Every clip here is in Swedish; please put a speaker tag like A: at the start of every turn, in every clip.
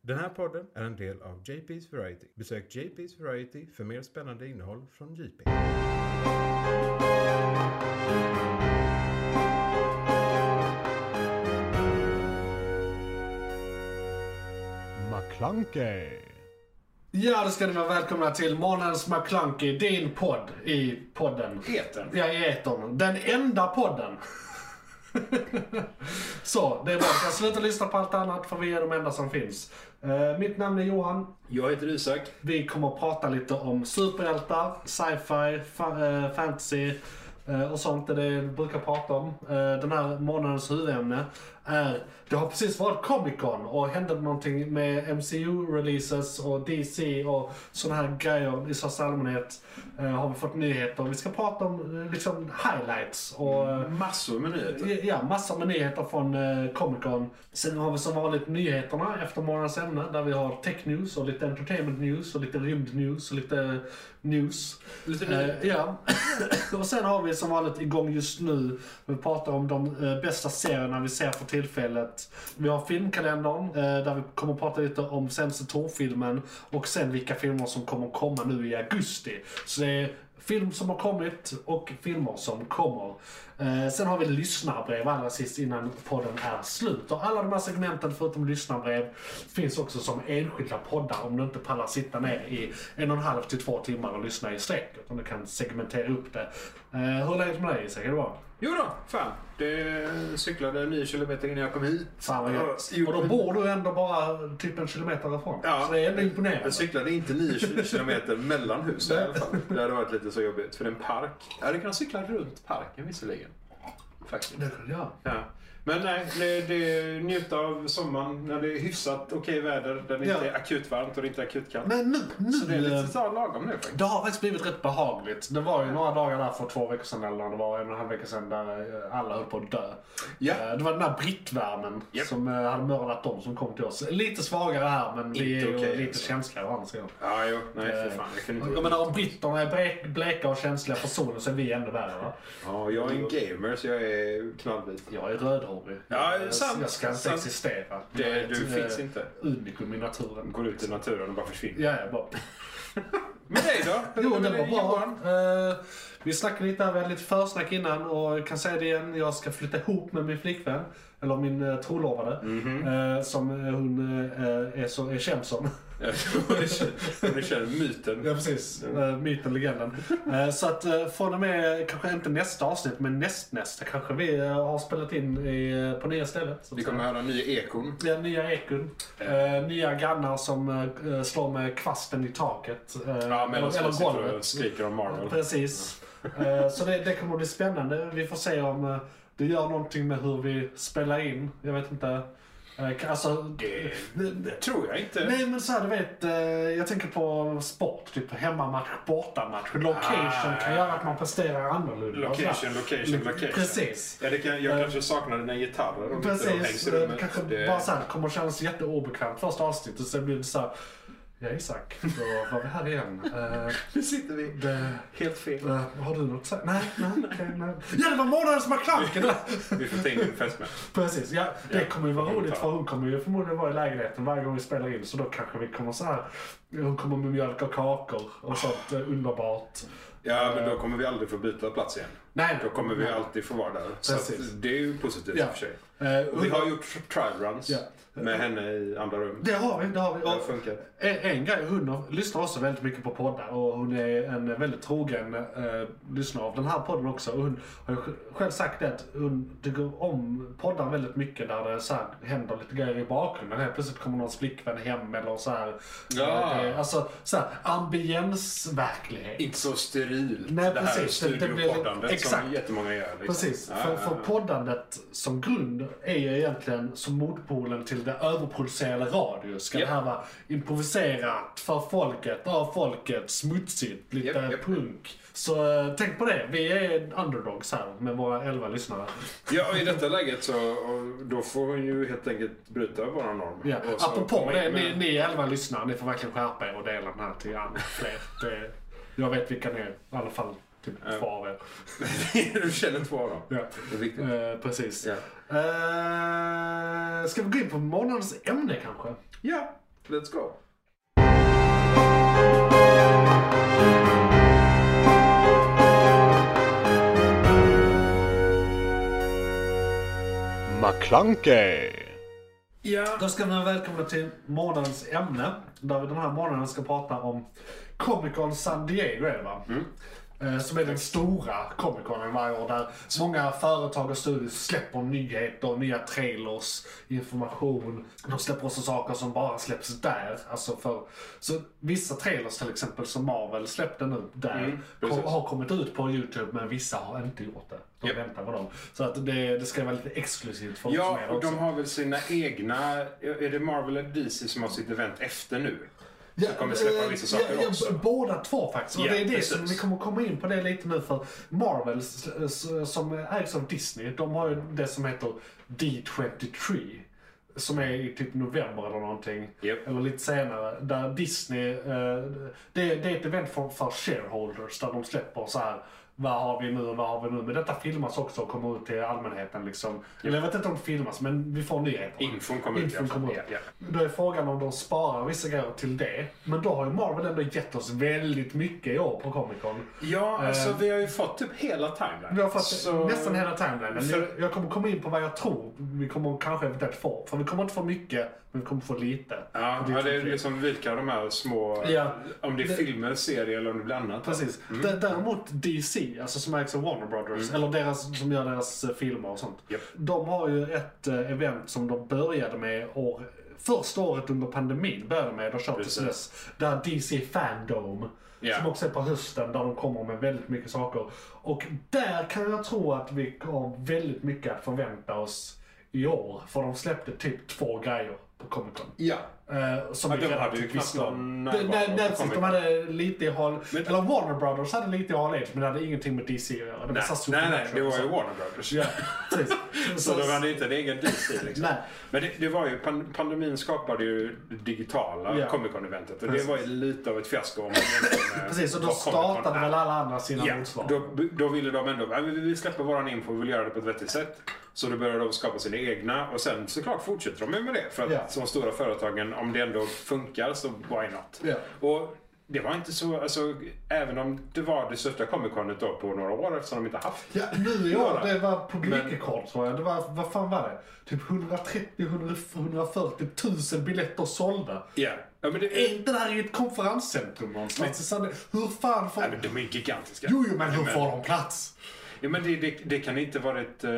A: Den här podden är en del av JP's Variety. Besök JP's Variety för mer spännande innehåll från JP.
B: McClunkey.
C: Ja, då ska ni vara välkomna till Månadens McKlunky, din podd i podden.
D: Etern.
C: Ja, i etern. Den enda podden. Så, det är bra. Jag slutar lyssna på allt annat för vi är de enda som finns. Eh, mitt namn är Johan.
D: Jag heter Isak.
C: Vi kommer att prata lite om superhjältar, sci-fi, fa- eh, fantasy eh, och sånt. Det är det vi brukar prata om. Eh, den här månadens huvudämne är... Det har precis varit Comic Con och hände någonting med MCU-releases och DC och sådana här grejer i största allmänhet. Eh, har vi fått nyheter. Vi ska prata om eh, liksom highlights och... eh,
D: Massor med nyheter.
C: Ja, massor med nyheter från eh, Comic Con. Sen har vi som vanligt nyheterna efter morgonens ämne där vi har tech news och lite entertainment news och lite rymd news och lite news.
D: Lite
C: Eh, ja. och sen har vi som vanligt igång just nu, vi pratar om de eh, bästa serierna vi ser för tillfället. Vi har filmkalendern eh, där vi kommer prata lite om senaste Thor-filmen och sen vilka filmer som kommer komma nu i augusti. Så det är film som har kommit och filmer som kommer. Eh, sen har vi lyssnarbrev allra sist innan podden är slut. Och alla de här segmenten förutom lyssnarbrev finns också som enskilda poddar om du inte pallar sitta ner i en och en halv till två timmar och lyssna i sträck. Utan du kan segmentera upp det. Eh, hur länge som det är Isak, är det bra?
D: Jo då, fan. Det cyklade 9 kilometer innan jag kom hit.
C: Fan vad gött.
D: Ja,
C: Och
D: jo,
C: då bor du ändå bara typ en kilometer ifrån.
D: Ja.
C: Så det är ändå imponerande.
D: Jag cyklade inte 9 kilometer mellan husen i alla fall. Det hade varit lite så jobbigt. För det är en park. Jag hade kunnat cykla runt parken visserligen. Faktiskt.
C: Det kunde jag.
D: Ja. Men nej, det, det, njuta av sommaren när det är hyfsat okej väder. Där det
C: Ja.
D: inte är akut varmt och det inte är akut kallt.
C: Men eh, nu, nu.
D: Så det är lite så här lagom nu faktiskt.
C: Det har faktiskt blivit rätt behagligt. Det var ju några dagar där för två veckor sedan eller när det var en och en halv vecka sedan där eh, alla höll på att dö.
D: Ja.
C: Eh, Det var den där brittvärmen
D: Japp.
C: som eh, hade mördat dem som kom till oss. Lite svagare här men vi
D: Inte
C: är ju
D: okej,
C: lite
D: alltså.
C: känsliga å andra sidan.
D: Ja, jo. Nej, för fan. Jag kunde inte
C: Jag menar om britterna är blek- bleka och känsliga för solen så är vi ännu värre va?
D: Ja, jag är en gamer så jag är knallvit.
C: Jag är rödhårig.
D: Ja,
C: Jag-
D: sant,
C: Jag ska inte
D: sant.
C: existera.
D: Det-
C: Jag är ett,
D: du
C: eh,
D: finns inte.
C: Unikum i naturen.
D: Går ut i naturen och bara försvinner.
C: Ja, ja, bara.
D: Men dig då?
C: Jo, det
D: Men
C: var bra.
D: Johan?
C: Eh, vi snackade lite här, vi hade lite försnack innan och jag kan säga det igen. Jag ska flytta ihop med min flickvän, eller min eh, trolovade,
D: Mhm.
C: eh, som eh, hon eh, är, så, är känd som.
D: Om ni känner myten.
C: Ja, precis. Eh, myten, legenden. Eh, så att eh, från och med, kanske inte nästa avsnitt, men nästnästa kanske vi eh, har spelat in i, eh, på nya stället. så att
D: Vi
C: säga.
D: kommer höra nya ekon.
C: Ja, nya ekon. Eh, nya grannar som eh, slår med kvasten i taket. Eh,
D: Ja, men
C: eller eller golvet.
D: och skriker om Marvel.
C: Precis. Eh, Så det, det kommer bli spännande. Vi får se om eh, det gör någonting med hur vi spelar in. Jag vet inte. Eh, ka- Alltså...
D: Det tror jag inte.
C: Nej men såhär du vet, eh, jag tänker på sport. Typ hemmamatch, bortamatch. Location
D: Ah.
C: kan göra att man presterar annorlunda. och sådär.
D: Location, location, location.
C: Precis.
D: Ja, det kan, jag kanske saknar dina gitarrer om inte de hängs
C: Precis.
D: i
C: eh,
D: rummet.
C: Kanske
D: Det-
C: bara såhär kommer kännas jätteobekvämt första avsnittet. Sen blir det såhär... Ja Isak, då var vi här igen. Eh,
D: Nu sitter vi
C: det...
D: helt fel.
C: Eh, har du något att säga? Nej, nej, okej, nej. Ja, det var månadens McClunken!
D: Vi får ta in din fästmö.
C: Precis, ja. Det
D: Ja,
C: kommer ju vara
D: jag
C: roligt
D: tar.
C: för hon kommer ju förmodligen vara i lägenheten varje gång vi spelar in. Så då kanske vi kommer så här. Hon kommer med mjölk och kakor och sånt eh, underbart.
D: Ja, men då kommer vi aldrig få byta plats igen.
C: Nej,
D: Då kommer vi
C: nej.
D: alltid få vara där. Så att
C: Precis.
D: det är ju positivt i
C: Ja.
D: och för sig.
C: Eh,
D: Och vi har gjort trial runs
C: Ja.
D: med henne i andra rum.
C: Det har vi, det har vi.
D: Det har
C: Och
D: funkat.
C: Alltså, en, en grej, hon har- lyssnar också väldigt mycket på poddar och hon är en väldigt trogen eh, lyssnare av den här podden också. Och hon har ju sj- själv sagt det att hon tycker om poddar väldigt mycket där det så här, händer lite grejer i bakgrunden. Helt plötsligt kommer någons flickvän hem eller så här.
D: Ja.
C: Eh, det- alltså så här, ambiensverklighet.
D: Inte så sterilt
C: Nej,
D: det här
C: precis. Det- det blir-
D: studiopoddandet som
C: exakt.
D: jättemånga gör. Liksom.
C: Precis,
D: Ja,
C: för,
D: ja,
C: för
D: ja.
C: poddandet som grund är ju egentligen som motpolen till det överproducerade radio. Ska
D: Japp.
C: det här vara improviserat för folket, av folket, smutsigt, lite
D: Japp, japp.
C: punk. Så eh, tänk på det, vi är underdogs här med våra elva lyssnare.
D: Ja, och i detta läget så och då får hon ju helt enkelt bryta våra normer.
C: Ja.
D: Och så
C: Apropå
D: komma in
C: det,
D: med-
C: ni, ni elva lyssnare, ni får verkligen skärpa er och dela den här till andra fler. Det, jag vet vilka ni är, i alla fall typ två av er.
D: du känner två av dem.
C: Ja.
D: Det är viktigt.
C: Eh, precis.
D: Ja.
C: Eh, ska vi gå in på månadens ämne kanske?
D: Ja. Let's go.
B: McClunkey!
D: Ja.
C: Då ska vi välkomna till månadens ämne. Där vi den här månaden ska prata om Comic Con San Diego är det va?
D: Mm.
C: Eh, Som är den stora Comic Conen varje år där många företag och studier släpper nyheter, nya trailers, information. De släpper också saker som bara släpps där. Alltså för, så vissa trailers till exempel som Marvel släppte nu där
D: Mm,
C: kom,
D: precis.
C: har kommit ut på YouTube men vissa har inte gjort det. De
D: Japp.
C: väntar på dem. Så att det, det ska vara lite exklusivt för de som
D: Ja,
C: är där
D: och
C: också.
D: de har väl sina egna... Är det Marvel eller DC som har sitt event efter nu? Som kommer släppa
C: eh,
D: vissa saker
C: ja,
D: också.
C: b- Båda två faktiskt. Och
D: Ja,
C: det är det
D: precis.
C: som vi kommer komma in på det lite nu för Marvel s- s- som ägs av Disney, de har ju det som heter D23. Som är i typ november eller någonting.
D: Japp.
C: Eller lite senare. Där Disney, eh, det, det är ett event för, för shareholders där de släpper så här. Vad har vi nu och vad har vi nu? Men detta filmas också och kommer ut till allmänheten liksom. Eller jag vet inte om det filmas men vi får nyheter.
D: Infon kommer ut. i
C: Infon
D: alla fall.
C: kommer ut.
D: Ja, ja.
C: Då är frågan om de sparar vissa grejer till det. Men då har ju Marvel ändå gett oss väldigt mycket i år på Comic Con.
D: Ja, alltså
C: Eh.
D: vi har ju fått typ hela timeline.
C: Vi har fått
D: Så-
C: nästan hela timelinen.
D: För-
C: Jag, jag kommer komma in på vad jag tror vi kommer kanske eventuellt få. För vi kommer inte få mycket, men vi kommer få lite.
D: Ja,
C: Och
D: ja, det är
C: typ-
D: liksom vilka av de här små...
C: Ja.
D: Om det är
C: Det-
D: filmer, serier eller om det blir annat.
C: Precis. D- Däremot DC, alltså som ägs av Warner Brothers, eller deras, som gör deras eh, filmer och sånt.
D: Mm. Japp.
C: De har ju ett eh, event som de började med år, första året under pandemin. Började med och kört
D: Precis.
C: till dess. Där DC Fandom.
D: Ja.
C: Som också är på hösten där de kommer med väldigt mycket saker. Och där kan jag tro att vi har väldigt mycket att förvänta oss i år. För de släppte typ två grejer på Comic Con.
D: Ja.
C: Eh, som
D: Ja,
C: vi
D: de
C: redan
D: hade ju
C: typ
D: knappt
C: visste om.
D: någon
C: Nej,
D: närvaro
C: nej, nej,
D: på
C: precis, de
D: Comic Con.
C: hade lite i Hall...
D: Men-
C: Eller Warner Brothers hade lite i Hall Age, men det hade ingenting med DC att göra. Det var
D: Nej,
C: så här
D: nej, nej,
C: supernatural
D: det var ju
C: och så.
D: Warner Brothers.
C: Ja, precis.
D: Så de hade ju inte en egen DC liksom.
C: Nej.
D: Men det, det var ju, pan, pandemin skapade ju det digitala
C: Ja.
D: Comic Con-eventet och
C: Precis.
D: det var ju lite av ett fiasko om man jämför med
C: Precis, och då
D: vad Comic-Con
C: startade
D: är.
C: väl alla andra sina
D: Ja,
C: motsvar.
D: då, då ville de ändå, "Ja, men vi släpper våran info och vill göra det på ett vettigt sätt. Så då började de skapa sina egna och sen såklart fortsätter de ju med det. För att
C: Ja.
D: de stora företagen, om det ändå funkar så why not?
C: Ja.
D: Och det var inte så, alltså även om det var det största Comic Conet då på några år eftersom de inte haft
C: Ja, nu i år,
D: Några.
C: det var publikrekord
D: Men-
C: tror jag. Det var, vad fan var det? Typ 130-140 000 biljetter sålda.
D: Ja, ja men det
C: Är inte det här i ett konferenscentrum någonstans? i San Diego? Hur fan får...
D: Nej, men de är gigantiska.
C: Jo, jo, men hur får de plats?
D: Ja, men det, det, det kan inte varit... Eh,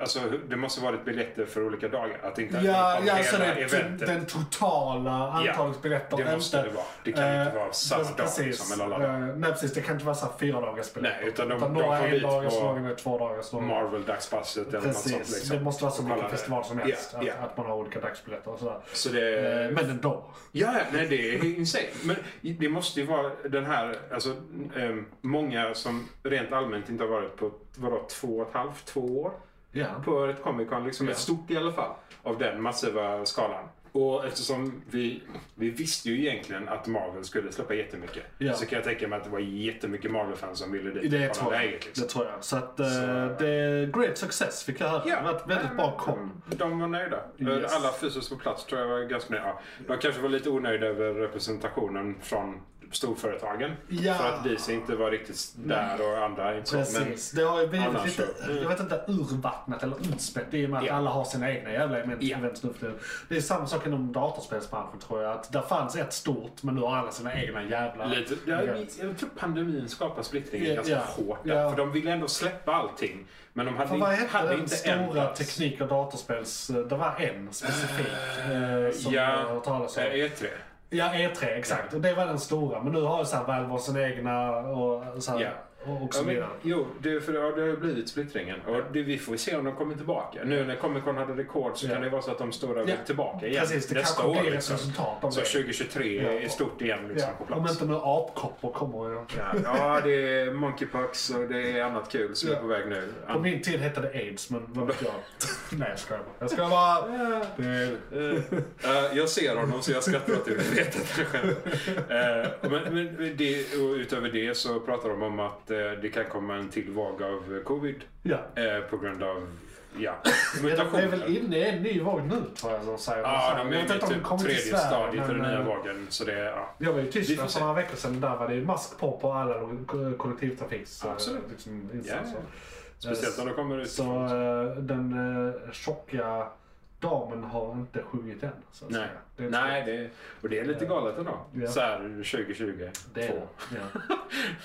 D: alltså, det måste varit biljetter för olika dagar. Att inte att man
C: Ja,
D: kom
C: ja
D: hela
C: så det är typ den,
D: eventet.
C: den totala
D: Ja,
C: antalet biljetter.
D: det måste
C: inte-
D: det vara. Det kan inte
C: Eh,
D: vara samma dag
C: precis,
D: som alla andra.
C: Eh, nej, precis. Det kan inte vara så här fyra dagars biljetter.
D: Nej, utan de- de
C: några
D: kom
C: är
D: dit
C: dagars,
D: på-
C: några är två dagars. Några...
D: Marvel-dagspasset eller något
C: Precis.
D: sånt. Liksom.
C: Det måste vara så
D: Och
C: mycket
D: kolla-
C: festival som helst.
D: Ja, ja.
C: Att, att man har olika dagsbiljetter och sådär.
D: Så det...
C: Eh, men ändå.
D: Ja, ja, nej det är insane. Men det måste ju vara den här, alltså ehm, många som rent allmänt inte har varit på, vadå, två och ett halvt, två år?
C: Ja.
D: på ett Comic Con, liksom ett stort i alla fall, av den massiva skalan. Och eftersom vi, vi visste ju egentligen att Marvel skulle släppa jättemycket.
C: Ja.
D: Så kan jag tänka mig att det var jättemycket Marvel-fans som ville dit.
C: Det
D: bara
C: tror, jag.
D: läget, liksom.
C: det tror jag. Så att eh,
D: Så-
C: det är great success fick jag höra. Det har varit väldigt
D: nej,
C: bra
D: men
C: kom.
D: de- Mm. De var nöjda.
C: Yes.
D: Alla fysiskt på plats tror jag var ganska nöjda. De kanske var lite onöjda över representationen från storföretagen.
C: Ja.
D: För att DC inte var riktigt där och andra inte så. Men
C: Precis. det har ju blivit
D: annars
C: lite,
D: så-
C: jag vet inte, urvattnat eller utspätt i och med att
D: Ja.
C: alla har sina egna jävla event
D: Ja.
C: events nu för tiden. Det är samma sak inom dataspelsbranschen tror jag. Att där fanns ett stort men nu har alla sina egna jävla
D: Lite, jag,
C: event.
D: jag tror pandemin skapar splittringen
C: Ja,
D: ganska
C: ja,
D: hårt. Där,
C: ja.
D: För de ville ändå släppa allting. Men de hade,
C: För vad
D: inte-
C: hette
D: hade
C: den
D: inte
C: stora
D: ändrats.
C: teknik och dataspels... Det var en specifik eh, som jag har
D: Ja,
C: hört talas om.
D: eh, E3.
C: Ja, E3 exakt. Och det var den stora. Men nu har ju så här Valve sina egna och, så här,
D: Ja.
C: och, och
D: Ja,
C: så
D: men,
C: vidare.
D: jo, det, för det har det har ju blivit splittringen. Och det, vi får se om de kommer tillbaka. Nu när Comic Con hade rekord så
C: Ja.
D: kan det vara så att de stora vill
C: Ja,
D: tillbaka igen
C: precis. Det
D: nästa
C: kanske
D: år.
C: blir ett
D: Liksom.
C: resultat av
D: Så
C: det.
D: 2023
C: Ja.
D: är stort igen liksom, på
C: ja. Om
D: plats.
C: inte nu apkoppor kommer. Ja.
D: Ja, ja, det är monkeypox och det är annat kul som är
C: Ja.
D: på väg nu.
C: På min tid hette det aids, men vad vet jag? Nej, jag skojar bara. Jag skojar bara. Det-
D: Eh, jag ser honom så jag skrattar åt det. Jag vet att han skämtar. Eh, men, men det, och utöver det så pratar de om att eh, det kan komma en till våg av covid
C: Ja.
D: eh, på grund av ja.
C: Men de är
D: Mutationer.
C: väl inne i en ny våg nu tror jag som säger.
D: Ja,
C: Jag
D: de
C: vet inte
D: är i
C: om de
D: typ
C: kommer till
D: tredje
C: Sverige,
D: stadiet i den
C: men,
D: nya
C: eh,
D: vågen. Så det är, ja.
C: Jag var ju i
D: Vi får
C: Tyskland
D: se.
C: för några veckor sedan. Där var det ju mask på på alla de- kollektivtrafiks...
D: Absolut.
C: eh, Liksom, insatser.
D: Ja, Speciellt om de kommer ut
C: Så eh, den eh, tjocka damen har inte sjungit än. Så att
D: Nej,
C: säga. Det är-
D: Nej det, och det är lite galet ändå.
C: Ja.
D: Så här 2020.
C: Det är
D: Två.
C: Ja.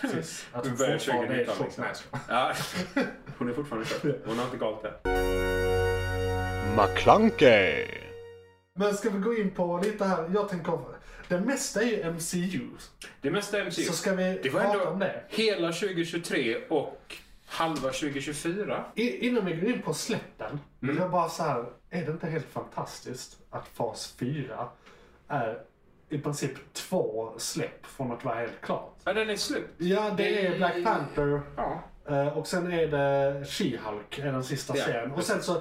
C: Precis. Att
D: Vi
C: hon
D: börjar
C: fortfarande är
D: 2019
C: tjock.
D: liksom.
C: Nej, jag skojar.
D: Ja. Hon är fortfarande kört. Hon har inte galt det.
B: McClunkey,
C: Men ska vi gå in på lite här. Jag tänker... Det mesta är ju MCU.
D: Det mesta är MCU.
C: Så ska vi
D: Det var
C: prata
D: ändå
C: om det.
D: hela 2023 och halva 2024.
C: I, innan vi går in på släppen,
D: Mm.
C: vill jag bara så här, är det inte helt fantastiskt att fas 4 är i princip två släpp från att vara helt klart?
D: Ja, den är slut.
C: Ja, det är Black Panther
D: Ja.
C: eh, och sen är det She-Hulk, är den sista
D: Ja.
C: serien. Och sen så,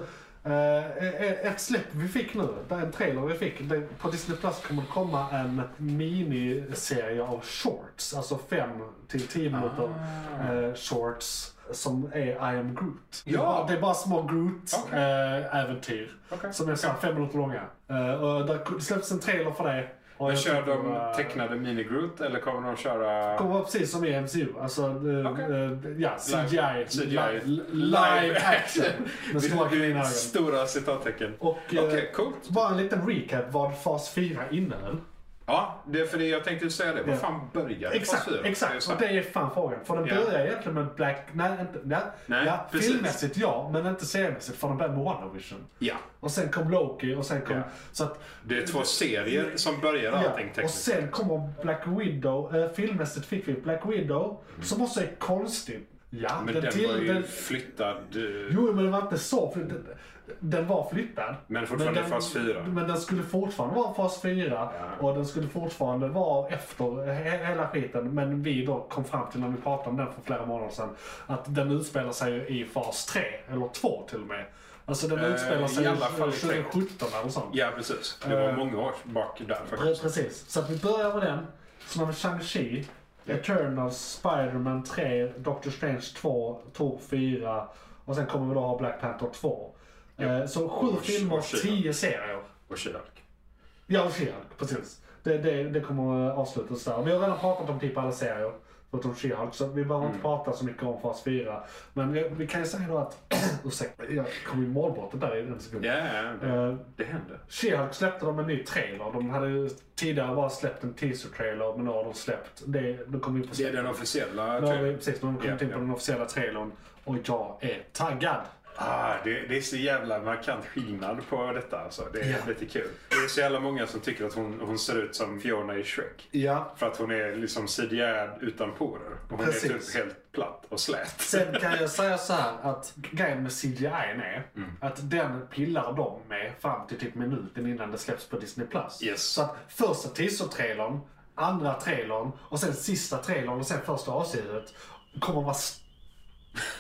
C: eh, eh, ett släpp vi fick nu, det är en trailer vi fick. Det, på Disney Plus kommer det komma en miniserie av shorts, alltså 5 till
D: Ah.
C: 10 minuter eh, shorts som är I am Groot. Det är
D: Ja.
C: bara- Det är bara små
D: Okej.
C: Groot-äventyr
D: Okej.
C: som är så här fem minuter långa. Eh, och där släpps en trailer för det. Och
D: Men kör
C: tycker,
D: de
C: eh,
D: tecknade mini-Groot eller kommer de köra...
C: kommer vara precis som i MCU. Alltså, eh,
D: Okej.
C: eh, ja, CGI.
D: CGI.
C: Li- live action. Med stora gröna ögon.
D: Stora citattecken.
C: Och eh,
D: Okej, coolt.
C: bara en liten recap vad fas 4 innehöll.
D: Ja, det är för det jag tänkte säga det. Vad
C: Ja.
D: fan börjar
C: Exakt,
D: Fas fyra? Det är
C: exakt.
D: så
C: Och
D: här.
C: det är fan frågan. För den
D: Ja.
C: börjar egentligen med Black... Nej, inte, nej.
D: Nej,
C: ja,
D: precis.
C: filmmässigt ja, men inte seriemässigt. För den börjar med WandaVision.
D: Ja,
C: Och sen kom Loki och sen kom...
D: Ja.
C: Så att,
D: det är två serier som börjar allting
C: och
D: tekniskt.
C: sen kommer Black Widow. Eh, filmmässigt fick vi Black Widow, som också är konstig. Ja,
D: Mm. Men den
C: till-
D: var ju
C: den-
D: flyttad. eh,
C: Jo, men den var inte så flyttad. Den var flyttad.
D: Men fortfarande
C: den,
D: fas fyra.
C: Men den skulle fortfarande vara fas 4. Och den skulle fortfarande vara efter he- hela skiten. Men vi då kom fram till när vi pratade om den för flera månader sedan. Att den utspelar sig ju i fas 3. Eller 2 till och med. Alltså den
D: Eh,
C: utspelar sig
D: i alla fall i
C: 2017 eller sånt.
D: Ja, precis. Det var
C: Eh,
D: många år bak där
C: Pre-
D: faktiskt.
C: Precis. Så att vi börjar med den. Sen har vi Shang-Chi, Eternals, Spider-Man 3, Doctor Strange 2, Thor 4 och sen kommer vi då ha Black Panther 2. Eh, Så sju
D: Och-
C: filmer,
D: och She-Hulk.
C: tio serier.
D: Och Kylak.
C: Ja, och She-Hulk, precis. Det, det, det kommer eh, avslutas där. Vi har redan pratat om typ alla serier. Förutom She-Hulk, så vi behöver
D: Mm.
C: inte prata så mycket om fas 4. Men vi, vi kan ju säga då att... ursäkta, jag kom i målbrottet där i en sekund.
D: Ja, ja, ja.
C: Eh,
D: det hände.
C: She-Hulk släppte de en ny trailer. De hade ju tidigare bara släppt en teaser-trailer, men nu har de släppt... Det, de kom in på
D: Det är den officiella. typ.
C: Nu har vi,
D: trailern.
C: precis, de kom
D: Ja,
C: in på
D: ja.
C: den officiella trailern och jag är taggad.
D: Ah, det, det är så jävla markant skillnad på detta. Alltså. Det är
C: Ja.
D: lite kul. Det är så jävla många som tycker att hon, hon ser ut som Fiona i Shrek.
C: Ja.
D: För att hon är liksom cdr utan porer. Och hon är
C: Precis.
D: typ helt platt och slät.
C: Sen kan jag säga så här att grejen med CGI är att den pillar de med fram till typ minuten innan det släpps på Disney+. Plus.
D: Yes.
C: Så att första teaser-trailern, andra trailern och sen sista trailern och sen första avsnittet kommer vara st-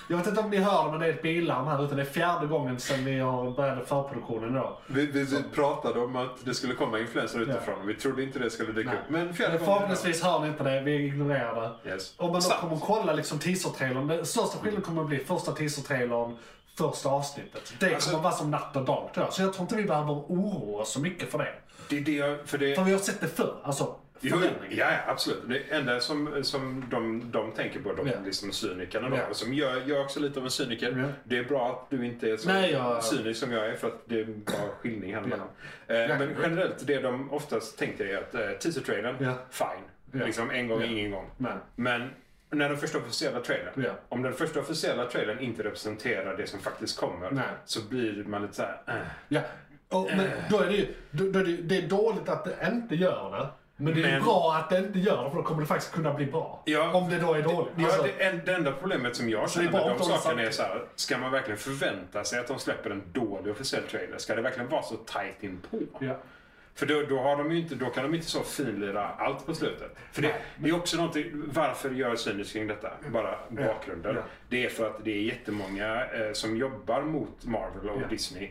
C: jag vet inte om ni hör det, men det är ett bilarm här ute. Det är fjärde gången sedan vi har började förproduktionen då.
D: Vi, vi, vi pratade om att det skulle komma influenser utifrån. Vi trodde inte det skulle dyka
C: Nej.
D: upp. Men fjärde
C: Men
D: gången.
C: förhoppningsvis hör ni inte det, vi ignorerar det.
D: Yes.
C: Om man då
D: Sant.
C: kommer kolla liksom teaser-trailern, den största skillnaden kommer att bli första teaser-trailern, första avsnittet. Det kommer
D: Alltså-
C: kommer vara som natt och dag tror jag. Så jag tror inte vi behöver oroa oss så mycket för det.
D: Det är det jag, för
C: För
D: det,
C: vi har sett det förr, alltså
D: jo,
C: förändring.
D: ja, ja, absolut. Det enda som, som de, de tänker på, de
C: Ja.
D: liksom cynikerna då,
C: Ja.
D: som jag, jag är också lite av en cyniker.
C: Ja.
D: Det är bra att du inte är så
C: Nej, jag-
D: cynisk som jag är för att det är bara skillning här mellan. Eh, men generellt, det de oftast tänker är att eh, teaser-trailern,
C: Ja.
D: fine.
C: Ja.
D: Liksom en gång,
C: Ja.
D: ingen gång.
C: Men,
D: Men när den första officiella trailern,
C: Ja.
D: om den första officiella trailern inte representerar det som faktiskt kommer
C: Nej.
D: så blir man lite såhär... Äh.
C: ja. Och, men
D: Eh.
C: då är det ju, då, då är det, ju- det är dåligt att det inte gör det. Men det är ju
D: Men-
C: bra att det inte gör det, för då kommer det faktiskt kunna bli bra.
D: Ja.
C: Om det då är dåligt.
D: Ja,
C: Alltså,
D: det, en, det enda problemet som jag
C: Så det är
D: känner med
C: bara
D: de
C: avtalet
D: sakerna är
C: samtidigt.
D: så här. Ska man verkligen förvänta sig att de släpper en dålig officiell trailer? Ska det verkligen vara så tight inpå?
C: ja.
D: För då, då, har de ju inte, då kan de inte så finlira allt på slutet. För det, det är också någonting, varför jag är cynisk kring detta, bara bakgrunden.
C: Ja.
D: Det är för att det är jättemånga eh, som jobbar mot Marvel och
C: Ja.
D: Disney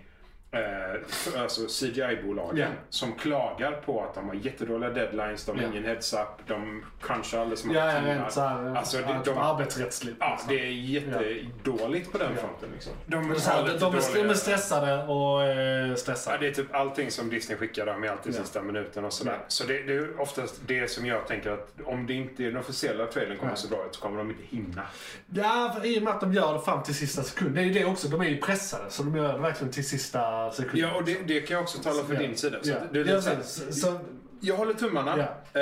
D: eh, för- alltså CGI-bolagen
C: Ja.
D: som klagar på att de har jättedåliga deadlines, de har
C: Ja.
D: ingen heads-up, de crunchar alldeles
C: Ja, ja, rent såhär
D: Alltså, det,
C: typ
D: de,
C: arbetsrättsligt.
D: ja, det är jättedåligt på den fronten. Liksom. De
C: Men så här, de, de, är, de är
D: dåliga-
C: stressade och eh,
D: Ja,
C: stressade.
D: det är typ allting som Disney skickar dem är alltid sista minuten och sådär.
C: Ja.
D: Så det, det är oftast det som jag tänker att om det inte är den officiella trailern kommer
C: Nej.
D: så bra ut så kommer de inte hinna.
C: Ja, för i och med att de gör det fram till sista sekund. Det är ju det också, de är ju pressade. Så de gör det verkligen till sista sekund.
D: Ja, och det, det kan jag också tala för
C: Ja.
D: din sida. Så
C: Ja.
D: det är lite
C: Ja,
D: så här,
C: så, så,
D: jag håller tummarna. Eh,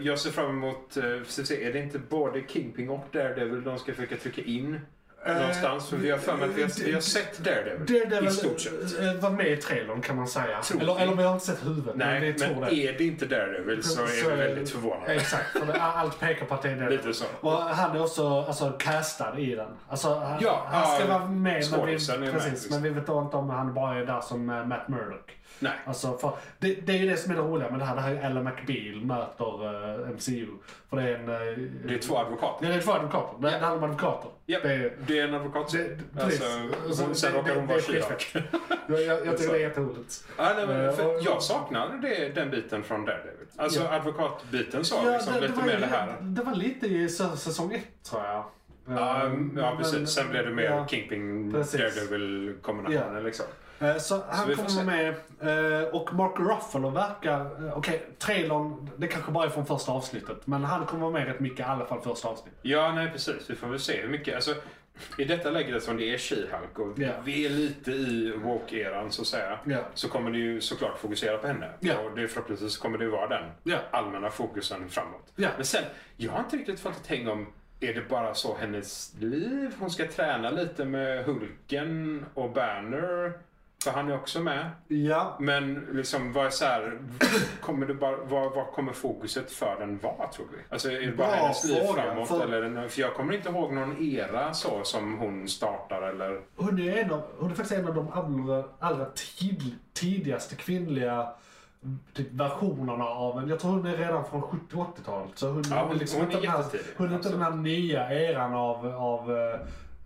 D: jag ser fram emot, eh, så att säga, är det inte både Kingpin och Daredevil de ska försöka trycka in
C: Eh,
D: någonstans? För vi har för mig att vi har, vi har sett Daredevil,
C: Daredevil
D: i stort sett.
C: eh, var med i trailern kan man säga.
D: Tror
C: Eller,
D: vi.
C: eller vi har inte sett huvudet.
D: Nej,
C: men vi
D: men
C: tror det.
D: är det inte Daredevil så är vi väldigt förvånade.
C: Exakt, för det, allt pekar på att det är det.
D: Lite så.
C: Och han är också alltså, castad i den. Alltså, han,
D: Ja,
C: han ska
D: ja,
C: vara med, men vi,
D: skådisen är med,
C: precis,
D: liksom.
C: men vi vet inte om han bara är där som eh, Matt Murdock.
D: Nej.
C: Alltså, för, det, det är ju det som är det roliga med det här. Det här är Ella McBeal möter eh, MCU. För det är en... eh,
D: Det är två advokater.
C: Ja, det är två advokater. Det, det handlar om advokater.
D: Ja,
C: Det är,
D: det är en advokat. som-
C: det,
D: alltså,
C: precis. Alltså,
D: hon, sen
C: det- det-
D: råkar hon
C: det
D: vara
C: är skitfett.
D: kyrak.
C: Jag, jag, jag tycker
D: Så.
C: det är jätteroligt.
D: Ja, nej, men,
C: Eh,
D: för
C: och-
D: jag saknar det, den biten från Daredevil. Alltså
C: Ja.
D: advokatbiten sa liksom lite mer det här.
C: det var lite i sä- säsong ett tror jag.
D: Ja, mm,
C: Eh,
D: ja
C: men-
D: precis. Sen blev det mer
C: ja.
D: Kingpin,
C: Precis.
D: Daredevil-kombinationen
C: Ja.
D: liksom.
C: Eh, Så han
D: vi får
C: kommer med eh, och Mark Ruffalo verkar, eh, okej trailern, det kanske bara är från första avsnittet. Men han kommer vara med rätt mycket i alla fall första avsnittet.
D: Ja, nej precis. Vi får väl se hur mycket. Alltså, I detta läget som det är She-Hulk och
C: Ja.
D: vi är lite i woke-eran så att säga.
C: Ja.
D: Så kommer det ju såklart fokusera på henne.
C: Ja.
D: Och det, förhoppningsvis kommer det vara den
C: Ja.
D: allmänna fokusen framåt.
C: Ja.
D: Men sen, jag har inte riktigt fått ett häng om är det bara så hennes liv? Hon ska träna lite med Hulken och Banner. För han är också med.
C: Ja.
D: Men liksom, vad är så här, kommer det bara, vad, vad kommer fokuset för den vara tror vi? Alltså är det bara
C: Bra
D: hennes liv
C: fråga,
D: framåt?
C: för-
D: Eller, är det någon- för jag kommer inte ihåg någon era så som hon startar eller...
C: Hon är, en av, hon är faktiskt en av de allra, allra tid, tidigaste kvinnliga typ, versionerna av en. Jag tror hon är redan från 70 och 80-talet. Så hon, liksom
D: Ja, hon- hon är
C: inte den här,
D: jättetidig,
C: hon är inte den
D: absolut.
C: här nya eran av, av eh,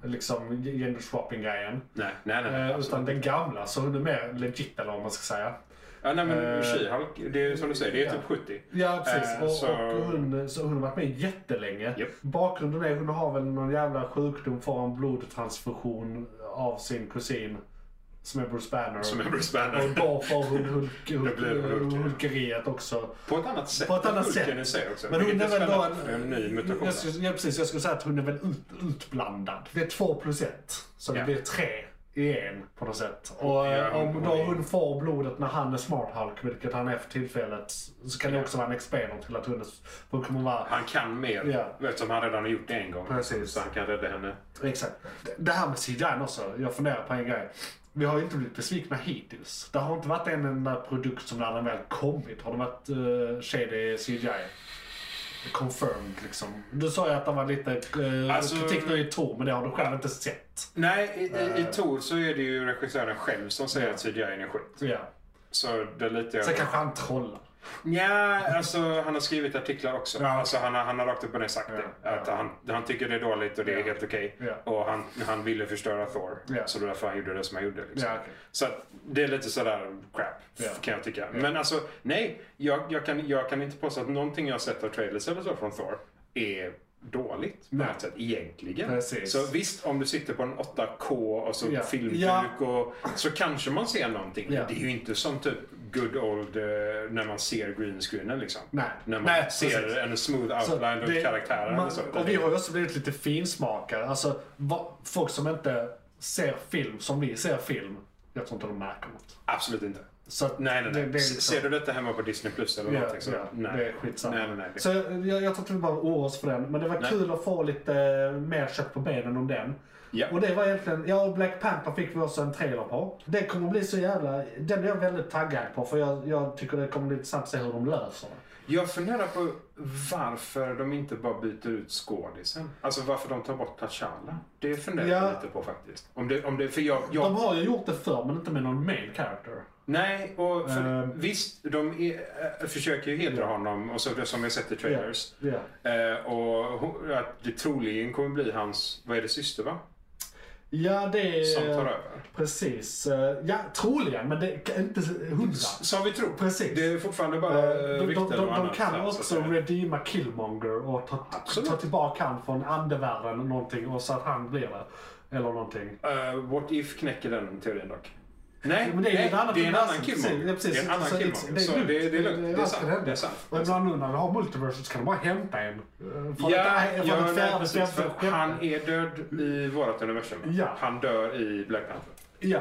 C: liksom gender swapping grejen.
D: Nej, nej, nej. nej
C: Eh,
D: absolut.
C: utan den gamla, så hon är mer legit eller vad man ska säga.
D: ja, nej men
C: eh,
D: She-Hulk, det är ju som du säger, det är
C: ja.
D: typ 70.
C: Ja, precis.
D: Eh,
C: och,
D: så-
C: och hon, så hon har varit med jättelänge.
D: Japp.
C: Bakgrunden är hon har väl någon jävla sjukdom, får en blodtransfusion av sin kusin som är Bruce Banner.
D: Som är Bruce
C: Och
D: Banner.
C: då får hon hulk, hulk,
D: blir hulk, ja.
C: hulkeriet också.
D: På ett annat sätt
C: På ett
D: än
C: annat
D: Hulken
C: sätt.
D: i sig också.
C: Men hon
D: vilket
C: är väl då
D: spännande
C: en...
D: för en ny mutation.
C: Jag skulle, ja, precis, jag skulle säga att hon är väl ut, utblandad. Det är två plus ett. Så det
D: Ja.
C: blir tre i en på något sätt. Och eh,
D: hon-
C: om då hon får blodet när han är smart Hulk, vilket han är för tillfället, så kan det också vara en expander till att hon, är, hon kommer vara...
D: Han kan mer,
C: Ja.
D: eftersom han redan har gjort det en gång.
C: Precis.
D: Så han kan rädda henne.
C: Exakt. Det- Det här med CGI också, jag funderar på en grej. Vi har ju inte blivit besvikna hittills. Det har inte varit en enda produkt som när den väl kommit har det varit uh, shady CGI. Confirmed liksom. Du sa ju att det var lite eh,
D: Alltså-
C: kritik nu i Tor, men det har du själv inte sett.
D: Nej, i, i, i Tor så är det ju regissören själv som säger att CGI är skit.
C: Ja.
D: Så det litar jag
C: Sen kanske han trollar.
D: Nja, alltså han har skrivit artiklar också.
C: Ja.
D: Alltså, han, har, han har rakt upp och ner sagt
C: Ja,
D: det. Att han, han tycker det är dåligt och det är
C: Ja.
D: helt okej.
C: Ja.
D: Och han, han ville förstöra Thor.
C: Ja.
D: Så det var därför han gjorde det som han gjorde. Liksom.
C: Ja, okej.
D: Så att, det är lite sådär crap,
C: Ja.
D: kan jag tycka. Men alltså, nej. Jag, jag, kan, jag kan inte påstå att någonting jag har sett av trailers eller så från Thor är dåligt på
C: Nej.
D: något sätt egentligen.
C: Precis.
D: Så visst, om du sitter på en 8K och så
C: Ja.
D: filmduk
C: Ja.
D: och, så kanske man ser någonting.
C: Ja.
D: Det är ju inte som typ good old eh, när man ser greenscreenen liksom.
C: Nej.
D: När man
C: Nej,
D: ser
C: precis.
D: en smooth
C: Så
D: outline
C: det-
D: av karaktären. liksom.
C: man-
D: och så.
C: och vi har ju också blivit lite finsmakare. Alltså, va, folk som inte ser film som vi ser film, jag tror inte de märker något.
D: Absolut inte.
C: Så att
D: Nej, nej, nej.
C: det- det är
D: S-
C: liksom-
D: Ser du detta hemma på Disney Plus eller
C: Ja,
D: någonting så,
C: ja,
D: nej.
C: det är skitsamma.
D: Nej, nej, nej.
C: Så jag, jag, jag tror att vi bara oroar oss för den. Men det var
D: Nej.
C: kul att få lite eh, mer kött på benen om den.
D: Ja.
C: Och det var egentligen, ja och Black Panther fick vi också en trailer på. Det kommer bli så jävla, den är jag väldigt taggad på för jag, jag tycker det kommer bli intressant att se hur de löser det.
D: Jag funderar på varför de inte bara byter ut skådisen. Alltså varför de tar bort T'Challa. Det funderar jag
C: Ja.
D: lite på faktiskt. Om det, om det, för jag, jag
C: De har ju gjort det förr men inte med någon main character.
D: Nej, och för,
C: Ehm.
D: visst, de är, äh, försöker ju hedra honom och så, det som jag sett i trailers.
C: Ja.
D: Eh, och hon, att det troligen kommer bli hans, vad är det, syster va?
C: Ja, det är...
D: som tar över.
C: Precis. Eh, Ja, troligen, men det är inte hundra.
D: Som vi tror.
C: Precis.
D: Det är fortfarande
C: Eh,
D: bara
C: de,
D: eh,
C: de,
D: rykten
C: de,
D: och
C: de
D: annat där,
C: kan
D: så att
C: också
D: säga.
C: redeema Killmonger och ta,
D: Absolut.
C: ta tillbaka han från andevärlden eller någonting och så att han blir det. Eller någonting.
D: Eh, what if knäcker den teorin dock? Nej,
C: Ja, men det är ju
D: nej,
C: ett annat
D: det är en
C: universum.
D: annan
C: Precis,
D: killmonger.
C: ja, precis.
D: det är en annan
C: Så det-
D: killmonger.
C: det är
D: Så
C: lugnt.
D: det, det är lugnt.
C: Det-
D: Det
C: det-
D: är
C: allt
D: sant.
C: kan hända.
D: Det är sant.
C: Och ibland nu när vi har multiversum så kan de bara hämta en. eh, Från
D: Ja,
C: ett, från
D: ja,
C: ett
D: nej,
C: fjärde
D: precis, för
C: fjärde-
D: han är död i vårt universum.
C: Ja.
D: Han dör i Black Panther.
C: Ja.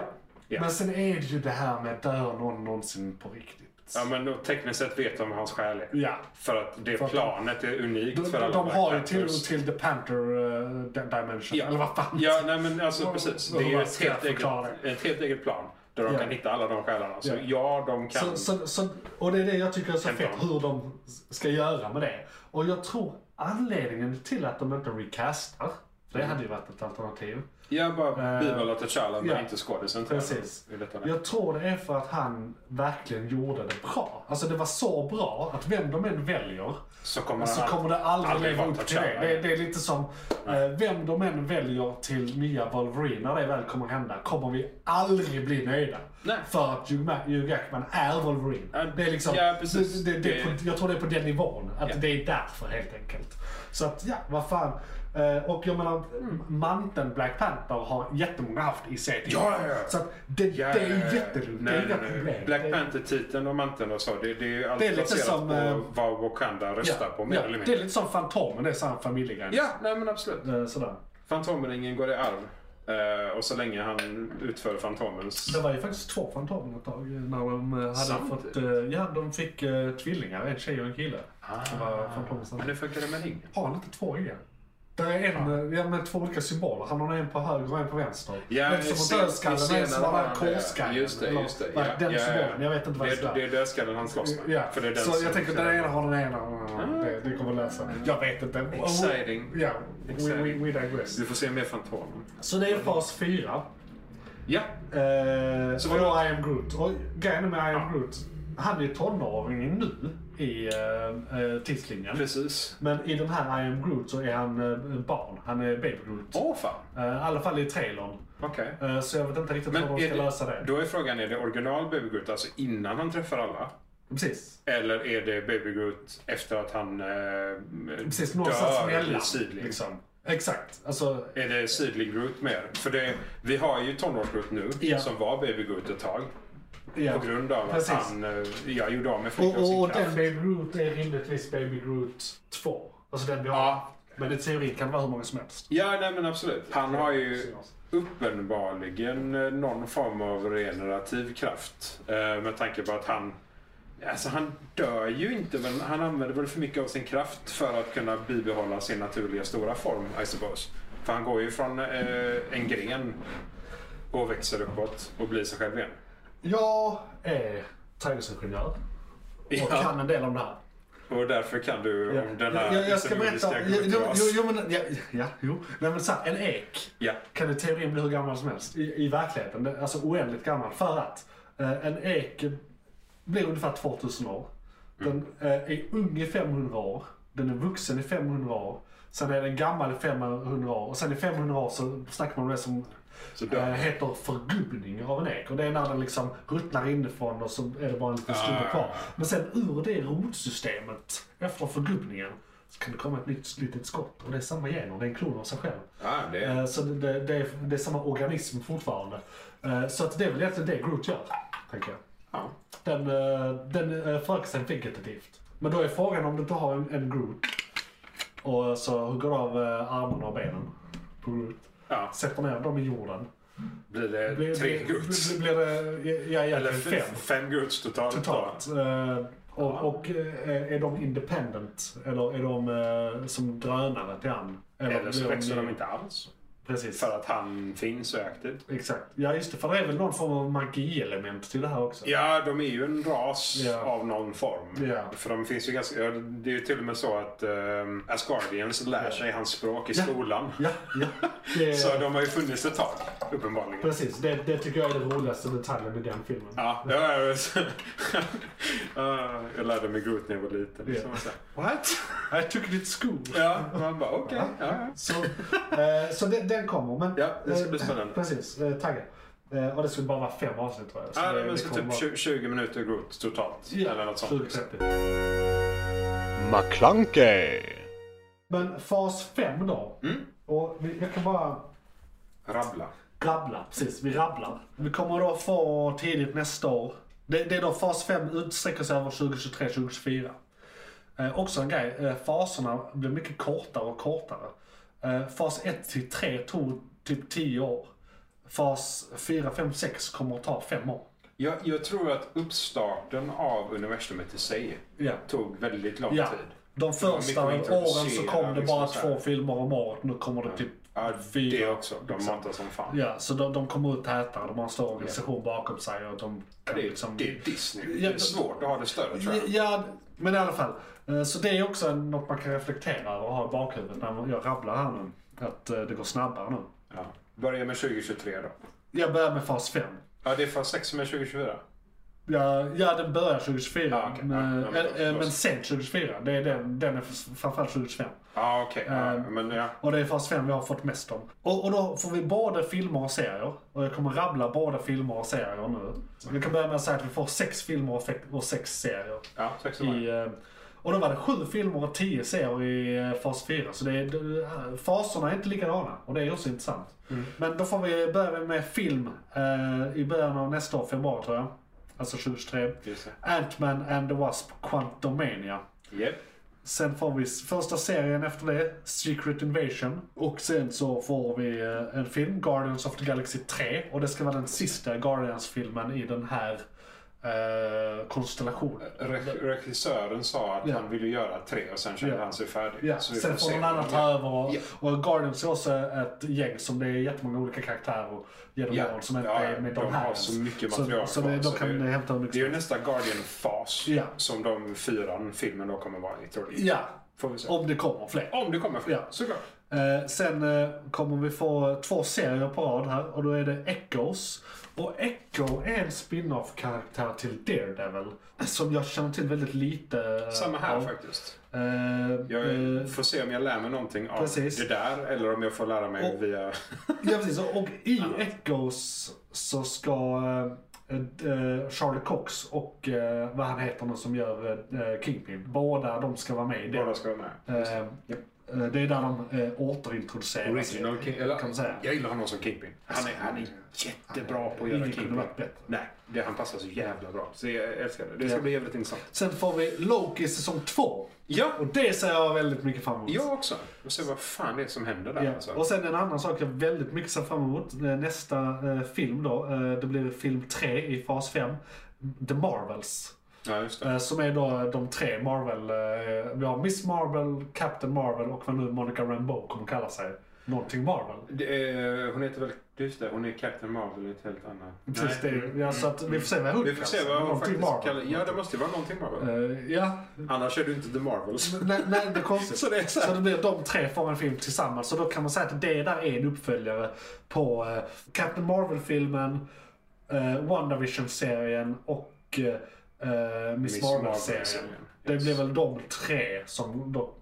D: Ja.
C: Men sen är det ju det här med dör någon någonsin på riktigt.
D: Ja, men då, tekniskt sett vet de hans själ är.
C: Ja.
D: För att det
C: För att de-
D: planet är unikt
C: De,
D: för alla
C: de, de har ju
D: Black
C: till,
D: Panthers.
C: till The Panther eh, Dimension,
D: Ja.
C: eller vad fan.
D: Ja, nej men alltså
C: Vad-
D: precis.
C: vad
D: Det är ju
C: man
D: ett
C: ska
D: helt, eget,
C: förklara.
D: ett helt eget plan. Där de
C: Ja.
D: kan hitta alla de själarna. Så
C: Ja.
D: ja, de kan.
C: Så, så, så, och det är det jag tycker är så
D: Hämta
C: fett,
D: dem.
C: hur de ska göra med det. Och jag tror anledningen till att de inte recastar, för
D: Mm.
C: det hade ju varit ett alternativ.
D: jag bara
C: Eh,
D: bibehåller T'Challa men
C: ja.
D: inte skådisen.
C: Precis.
D: I detta läge.
C: Jag tror det är för att han verkligen gjorde det bra. Alltså det var så bra att vem de än väljer
D: Så kommer
C: så
D: han
C: kommer det aldrig
D: aldrig
C: leva
D: vara
C: upp till det.
D: T'Challa.
C: det. Det är lite som, eh, vem de än väljer till nya Wolverine, när det väl kommer hända, kommer vi aldrig bli nöjda.
D: Nej.
C: För att Hugh Ma- Hugh Jackman är Wolverine.
D: Ja,
C: det är liksom,
D: ja, precis.
C: Det, det, det, är
D: Det-
C: på, jag tror det är på den nivån. Att
D: Ja.
C: det är därför helt enkelt. Så att ja, vad fan. Eh, och jag menar, manteln Black Panther har jättemånga haft i sig
D: Mm. Ja, ja, ja.
C: Så att det,
D: Ja,
C: det är
D: ja, ja.
C: jättelugnt. det är
D: Nej,
C: inga
D: nej, nej.
C: problem.
D: Black
C: Det-
D: Panther-titeln och manteln och så. Det, det är ju allt
C: Det är lite
D: baserat
C: som, eh,
D: på vad Wakanda röstar på mer
C: ja,
D: eller
C: Det är
D: mindre.
C: lite som Fantomen, det är samma familjegrej.
D: Ja, nej men absolut.
C: Eh, Sådär.
D: Fantomringen går i arv. Eh, och så länge han utför Fantomens...
C: Det var ju faktiskt två Fantomen ett tag eh, när de eh, hade
D: Samtidigt?
C: fått... eh, Ja, de fick eh, tvillingar, en tjej och en kille. Det var Fantomen
D: Men
C: samtidigt.
D: det funkade med ringen.
C: Har han inte två igen? Det är en, eh, ja, men två olika symboler. Han har en på höger och en på vänster.
D: Ja,
C: en som
D: sen-
C: var dödskallen och en som
D: senare
C: var den här
D: han det.
C: korsskallen.
D: Just det,
C: Eller-
D: just det.
C: nej, Den
D: ja,
C: symbolen, jag vet inte vad
D: det
C: det
D: är. Det
C: står.
D: är dödskallen han slåss med.
C: Ja,
D: För det är den
C: så
D: som- Ah.
C: jag tänker att den ena har den ena. Det, det kommer lösa. Jag vet inte.
D: Exciting.
C: Ja, we, we,
D: Exciting.
C: we digress.
D: Du får se mer Fantomen.
C: Så det är fas fyra.
D: Ja,
C: Eh,
D: Så
C: så
D: vad-
C: I am Groot. Och grejen med I am Groot, han är tonåring nu i eh, eh, tidslinjen.
D: precis.
C: Men i den här I am Groot så är han eh, barn. Han är baby Groot.
D: Åh fan.
C: Eh, I alla fall i trailern.
D: Okej.
C: Eh, så jag vet inte riktigt
D: Men
C: hur de
D: är
C: ska
D: det-
C: lösa det.
D: Då är frågan, är det original Baby Groot, alltså innan han träffar alla?
C: Precis.
D: Eller är det Baby Groot efter att han eh,
C: Precis, någonstans
D: dör i
C: mellan.
D: Sidling?
C: Liksom. Exakt. Alltså,
D: Är det Sidling Groot mer? För det, vi har ju tonårs-Groot nu,
C: Ja.
D: som var Baby Groot ett tag.
C: ja.
D: På grund av
C: Precis.
D: att han eh, ja, gjorde av med
C: Och,
D: flickan
C: och,
D: sin
C: och den
D: kraft.
C: Baby Groot är rimligtvis Baby Groot 2. Alltså den vi har.
D: Ja.
C: Men i teorin kan det vara hur många som helst.
D: Ja, nej men absolut. Han har ju uppenbarligen eh, någon form av regenerativ kraft. Eh, med tanke på att han... Alltså han dör ju inte, men han använder väl för mycket av sin kraft för att kunna bibehålla sin naturliga stora form, I suppose. För han går ju från eh, en gren och växer uppåt och blir sig själv igen.
C: Jag är trädgårdsingenjör och kan en del om det här.
D: Och därför kan du om den här
C: jag, jag ska berätta. Jo,
D: Groot
C: jo,
D: Ras.
C: jo, men, ja, ja, jo. Nej, men så här, en ek
D: Ja,
C: kan i teorin bli hur gammal som helst i, i verkligheten. Det- Alltså oändligt gammal. För att eh, en ek blir ungefär 2000 år. Den eh, är ung i 500 år. Den är vuxen i 500 år. Sen är den gammal i 500 år. Och sen i 500 år så snackar man om det som
D: så dör
C: eh, heter förgubbning av en ek. Och det är när den liksom ruttnar inifrån och så är det bara en liten stubbe
D: Ah.
C: kvar. Men sen ur det rotsystemet efter förgubbningen så kan det komma ett nytt litet skott. Och det är samma gener, det är en klon av sig själv.
D: Ja, Ah, det är...
C: Eh, Så det, det, det, är, det är samma organism fortfarande. Eh, Så att det är väl egentligen det Groot gör, tänker jag.
D: Ja.
C: Den, eh, den eh, förökar sig vegetativt. Men då är frågan om du inte har en, en Groot och så hugger du av eh, armarna och benen på Groot.
D: ja.
C: Sätter ner dem i jorden.
D: Blir det
C: Blir,
D: tre
C: blir,
D: Groots?
C: blir, blir det ja, ja,
D: Eller fem,
C: fem
D: fem Groots totalt. då.
C: totalt? Eh, Och, och eh, är de independent? Eller är de eh, som drönare till han?
D: Eller så
C: blir
D: växer de inte alls.
C: Precis.
D: För att han finns och är aktiv.
C: Exakt. Ja, just det. För det är väl någon form av magielement till det här också?
D: Ja, de är ju en ras
C: Ja.
D: av någon form.
C: Ja.
D: För de finns ju ganska... ja, Det är ju till och med så att um, Asgardians lär sig hans språk i skolan.
C: Ja, ja. Det
D: Så
C: är,
D: de har ju funnits ett tag, uppenbarligen.
C: precis. Det, det tycker jag är den roligaste detaljen med den filmen.
D: Ja, det var jag. Ja, jag lärde mig Groot när jag var liten.
C: Ja.
D: Så man säger, What?
C: I took it at school.
D: Ja, man bara okej. ja, ja.
C: Så, eh, så det, det, den kommer. Men,
D: Ja, det ska bli
C: eh,
D: spännande.
C: Precis, eh, tagga. Eh, och det skulle bara vara fem avsnitt tror jag.
D: Ja,
C: det-
D: det
C: det
D: men så
C: kommer
D: typ
C: vara-
D: 20, 20 minuter grovt totalt.
C: Ja,
D: Eller något sånt.
C: 20-30.
B: McClunkey.
C: Men fas 5 då.
D: Mm.
C: Och vi, jag kan bara
D: Rabbla.
C: rabbla. Precis, vi rabblar. Vi kommer då få tidigt nästa år. Det, det är då fas 5 utsträcker sig över 2023-2024. Eh, också en grej, eh, faserna blir mycket kortare och kortare. Eh, fas 1 till 3 tog typ 10 år. Fas 4, 5, 6 kommer att ta 5 år.
D: Jag, jag tror att uppstarten av universumet i sig
C: Ja.
D: tog väldigt lång
C: Ja.
D: tid.
C: De första
D: mycket att
C: åren så
D: introducera,
C: kom det bara
D: liksom så här.
C: två filmer om året. Nu kommer det typ
D: Ja, det
C: fyra.
D: också. De matar som fan.
C: Ja, så de, de kommer ut tätare. De har en större organisation bakom sig. Och de kan
D: Det, är-
C: liksom...
D: det är Disney.
C: Ja,
D: Det är svårt att ha det större tror jag.
C: Ja, men i alla fall. Eh, Så det är också en- något man kan reflektera över och ha i bakhuvudet när jag rabblar här nu. Att eh, det går snabbare nu.
D: Ja. Börja med 2023 då.
C: Jag börjar med fas 5.
D: Ja, det är fas 6 som är 2024.
C: Ja, ja den börjar 2024.
D: Ja, Ah, okej. Ja,
C: men,
D: ja, men då-
C: eh, eh,
D: då-
C: men sen 2024. Det är den, den är framförallt 2025.
D: Ja, okej. Ja,
C: Ehm,
D: men ja.
C: Och det är fas 5 vi har fått mest om. Och, och då får vi både filmer och serier. Och jag kommer rabbla både filmer och serier nu. Vi kan börja med att säga att vi får sex filmer och, fe- och sex serier.
D: Ja, 6
C: I, eh, och då var det sju filmer och tio serier i eh, fas 4. Så det är, det- eh, faserna är inte likadana. Och det är också intressant.
D: Mm.
C: Men då får vi börja med film eh, i början av nästa år, februari tror jag. Alltså 2023.
D: Just det.
C: Ant-Man and the Wasp, Quantumania.
D: Yep.
C: Sen får vi s- första serien efter det, Secret Invasion. Och sen så får vi eh, en film, Guardians of the Galaxy 3. Och det ska vara den sista Guardians-filmen i den här eh, konstellationen.
D: Re- regissören sa att
C: Ja.
D: han ville göra tre och sen kände
C: Ja.
D: han sig färdig.
C: Ja,
D: Så vi
C: sen får
D: se
C: någon annan
D: vad-
C: ta över. Och,
D: Ja.
C: och Guardians är också ett gäng som det är jättemånga olika karaktärer genom
D: Ja.
C: åren som inte
D: Ja,
C: är med
D: de
C: de här.
D: har
C: ens.
D: så mycket material
C: Så, så
D: kvar,
C: det, de
D: så
C: kan
D: det-
C: ni hämta hur
D: Det är ju
C: mycket
D: nästa Guardian-fas
C: liksom. Ja.
D: som de fyran filmen då kommer vara i troligtvis.
C: Ja,
D: Får vi se.
C: om det kommer fler.
D: Om det kommer fler,
C: Ja.
D: såklart.
C: Eh, sen eh, kommer vi få två serier på rad här och då är det Echoes. Och Echo är en spin-off-karaktär till Daredevil som jag känner till väldigt lite. eh,
D: Samma här
C: av.
D: faktiskt.
C: Eh,
D: Jag eh,
C: eh,
D: får se om jag lär mig någonting av
C: precis.
D: det där eller om jag får lära mig
C: Och-
D: via...
C: Ja precis, och i Echoes så ska eh, eh, Charlie Cox och eh, vad han heter nu som gör eh, Kingpin, båda de ska vara med i det.
D: Båda ska vara med.
C: Eh, eh, det är där de eh, återintroduceras.
D: Original King, eller,
C: kan man säga. Alltså,
D: Jag gillar honom som Kingpin. Han är, han är jättebra på att göra
C: Ingen kunde
D: Kingpin.
C: varit bättre.
D: Nej, det, han passar så jävla bra. Så jag älskar det. Det ska
C: Ja.
D: bli jävligt intressant.
C: Sen får vi Loki säsong två.
D: Ja,
C: Och det ser jag väldigt mycket fram emot.
D: jag också. Och se vad fan det är som händer där.
C: Ja.
D: Alltså.
C: Och sen en annan sak jag väldigt mycket ser fram emot. eh, Nästa eh, film då. eh, det blir film 3 i fas 5. The Marvels.
D: Ja, just det.
C: Eh, Som är då de tre Marvel. eh, Vi har Miss Marvel, Captain Marvel och vad nu Monica Rambeau kommer kalla sig. Någonting Marvel.
D: det är, hon heter väl... Just det, hon är Captain Marvel i ett helt annat...
C: Precis, det,
D: Nej.
C: är- ja, så att vi får se vad hon
D: Vi får se
C: kallar
D: vad
C: sig.
D: hon
C: Någonting
D: faktiskt kallar...
C: Marvel.
D: Ja, det måste ju vara någonting Marvel.
C: Eh, ja,
D: Annars är du inte The Marvels.
C: nej, nej det är konstigt.
D: Så det är så här.
C: Så det blir de tre får en film tillsammans. Så då kan man säga att det där är en uppföljare på eh, Captain Marvel-filmen, eh, WandaVision-serien och eh, eh, Miss
D: Miss
C: Marvel-serien.
D: Marvel-serien,
C: det
D: yes.
C: blir väl de tre som då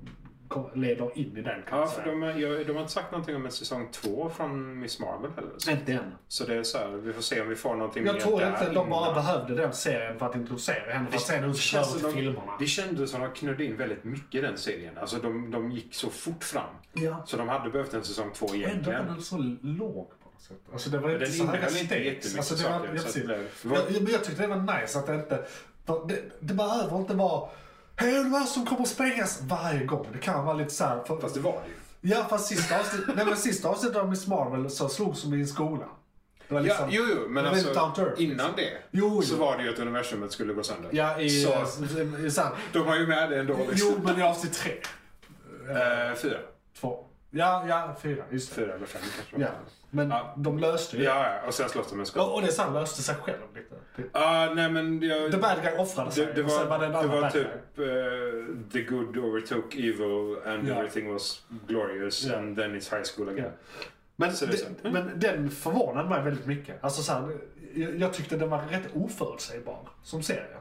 C: kom- leder in i den kan
D: Ja,
C: man
D: för
C: säga.
D: de, är- jag- de har inte sagt någonting om en säsong två från Miss Marvel heller. Så-
C: Inte än.
D: Så det är så här, vi får se om vi får någonting
C: Jag
D: mer
C: tror
D: där
C: inte de bara
D: innan.
C: behövde den serien för att introducera henne. För att sen hon ska
D: känns
C: till
D: som de-
C: filmerna.
D: Det kändes som att de knödde in väldigt mycket i den serien. Alltså de, de gick så fort fram.
C: Ja.
D: Så de hade behövt en säsong två
C: Ändå var
D: egentligen.
C: den så låg på något sätt. Alltså det var
D: Men
C: inte
D: Den
C: så höga
D: innehöll inte
C: stakes.
D: jättemycket
C: Alltså, det var,
D: saker.
C: ja,
D: så att eh,
C: precis.
D: det blev-
C: Jag, jag- men jag tyckte det var nice att det inte... för Det, det behöver inte vara Hej universum kommer att sprängas varje gång. Det kan vara lite såhär... För,
D: Fast det var det ju.
C: Ja fast sista avsnittet, nej, men sista avsnittet av Miss Marvel så slogs de i en skola. Det var
D: Ja,
C: liksom...
D: jo, jo, men
C: det var lite down to
D: alltså
C: earth,
D: innan det
C: liksom. Jo,
D: så
C: jo.
D: var det ju att universumet skulle gå sönder.
C: Ja, i...
D: Så
C: i, i så här,
D: de har ju med det ändå.
C: jo
D: Liksom.
C: men i avsnitt tre.
D: Eh, fyra.
C: Två. Ja, ja, fyra. Just det.
D: Fyra eller fem kanske.
C: Ja, men
D: Ja.
C: de löste ju det.
D: ja, ja, och sen slåss de med skott.
C: Ja, och det sen löste sig själv lite.
D: Ah, nej, men jag,
C: The bad guy offrade sig.
D: Det, det
C: och sen
D: var,
C: var det
D: det
C: en annan
D: var
C: bad
D: typ
C: guy.
D: eh, the good overtook evil and
C: Ja.
D: everything was glorious
C: Ja.
D: and then it's high school again.
C: Men,
D: så det är så.
C: det, men den förvånade mig väldigt mycket. Alltså, så här, jag, jag tyckte den var rätt oförutsägbar som serie.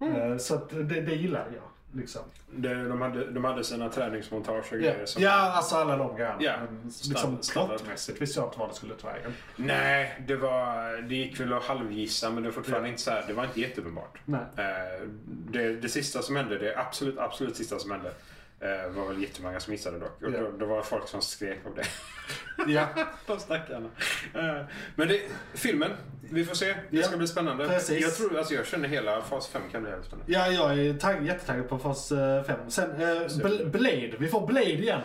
C: Eh, Så att det, det gillade jag. Liksom.
D: Det, de, hade, de hade sina träningsmontage
C: Ja,
D: och grejer. Som,
C: ja, alltså alla de grejerna.
D: Ja.
C: Men liksom
D: Standard- standardmässigt.
C: plottmässigt visste jag inte vad det skulle ta vägen.
D: Nej, det, var, det gick väl att halvgissa men det, var fortfarande
C: Ja.
D: inte så här, det var inte jätteuppenbart.
C: Nej.
D: Eh, det, det sista som hände, det absolut, absolut sista som hände eh, var väl jättemånga som missade dock. Och
C: Ja.
D: då, det var folk som skrek om det.
C: Ja,
D: De stackarna. Eh, Men det, filmen, vi får se. Det
C: Ja,
D: ska bli spännande.
C: precis.
D: Jag tror, alltså jag känner hela fas 5 kan bli jävligt spännande.
C: ja jag är tag- jättetaggad på fas 5. Sen eh, Bl- Blade, vi får Blade igen.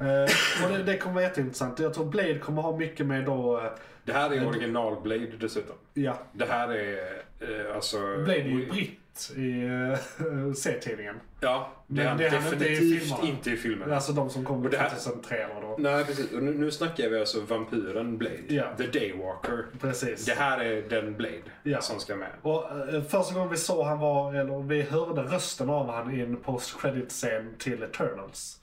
C: Eh, och det, det kommer vara jätteintressant. Jag tror Blade kommer ha mycket med då, eh,
D: Det här är original Blade dessutom.
C: ja,
D: Det här är eh, alltså...
C: Blade är ju britt i eh, C-tidningen.
D: Ja, det
C: Men
D: är han
C: det är han inte i
D: definitivt
C: filmerna.
D: inte i filmen.
C: Alltså de som kom
D: Mm. Och det här- Mm.
C: 2003 eller vad det var.
D: Nej, precis. Och nu, nu snackar vi alltså vampyren Blade.
C: Ja.
D: The Daywalker.
C: Precis.
D: Det här är den Blade
C: Ja.
D: som ska med.
C: Och eh, första gången vi såg han var, eller vi hörde rösten av han i en post credit scen till Eternals.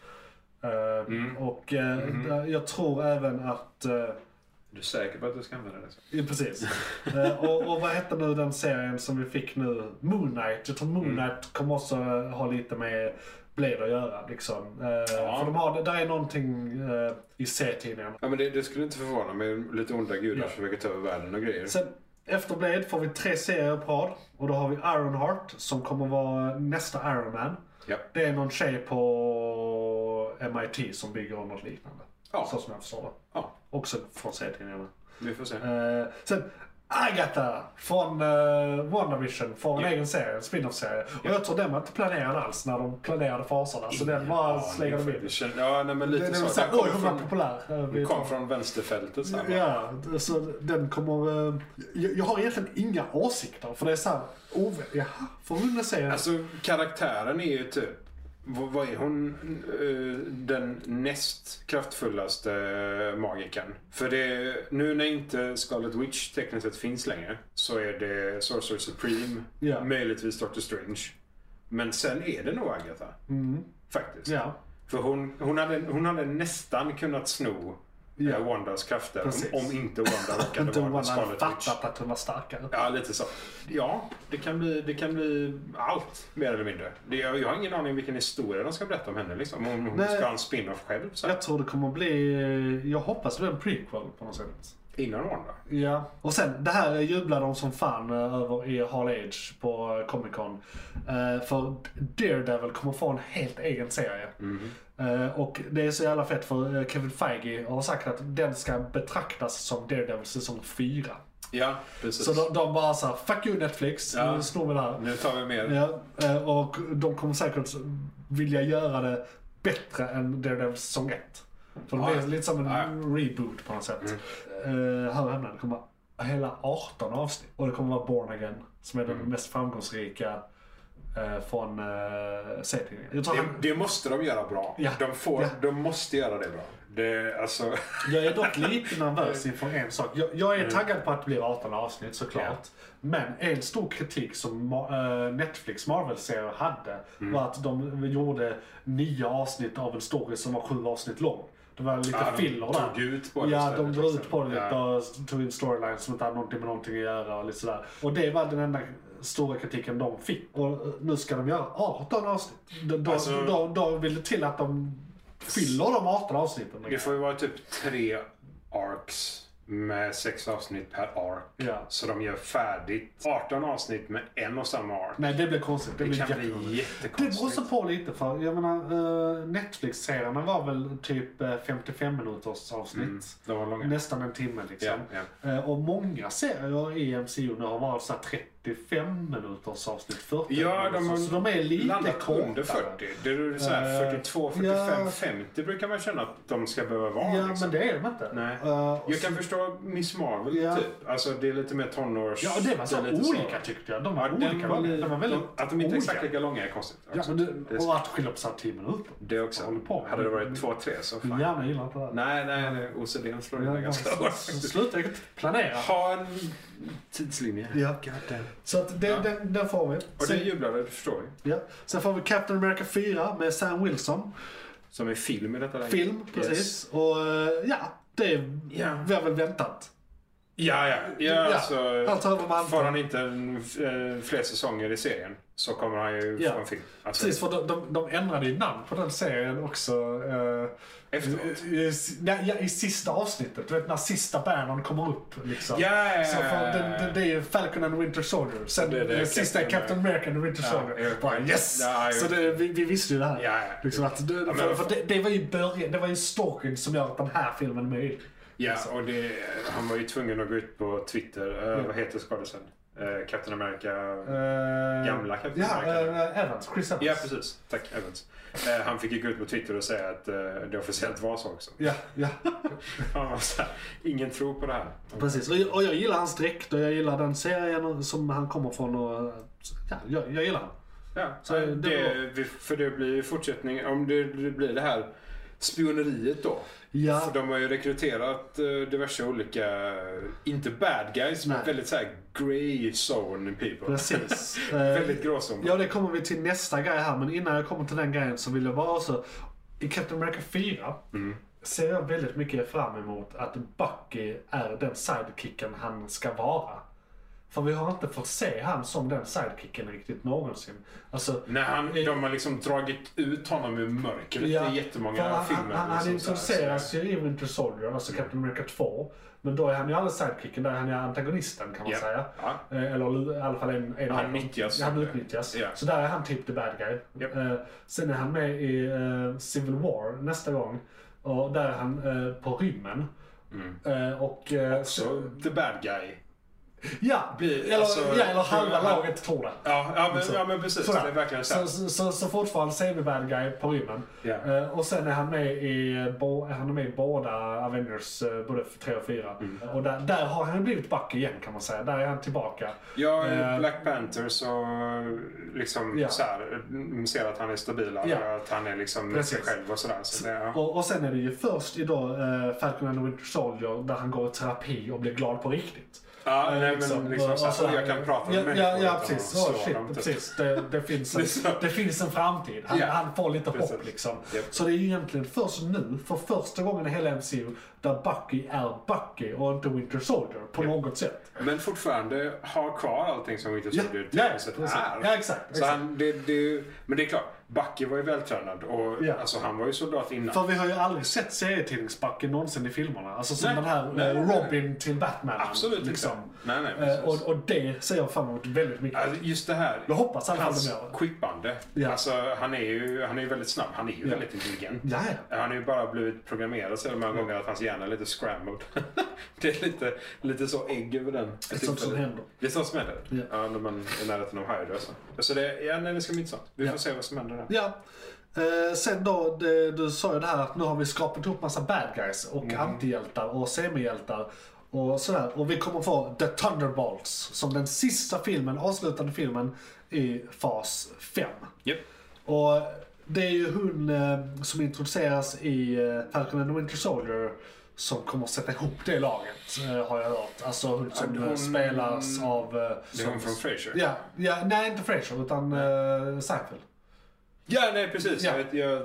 C: Eh,
D: Mm.
C: Och eh, där- jag tror även att, eh,
D: Du är säker på att du ska använda det? Så?
C: ja, precis. Eh, och, och vad hette nu den serien som vi fick nu? Moon Knight. Jag tror Moon
D: Mm.
C: Knight kommer också eh, ha lite med Blade att göra. Liksom. Eh, För de har, där är någonting eh, i serietidningen.
D: Ja, men det, det skulle inte förvåna mig. Lite onda gudar
C: Ja.
D: som försöker ta över världen och grejer.
C: Sen efter Blade får vi tre serier på rad. Och då har vi Ironheart som kommer vara nästa Iron Man.
D: Ja.
C: Det är någon tjej på MIT som bygger något liknande.
D: Ja.
C: Så som jag förstår det.
D: ja,
C: Också från serietidningarna.
D: vi får se.
C: Eh, sen Agatha från uh, WandaVision får en
D: Ja.
C: egen serie, en spin-off-serie. Och jag tror den var inte planerad alls när de planerade faserna. Så den bara slänger de in.
D: Det känner- Ja, nej, men
C: Det,
D: lite
C: det var
D: så.
C: såhär,
D: Den
C: oj
D: kommer
C: hon var
D: från,
C: populär. Eh, vi
D: kom
C: tar-
D: från vänsterfältet. Så här, bara.
C: Ja, så den kommer... eh, jag, jag har egentligen inga åsikter. För det är såhär, oh, jaha, får hon en serie?
D: Alltså, karaktären är ju typ... Vad, vad är hon? Eh, Den näst kraftfullaste magikern. För det, nu när inte Scarlet Witch tekniskt sett finns längre så är det Sorcerer Supreme,
C: Ja.
D: möjligtvis Doctor Strange. Men sen är det nog Agatha. Faktiskt.
C: Mm. ja,
D: För hon, hon, hade, hon hade nästan kunnat sno
C: Ja.
D: eh, Wandas krafter
C: Precis.
D: om, om inte Wanda
C: inte
D: råkade
C: hon
D: vara
C: hade
D: Scarlet Witch.
C: fattat att hon var starkare.
D: Ja, lite så. Ja, det kan bli, det kan bli allt mer eller mindre. Det, jag, jag har ingen aning vilken historia de ska berätta om henne. Liksom. Om hon
C: Nej.
D: ska ha en spin-off själv så här,
C: Jag tror det kommer bli... Jag hoppas det blir en prequel på något sätt.
D: innan Wanda.
C: Ja. Och sen, det här jublar de som fan eh, över i Hall Age på eh, Comic Con. Eh, för Daredevil kommer få en helt egen serie.
D: Mhm.
C: Eh, och det är så jävla fett för eh, Kevin Feige har sagt att den ska betraktas som Daredevil säsong 4.
D: Ja, precis.
C: Så de, de bara såhär, fuck you Netflix,
D: Ja.
C: nu snor vi det här.
D: Nu tar vi mer.
C: Ja, eh, och de kommer säkert vilja göra det bättre än Daredevil säsong 1. För det
D: Ja.
C: blir lite som en
D: Ja. Mm.
C: reboot på något sätt. Eh, här hemma, det kommer vara hela 18 avsnitt. Och det kommer vara Born Again, som är
D: Mm.
C: den mest framgångsrika eh, från eh, C-tidningen. Jag, tror
D: Det,
C: han-
D: det måste de göra bra.
C: Ja.
D: De, får,
C: Ja.
D: de måste göra det bra. Det, alltså,
C: jag är dock lite nervös inför en sak. Jag, jag
D: Mm.
C: är taggad på att det blir 18 avsnitt såklart. Men en stor kritik som Ma- eh, Netflix Marvel-serier hade
D: Mm.
C: var att de gjorde nio avsnitt av en story som var sju avsnitt lång. Det var lite
D: Ja, de
C: filler där.
D: tog ut på det
C: Ja,
D: istället,
C: de drog
D: liksom.
C: ut på det lite
D: Ja.
C: och tog in storylines som inte hade någonting med någonting att göra och lite sådär. Och det var den enda stora kritiken de fick. Och eh, nu ska de göra 18 avsnitt. Då, då,
D: Alltså-
C: då, då vill det till att de fyller de 18 avsnitten.
D: det får ju vara typ tre arcs med sex avsnitt per ark.
C: Ja.
D: Så de gör färdigt 18 avsnitt med en och samma ark.
C: Nej, det blir konstigt. Det,
D: Det
C: blir
D: kan
C: jättekonstigt.
D: bli
C: Det beror
D: jättekonstigt.
C: så på lite för, jag menar eh, Netflix-serierna var väl typ eh, 55 minuters avsnitt.
D: De Mm, var långa.
C: Nästan en timme liksom.
D: Ja,
C: Eh, och många serier i MCU nu har varit så här 35 minuters avsnitt, 40
D: Ja, de har
C: minuter. Så de är lite
D: landat
C: kortare.
D: under 40. Det är så här
C: Eh,
D: 42, 45,
C: ja.
D: 50 brukar man känna att de ska behöva vara.
C: Ja,
D: liksom.
C: men det är de inte.
D: Nej.
C: Eh, och
D: Jag kan förstå Miss Marvel
C: Ja.
D: typ. Alltså det är lite mer tonårs...
C: Ja, och det var så
D: är
C: här
D: lite
C: olika tyckte jag. De var
D: Ja, den
C: olika.
D: var li-
C: de var väldigt
D: Att de inte är
C: olika.
D: exakt lika långa är konstigt.
C: Ja,
D: också.
C: men
D: Det
C: du,
D: är-
C: och att skilja på så här 10 minuter.
D: Det
C: Jag
D: också.
C: håller på.
D: Hade det varit två, tre så
C: Min
D: fan.
C: hjärna gillar inte det. här.
D: Nej, nej, nej. OCDn slår in
C: Ja,
D: det ganska hårt.
C: Sluta planera.
D: Ha en tidslinje.
C: Ja.
D: God damn.
C: Så att det,
D: Ja.
C: den, den får vi.
D: Och det
C: Sen,
D: jublade, det förstår vi.
C: ja. Sen får vi Captain America 4 med Sam Wilson.
D: Som är film i detta läget.
C: Film, precis. Och eh, ja, det
D: Ja.
C: var väl väntat.
D: Ja, ja. ja, alltså,
C: han tar över manteln.
D: Får han inte en, eh, fler säsonger i serien så kommer han ju
C: Ja.
D: få en film. Alltså,
C: Precis, för de, de, de ändrade ju namn på den serien också. eh,
D: Efteråt.
C: i- i- nej, ja, I sista avsnittet. Du vet när sista Bannon kommer upp. Liksom.
D: Ja, ja,
C: Så för, det, det, det är ju Falcon and Winter Soldier. Sen
D: Det
C: det,
D: är det,
C: sista är
D: Captain
C: Captain America and Winter
D: Ja,
C: Soldier.
D: ja.
C: Bara, yes!
D: Ja, ja.
C: så det, vi, vi visste ju det här.
D: Ja, ja.
C: Liksom att det,
D: men
C: för,
D: vad
C: för
D: fan.
C: det, det var ju början, det var ju storyn som gör att den här filmen är möjlig.
D: Ja, och det, han var ju tvungen att gå ut på Twitter. Eh,
C: Mm.
D: Vad heter skådisen? Eh, Captain America.
C: Eh,
D: Gamla Captain
C: Ja,
D: America.
C: eh, Evans, Chris Evans.
D: Ja, precis. Tack, Evans. Eh, han fick ju gå ut på Twitter och säga att eh, det officiellt var så också.
C: Ja, ja.
D: Han var så här, ingen tror på det här.
C: Precis. Och jag, och jag gillar hans dräkt och jag gillar den serien och- som han kommer från. Och, ja, jag, jag gillar han.
D: Ja,
C: Så
D: nej,
C: det
D: det, vi- för det blir ju fortsättning. Om det, det blir det här spioneriet då.
C: Ja.
D: För de har ju rekryterat eh, diverse olika, inte bad guys,
C: Nej.
D: men väldigt så här grey zone people.
C: Precis. Eh,
D: Väldigt gråzon.
C: Ja, det kommer vi till nästa grej här. Men innan jag kommer till den grejen så vill jag bara också... I Captain America 4
D: Mm.
C: ser jag väldigt mycket fram emot att Bucky är den sidekicken han ska vara. För vi har inte fått se han som den sidekicken riktigt någonsin. Alltså,
D: När han, de har liksom dragit ut honom ur mörkret
C: Ja,
D: i jättemånga
C: för han,
D: filmer.
C: Han, han, han
D: liksom
C: introduceras
D: så
C: ju i Winter Soldier, alltså
D: Mm.
C: Captain America 2. Men då är han ju aldrig sidekicken, där är han ju antagonisten kan man
D: Ja.
C: säga.
D: Ja.
C: Eh, Eller i alla fall en, en av
D: Han
C: dem.
D: nyttjas.
C: Han utnyttjas.
D: Ja.
C: Så där är han typ the bad guy.
D: Japp.
C: Eh, Sen är han med i eh, Civil War nästa gång. Och där är han eh, på rymmen. Eh, och, eh,
D: Mm. Så, the bad guy.
C: ja,
D: blir-
C: eller,
D: alltså,
C: ja, eller halva
D: han-
C: laget tror det.
D: Ja, ja, men, ja men precis.
C: Sådär.
D: Det är verkligen så. här.
C: så, så, så, så fortfarande Save Bad Guy på rymmen.
D: Ja.
C: Eh, och sen är han med i, eh, bo, är han med i båda Avengers, eh, både 3 och 4.
D: Mm.
C: Och där, där har han blivit back igen kan man säga. Där är han tillbaka.
D: Ja, i
C: Eh,
D: Black Panther så liksom
C: Ja.
D: så här, mm, ser att han är stabilare,
C: Ja.
D: att han är liksom sig
C: Precis.
D: själv och sådär. Så det, ja.
C: Och, och sen är det ju först idag eh, Falcon and the Winter Soldier där han går i terapi och blir glad på riktigt.
D: Ja,
C: Eh,
D: nej, men liksom så här,
C: och- och
D: jag kan prata med
C: ja,
D: människor
C: Ja, ja
D: utan
C: precis.
D: att
C: Ja,
D: slå
C: shit,
D: dem, typ.
C: precis. Det, det, finns en,
D: Liksom.
C: det finns en framtid. Han,
D: Ja.
C: han får lite
D: Precis.
C: hopp liksom.
D: Japp.
C: Så det är ju egentligen först nu, för första gången i hela MCU, där Bucky är Bucky och inte Winter Soldier på något sätt.
D: Men fortfarande har kvar allting som Winter Soldier
C: ja,
D: tekniskt sett
C: precis.
D: är.
C: Ja, exakt,
D: Så
C: exakt.
D: han, det, det, men det är klart, Bucky var ju vältränad och
C: Ja.
D: alltså, han var ju soldat innan.
C: För vi har ju aldrig sett serietidningsbacken någonsin i filmerna. Alltså som
D: Nej.
C: den här eh,
D: Nej, nej, nej.
C: Robin till Batman.
D: Absolut inte. Nej, nej,
C: Eh,
D: precis.
C: och, och det ser jag fram emot väldigt mycket.
D: Alltså, just det här.
C: Jag hoppas i alla fall de
D: Hans
C: gör det.
D: quippande.
C: Ja.
D: Alltså, han är ju han är ju väldigt snabb. Han är ju väldigt intelligent.
C: Ja, ja.
D: Han har ju bara blivit programmerad så många gånger att hans hjärna är lite scrambled. det är lite, lite så ägg över den.
C: är sånt som händer.
D: Det är sånt som händer.
C: Ja.
D: Ja. när man är i närheten av Hyde och så. Så det, ja, nej, det ska bli intressant. Vi får se vad som händer där.
C: Ja. Eh, sen då, det, du sa ju det här att nu har vi skapat ihop massa bad guys och
D: Mm.
C: antihjältar och semihjältar och sådär. Och vi kommer få The Thunderbolts som den sista filmen, avslutande filmen i fas 5.
D: Japp.
C: Och det är ju hon eh, som introduceras i eh, Falcon and the Winter Soldier som kommer sätta ihop det laget, eh, har jag hört. Alltså hon som
D: Ja,
C: eh,
D: hon-
C: spelas av... Eh,
D: Det är hon från Frasier.
C: Ja, ja, nej inte Fraser utan eh, Seinfeld.
D: Ja, nej precis.
C: Ja.
D: Jag, jag,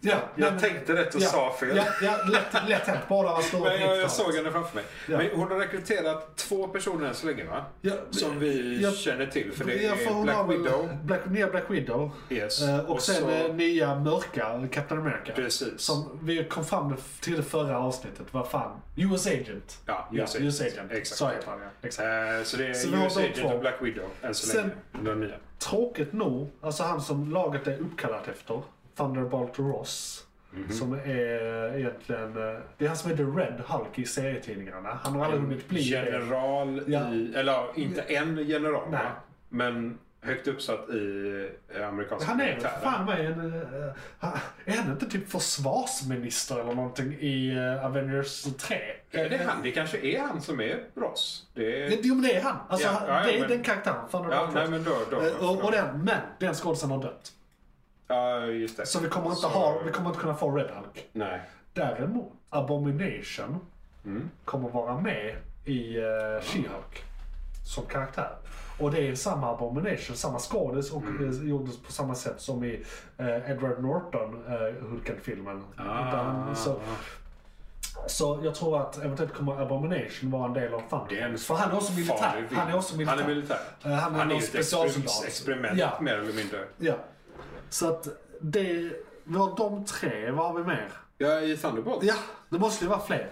C: Ja,
D: jag
C: men-
D: tänkte rätt och
C: ja,
D: sa fel.
C: Ja, ja lätt, lätt hänt. Bara man står
D: Men
C: upp
D: jag, jag
C: hittar.
D: såg henne framför mig.
C: Ja.
D: Men hon har rekryterat två personer än så länge va?
C: Ja,
D: Som vi
C: jag-
D: känner till. För det
C: Ja,
D: är
C: för hon har
D: Black
C: väl
D: Widow.
C: Black, nya Black Widow.
D: Yes.
C: Eh, och,
D: Och
C: sen
D: så-
C: eh, nya mörka eh, Captain America.
D: Precis.
C: Som vi kom fram till det förra avsnittet. Vad fan? US Agent.
D: Ja, US Agent.
C: US Agent.
D: Exakt.
C: Så heter han ja. Exakt.
D: Eh, så det är
C: Så vi har
D: US
C: de
D: Agent
C: två.
D: och Black Widow än så
C: Sen-
D: länge. Den nya.
C: Tråkigt nog, alltså han som laget är uppkallat efter, Thunderbolt Ross.
D: Mhm.
C: Som är egentligen... eh, Det är han som är The Red Hulk i serietidningarna. Han har aldrig
D: Mm.
C: hunnit bli det.
D: general
C: Ja.
D: i... Eller ja, inte en general
C: Nej.
D: va? Men högt uppsatt i eh, amerikanska
C: Han är väl
D: militären.
C: fan med en... eh, han- är han inte typ försvarsminister eller någonting i eh, Avengers 3?
D: Är det, han? det kanske är han som är Ross. Det är...
C: Det- Jo men det är han. Alltså,
D: Ja,
C: han-
D: ja, ja,
C: det är
D: men-
C: den karaktären. Fan,
D: Ja, nej, men då- då-
C: och, och den, men den skådisen har dött.
D: Ja, just det.
C: Så vi kommer inte,
D: Så-
C: ha, vi kommer inte kunna få Red Hulk.
D: Nej.
C: Däremot, Abomination
D: Mm.
C: kommer vara med i uh, She-Hulk som karaktär. Och det är samma Abomination, samma skådis och
D: Mm.
C: eh, gjordes på samma sätt som i
D: Ah,
C: eh, Edward Norton, uh, Hulken-filmen. Där han- så- Så jag tror att eventuellt kommer Abomination vara en del av
D: Det är en
C: Thunderbolts. För han är också militär.
D: farlig
C: Han är också militär.
D: Han är militär.
C: Eh, han är
D: Han är
C: någon
D: ju ett
C: specialsoldat.
D: exper- experiment
C: Ja.
D: mer eller mindre.
C: Ja. Så att det... Vi har de tre, vad har vi mer?
D: Ja, i Thunderbolt.
C: Ja, det måste ju vara fler.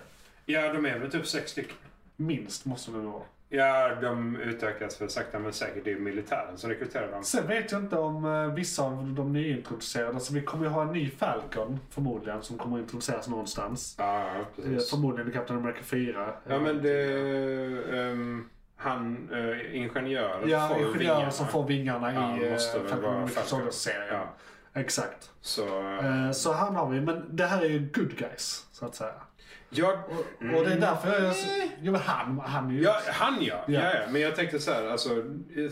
D: Ja, de är väl typ sex stycken.
C: Minst måste det vara.
D: Ja, de utökas för sakta men säkert. Det är militären som rekryterar dem.
C: Sen vet jag inte om eh, vissa av de nyintroducerade, så vi kommer ju ha en ny Falcon förmodligen som kommer introduceras någonstans.
D: Ja,
C: Eh,
D: precis.
C: Förmodligen i Captain America 4.
D: Ja, men det... ehm, han, eh, ingenjören,
C: Ja,
D: får
C: ingenjörer
D: vingarna.
C: som får vingarna
D: Ja,
C: i eh,
D: måste väl
C: Falcon
D: vara
C: America
D: Falcon.
C: Soldier-serien.
D: Ja.
C: Exakt.
D: Så...
C: Eh, Så han har vi, men det här är ju good guys, så att säga.
D: Jag,
C: Och det är därför jag... är så- Jo, men han, han är ju...
D: Mm. ja, han ja.
C: Ja.
D: Ja. ja. Men jag tänkte så här, alltså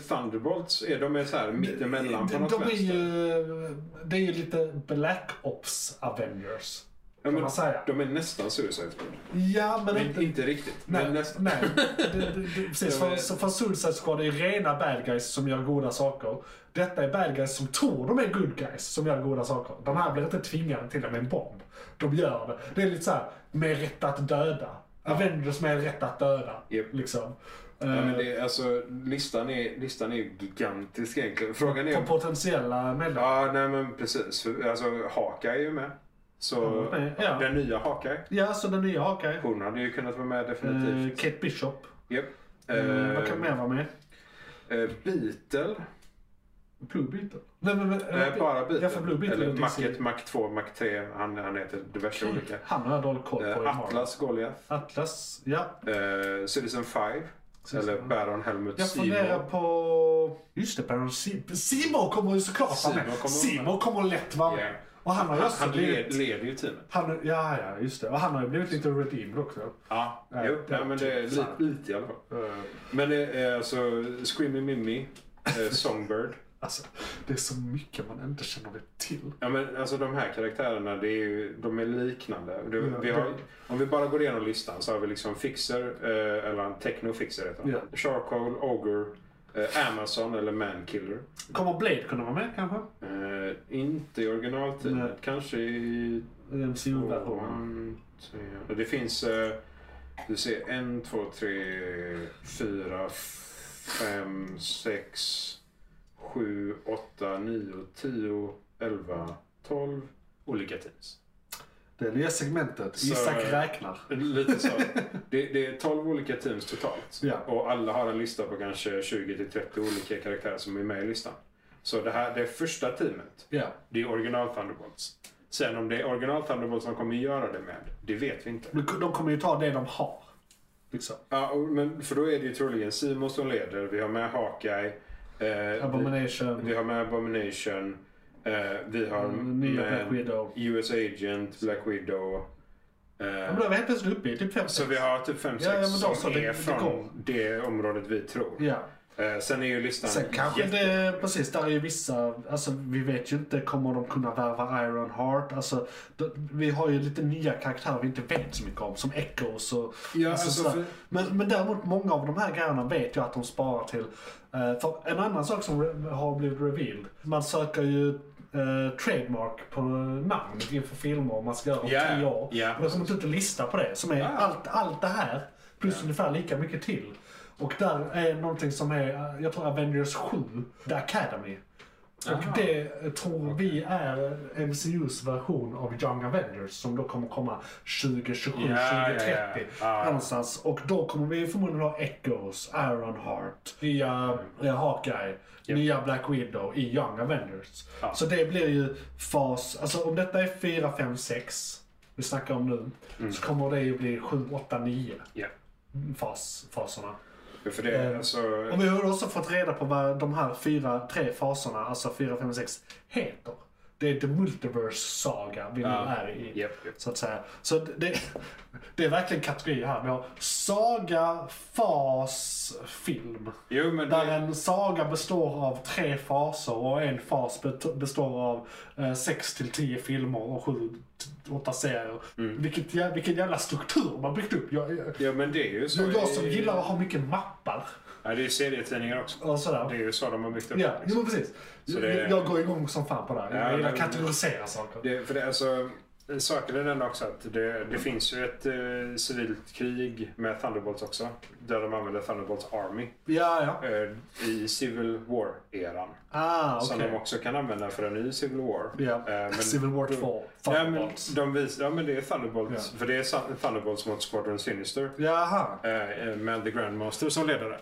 D: Thunderbolts, är, de är så här mittemellan på
C: de,
D: något
C: de är
D: vänster.
C: ju... Det är ju lite Black Ops Avengers.
D: Ja,
C: kan
D: men
C: man säga.
D: De är nästan Suicide Squad.
C: Ja, men,
D: Men
C: inte...
D: inte riktigt.
C: Nej,
D: Men nästan.
C: nej. Det, det, det, precis.
D: De är-
C: För, för Suicide Squad är rena bad guys som gör goda saker. Detta är bad guys som tror de är good guys som gör goda saker. De här blir inte tvingade till det med en bomb. De gör det. Det är lite såhär, med rätt att döda. Avengers med rätt att döda.
D: Japp.
C: Liksom.
D: Ja,
C: Eh,
D: men det, är- alltså, listan, är, listan är ju gigantisk egentligen. Frågan är...
C: Eh, På potentiella medlemmar.
D: Ja, nej men precis. För, Alltså, Haka är ju med. Så
C: Ja, nej, ja.
D: den nya Haka,
C: Ja, så den nya Hawkeye.
D: hon hade ju kunnat vara med
C: Eh,
D: definitivt.
C: Kate Bishop.
D: Japp.
C: Eh, vad kan
D: Eh,
C: mer vara med?
D: eh, Beatle.
C: Blue Beetle? Nej, men, men,
D: Eh, bara Beatle.
C: Ja, för Blue Beetle
D: Eller
C: är
D: Mac
C: DC.
D: 1, Mac 2, Mac 3. Han, han heter diverse olika.
C: Han har jag dålig koll på. i
D: Eh,
C: Marvel.
D: Atlas Goliath.
C: Atlas, ja.
D: Eh, Citizen 5.
C: Citizen
D: Eller Baron Helmut
C: Jag funderar
D: Seymour.
C: på... Just det, Baron Seymour. Seymour kommer ju såklart vara
D: Seymour
C: med.
D: kommer
C: Seymour kommer lätt vara med.
D: Ja.
C: Och han har ju
D: Han,
C: också
D: han led,
C: blivit...
D: leder ju teamet.
C: Han, ja, ja, just det. Och han har ju blivit lite redeemed också.
D: Ja,
C: Ja,
D: jo,
C: ja,
D: nej, men det är
C: typ
D: lite,
C: så.
D: lite i alla fall.
C: Eh,
D: Men det är alltså Screamy Mimi, eh, Songbird.
C: Alltså, det är så mycket man inte känner det till.
D: Ja, men alltså de här karaktärerna, det är ju, de är liknande. Det,
C: Ja.
D: vi har, om vi bara går igenom listan så har vi liksom Fixer, eh, eller en Techno-Fixer heter han.
C: Ja.
D: Charcoal, Ogre, eh, Amazon eller Mankiller.
C: Kommer Blade kunna vara med kanske?
D: Eh, inte i originaltiden,
C: Nej.
D: kanske i...
C: MCU-versionen.
D: tvåan, trean. Och Det finns, eh, du ser, en, två, tre, fyra, fem, sex, sju, åtta, nio, tio, elva, tolv olika teams.
C: Det nya segmentet.
D: Så-
C: Isak räknar.
D: Lite så. Det, det är 12 olika teams totalt.
C: Ja.
D: Och alla har en lista på kanske 20-30 olika karaktärer som är med i listan. Så det här det är första teamet.
C: Ja.
D: Det är original Thunderbolts. Sen om det är original Thunderbolts som kommer göra det med, det vet vi inte.
C: Men De kommer ju ta det de har. Liksom.
D: Ja, och- men för då är det ju troligen Simon som leder. Vi har med Hawkeye. Eh, vi,
C: Abomination.
D: vi har med Abomination. Eh, vi har
C: Mm, nya
D: med
C: Black Widow.
D: US Agent, Black Widow. Eh,
C: Ja, men då är vi helt plötsligt uppe i typ fem,
D: så
C: sex.
D: vi har typ fem
C: Ja, ja, men
D: sex
C: då så,
D: som
C: det- det går.
D: är från det området vi tror.
C: Ja.
D: Eh, sen är ju listan
C: Sen kanske
D: jätte-
C: det, precis, där är ju vissa, alltså vi vet ju inte, kommer de kunna värva Ironheart? Alltså, d- vi har ju lite nya karaktärer vi inte vet så mycket om, som Echoes och...
D: Ja, alltså,
C: sådär.
D: för-
C: men, men däremot, många av de här grejerna vet jag att de sparar till. Eh, för en annan sak som re- har blivit revealed, man söker ju eh, trademark på namn inför filmer man ska göra om
D: Ja,
C: tio år.
D: ja,
C: och det kommer inte ut en lista på det, som är
D: Ah.
C: allt, allt det här, plus ungefär lika mycket till. Och där är någonting som är, eh, jag tror Avengers 7, The Academy. Och
D: Aha.
C: det tror vi är MCUs version av Young Avengers som då kommer komma 2027,
D: Ja, ja,
C: 2030.
D: ja. Ja.
C: Någonstans. Och då kommer vi förmodligen ha Echoes, Ironheart, nya eh, Hawkeye, nya Black Widow i Young Avengers.
D: Ja.
C: Så det blir ju fas, alltså om detta är 4, 5, 6 vi snackar om nu,
D: Mm.
C: så kommer det ju bli 7, 8, 9
D: Ja.
C: fas, faserna.
D: För det,
C: Eh,
D: alltså,
C: Och vi har också fått reda på vad de här fyra, tre faserna, alltså 4, 5, 6, heter. Det är The Multiverse Saga vi nu
D: Ja.
C: är i.
D: Japp, japp.
C: Så att säga. Så det, det är verkligen kategorier här. Vi har saga, fas, film.
D: jo, men
C: Där
D: det,
C: en saga består av tre faser och en fas bet- består av 6 till 10 filmer och 7 8 serier.
D: Mm.
C: Vilket, jä- vilken jävla struktur man byggt upp. Jag, jag,
D: ja, men det är ju så.
C: jag som
D: i-
C: gillar att ha mycket mappar
D: Ja, det är ju serietidningar också.
C: och sådär.
D: Det är ju så de har byggt upp
C: Ja,
D: det,
C: jo
D: liksom.
C: men precis.
D: Så det-
C: Jag går igång som fan på det här.
D: Ja,
C: jag gillar
D: men-
C: att kategorisera saker.
D: Det, för det, alltså, Saken är den också att det, det finns ju ett eh, civilt krig med Thunderbolts också. Där de använder Thunderbolts Army
C: Ja, ja.
D: eh, i Civil War-eran.
C: Ah,
D: Som
C: okej.
D: de också kan använda för en ny Civil War.
C: Ja.
D: Eh, men
C: Civil War
D: då-
C: 2.
D: Nej, men
C: Thunderbolts.
D: de visar, ja men det är Thunderbolts.
C: Ja.
D: För det är Sun- Thunderbolts mot Squadron Sinister.
C: Jaha.
D: eh, eh, Med The Grandmaster som ledare.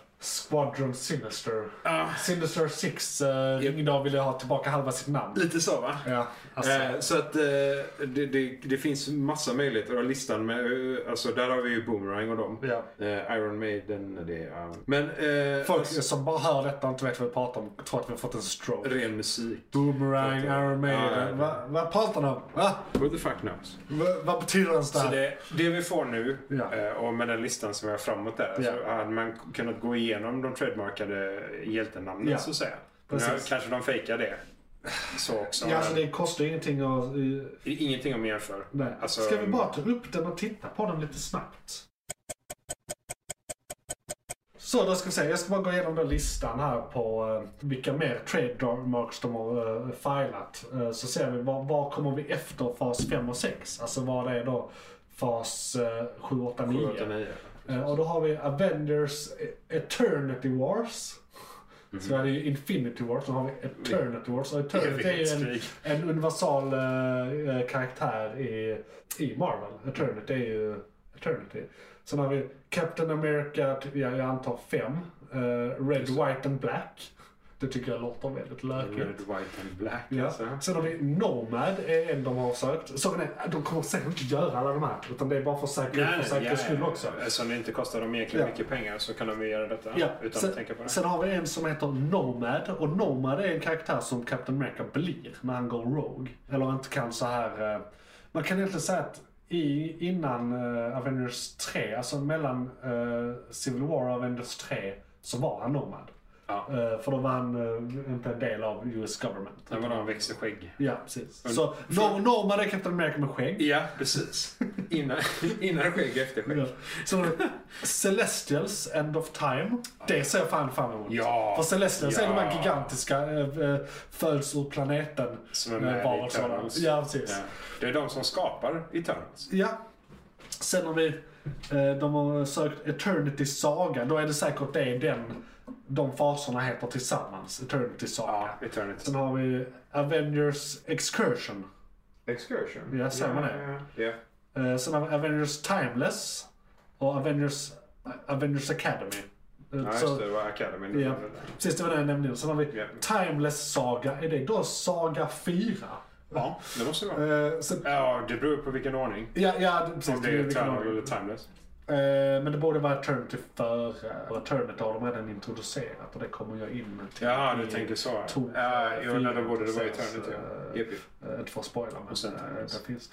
C: Squadron Sinister.
D: Ah.
C: Sinister Six uh, ringde och ville ha tillbaka halva sitt namn.
D: Lite så va?
C: Ja, alltså.
D: Eh, så att eh, det, det, det finns massa möjligheter. Och listan med, eh, alltså där har vi ju Boomerang och dem.
C: ja.
D: Eh, Iron Maiden, det är... ja. Men... Eh,
C: Folk
D: alltså,
C: som bara hör detta och inte vet vad vi pratar om tror att vi har fått en stroke.
D: ren musik.
C: Boomerang, Iron
D: Ja, ja.
C: Maiden. Va- Vad pratar ni om? Va?
D: Who the fuck knows?
C: Va- Vad betyder ens det
D: Så
C: här?
D: det, det vi får nu
C: Ja.
D: eh, och med den listan som vi har framåt där så
C: Ja.
D: hade man k- kunnat gå igenom de trademarkade hjältenamnen
C: Ja.
D: så att säga. Nu
C: Precis.
D: kanske de fejkar det. Så också.
C: Ja, alltså
D: men
C: det kostar ju ingenting att... eh,
D: det är Ingenting att jämföra.
C: Nej.
D: Alltså,
C: Ska vi bara ta upp den och titta på den lite snabbt? Så då ska vi se, jag ska bara gå igenom den listan här på eh, vilka mer trademarks de har eh, filat. Eh, så ser vi, var, var kommer vi efter fas 5 och 6? Alltså vad är då fas eh, 7, 8, 9?
D: 789.
C: Eh, och då har vi Avengers E- Eternity Wars.
D: Mhm.
C: Så är det ju Infinity Wars, sen har vi Eternity Wars. Och Eternity är ju en,
D: Evighetskrig.
C: en universal eh, eh, karaktär i, i Marvel. Eternity är ju Eternity. Sen har vi Captain America, t- ja, jag antar fem. Eh, Red, White and Black. Det tycker jag låter väldigt lökigt.
D: Red, white and black
C: Ja.
D: alltså.
C: Sen har vi Nomad, är en de har sökt. Så är, de kommer säkert inte göra alla de här. Utan det är bara för säkerhets för säkerhets skull också.
D: Eftersom Alltså, det inte kostar dem egentligen
C: Ja.
D: mycket pengar så kan de ju göra detta
C: Ja,
D: utan att tänka på det.
C: sen har vi en som heter Nomad. Och Nomad är en karaktär som Captain America blir när han går Rogue. Eller inte kan så här... eh, Man kan egentligen säga att i, innan eh, Avengers 3, alltså mellan eh, Civil War och Avengers 3, så var han Nomad.
D: Ja.
C: Eh, för då var han eh, inte en del av US government.
D: Det var då han växte skägg.
C: Ja, precis. Så no, Norman är Captain America med skägg.
D: Ja, precis. Innan, innan skägg, efter skägg.
C: Ja. Så Celestials, End of Time. Det ser jag fan fram emot.
D: Ja.
C: För Celestials är de här
D: Ja.
C: gigantiska, äh, äh, föds ur planeten.
D: Som är med
C: eh,
D: i
C: varelser.
D: Eternals.
C: Ja, precis.
D: Ja. Det är de som skapar Eternals.
C: Ja. Sen har vi, eh, de har sökt Eternity Saga. Då är det säkert det den, de faserna heter tillsammans. Eternity Saga.
D: Ja, Eternity.
C: Sen har vi Avengers Excursion.
D: Excursion?
C: Ja, säger man det? Eh, sen har vi Avengers Timeless och Avengers, Avengers Academy. Eh,
D: Ja, just det. Det var Academy.
C: ja, precis, det var det jag nämnde. Sen har vi
D: Ja.
C: Timeless Saga. Är det då Saga 4?
D: Ja, det måste det vara.
C: Eh, sen,
D: Ja, det beror på vilken ordning.
C: ja, ja, det- precis.
D: Om det
C: det är
D: är
C: vilken
D: Eternal
C: ordning.
D: eller Timeless.
C: Eh, men det borde vara Eternity före. Och Eternity har de redan introducerat och det kommer jag in till.
D: Jaha,
C: i-
D: du tänker så.
C: Tor-
D: Ja, jo, nej, då borde det vara
C: precis,
D: Eternity.
C: eh,
D: ja. Japp, japp.
C: Eh, Inte för att spoila, men
D: Och sen
C: eh,
D: Timeless.
C: det finns.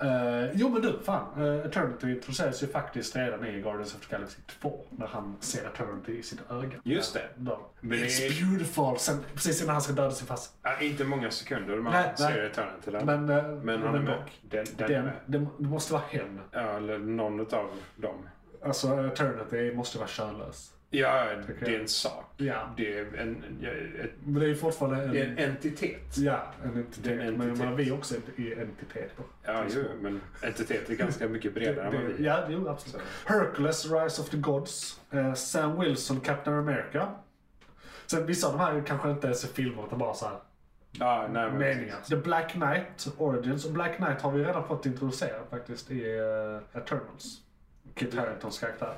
C: Eh, jo men du, fan. Uh, Eternity introduceras ju faktiskt redan i Guardians of the Galaxy 2. När han ser Eternity i sitt öga. Eh,
D: Just det.
C: Då.
D: Men det
C: It's
D: är-
C: beautiful! Sen, precis innan han ska döda sin fast.
D: Ja, inte många sekunder man
C: Nej,
D: ser
C: nej.
D: Eternity där. Men,
C: Men, eh,
D: han är
C: då,
D: med. Den, den, är
C: Den,
D: med.
C: den, det måste vara hen.
D: Ja, eller någon utav dem.
C: Alltså Eternity måste vara könlös.
D: Ja,
C: Tycker
D: det är
C: jag.
D: en sak.
C: Ja.
D: Det är en, en, ett,
C: Men det är ju fortfarande en...
D: det är en entitet.
C: Ja, en entitet.
D: Det är en
C: Men jag
D: entitet.
C: menar, vi är också en- i entiteter.
D: Ja, jo, men entitet är ganska mycket bredare än vad vi är.
C: Ja, jo, absolut. Hercules, Rise of the Gods, eh, Sam Wilson, Captain America. Sen vissa av de här är ju kanske inte ens är filmer, utan bara så här
D: Ja, nej, men...
C: meningar. The Black Knight Origins, och Black Knight har vi redan fått introducera faktiskt i eh, Eternals. Kit Haringtons karaktär.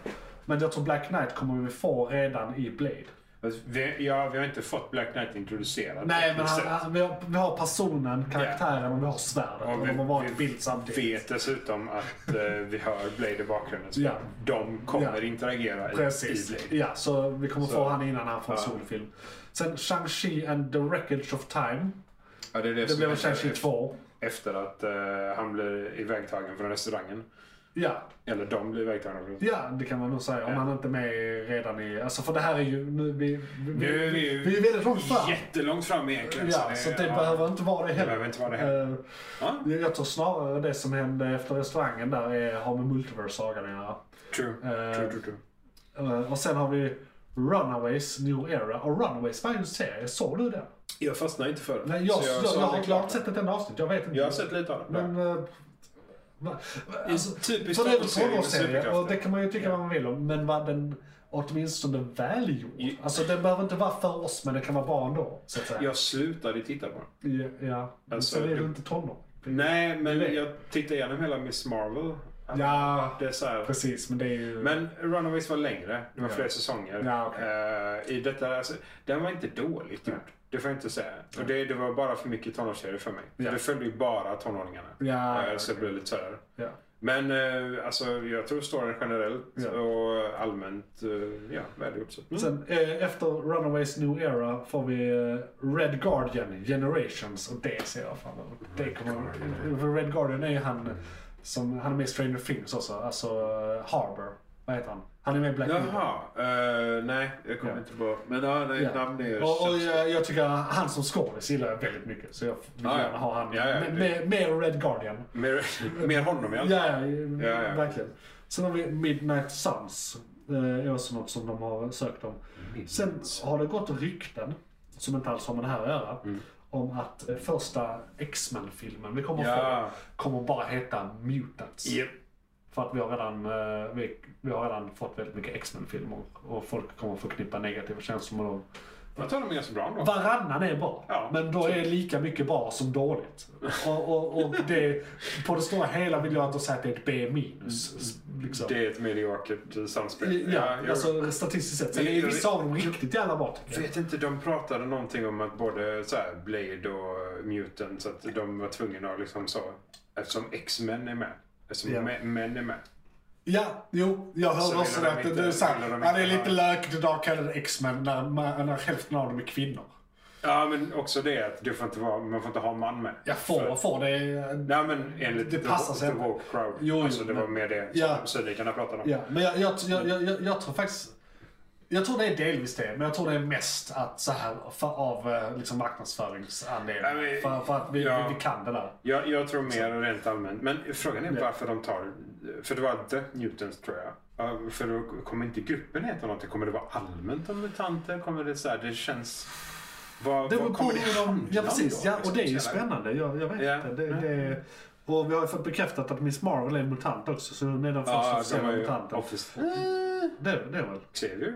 C: Men jag tror Black Knight kommer vi få redan i Blade.
D: Fast Alltså, Vi, ja, vi har inte fått Black Knight introducerad.
C: Nej, men
D: Faktiskt.
C: han, han, vi, har, vi har personen, karaktären och vi har svärdet.
D: Ja,
C: och
D: vi-
C: de har varit i
D: vi
C: bild samtidigt.
D: vet dessutom att eh, vi hör Blade i bakgrunden. Så
C: Ja.
D: De kommer
C: Ja.
D: interagera i, i
C: Precis.
D: Blade.
C: Ja, så vi kommer
D: Så-
C: få han innan han får en
D: Ja.
C: solfilm. Sen Shang-Chi and the Wreckage of Time.
D: Ja, det är det,
C: Det
D: som
C: blev en
D: händer
C: Shang-Chi
D: efter-
C: 2.
D: Efter att eh, han blir ivägtagen från restaurangen.
C: Ja,
D: Eller de blir ivägtagna från
C: ja, det kan man nog säga. Om
D: Ja.
C: han inte är med redan i... Alltså för det här är ju... Nu, vi, vi,
D: Nu är vi ju
C: vi är väldigt långt fram.
D: Jättelångt fram egentligen.
C: Ja, så det
D: ja.
C: behöver inte vara det
D: Det
C: heller.
D: behöver inte vara det heller.
C: Eh,
D: Ja,
C: Jag tror snarare det som hände efter restaurangen där är, har med Multiverse-sagan att göra.
D: true.
C: Eh,
D: true, true, true.
C: Eh, Och sen har vi Runaways New Era. Och Runaways var ju en serie. Såg du den?
D: Jag fastnade inte för det.
C: Nej, jag,
D: så
C: jag, jag,
D: såg det
C: har
D: klart.
C: klart sett ett enda avsnitt. Jag vet inte.
D: Jag har sett lite av det.
C: Men eh, Va- va-
D: I
C: Alltså,
D: typisk
C: för det är väl
D: Marvel-serie med
C: porrserie och det
D: superkrafter.
C: kan man ju tycka vad man vill om. Men var den åtminstone välgjord?
D: I-
C: Alltså den behöver inte vara för oss men den kan vara bra ändå. Så att säga.
D: Jag slutade titta på den.
C: Ja, ja.
D: Alltså,
C: så är
D: det-
C: du inte tonåring.
D: Nej, men
C: Nej.
D: jag tittade igenom hela Miss Marvel.
C: Ja,
D: Det är så här.
C: precis. Men det är ju...
D: Men Runaways var längre. Det var
C: Ja.
D: fler säsonger.
C: Ja, okej.
D: Eh, I detta, alltså, den var inte dåligt gjord. Det får jag inte säga. Och det, det var bara för mycket tonårsserier för mig.
C: Ja.
D: Det följde ju bara tonåringarna.
C: Ja,
D: Eh,
C: ja,
D: Så det blev lite sådär.
C: ja.
D: Men eh, alltså, jag tror storyn generellt
C: Ja.
D: och allmänt, eh, ja, välgjord. så. Mm.
C: Sen eh, efter Runaways New Era får vi eh, Red Guardian Generations och det ser jag fram emot. Det kommer, för Red Guardian är ju han som, han är med i Stranger Things också, alltså eh, Harbour. Vad heter han? Han är med i Black Mirror.
D: Jaha, eh, nej, jag kommer
C: Ja.
D: inte på. Men ja, nej,
C: Ja.
D: namn är
C: Och, och jag, jag tycker han som skådis gillar jag väldigt mycket. Så jag vill
D: Ja, ja.
C: gärna ha han
D: Ja, ja,
C: med, med,
D: det-
C: med Red Guardian.
D: mer, mer honom i alla
C: Ja,
D: fall.
C: ja,
D: Ja, ja.
C: verkligen. Sen har vi Midnight Suns. eh, är också något som de har sökt om. Sen har det gått rykten, som inte alls har med det här att göra, om att eh, första X-Men-filmen vi kommer
D: Ja.
C: få kommer bara heta Mutants.
D: Japp.
C: För att vi har, redan, eh, vi, vi har redan fått väldigt mycket X-Men-filmer och folk kommer förknippa negativa känslor med dem.
D: Jag tar dem ganska bra ändå.
C: Varannan är bra,
D: Ja,
C: men då är lika mycket bra som dåligt. Och, och, och det, på det stora hela vill jag ändå säga att det är ett B minus. s- Liksom.
D: Mm, Det är ett mediokert eh, samspel.
C: Ja,
D: jag-
C: alltså statistiskt sett. Sen är ju vissa av dem riktigt jävla bra
D: Jag
C: tycker jag.
D: vet inte, de pratade någonting om att både så här, Blade och Mutant, så att de var tvungna att liksom så. Eftersom X-Men är med. Eftersom
C: Ja.
D: mä- män är med.
C: Ja, jo, jag
D: Så
C: hörde
D: vill
C: också
D: de
C: det att det,
D: inte-
C: det är så
D: vill
C: här,
D: de
C: ja, det är
D: inte
C: lite
D: ha-
C: lökigt idag att kalla det X-Men när, ma- när hälften av dem är kvinnor.
D: Ja, men också det att du får inte vara, man får inte ha man med.
C: Jag får,
D: För-
C: får det.
D: Nej, men enligt
C: Det passar sig
D: The, the
C: inte.
D: Woke Crowd.
C: Jo, jo,
D: alltså, det var
C: men-
D: mer det
C: Ja.
D: som Sydlikarna pratade om.
C: Ja, men jag, jag, jag, jag, jag, jag tror faktiskt... Jag tror det är delvis det, men jag tror det är mest att så här, för, av eh, liksom
D: Ja,
C: marknadsföringsanledning.
D: men-
C: för, för att vi,
D: ja.
C: vi, vi kan det där.
D: Jag, jag tror mer rent allmänt. Men frågan är
C: Ja.
D: varför de tar... För det var The Newtons tror jag. Ja, För då kommer inte gruppen heta någonting. Kommer det vara allmänt om mutanter? Kommer det så här, det känns... Vad,
C: Det
D: vad
C: beror på
D: kommer
C: hur
D: handla om
C: de... Ja, precis.
D: då,
C: Ja, och
D: liksom,
C: det är ju
D: så här?
C: spännande. Jag, jag vet
D: Ja.
C: inte. Det,
D: Ja.
C: det, och vi har ju fått bekräftat att Miss Marvel är en mutant också, så hon är den första
D: Ja, de
C: officiella
D: har ju
C: mutanten.
D: Office...
C: Det, det är väl?
D: Xavier?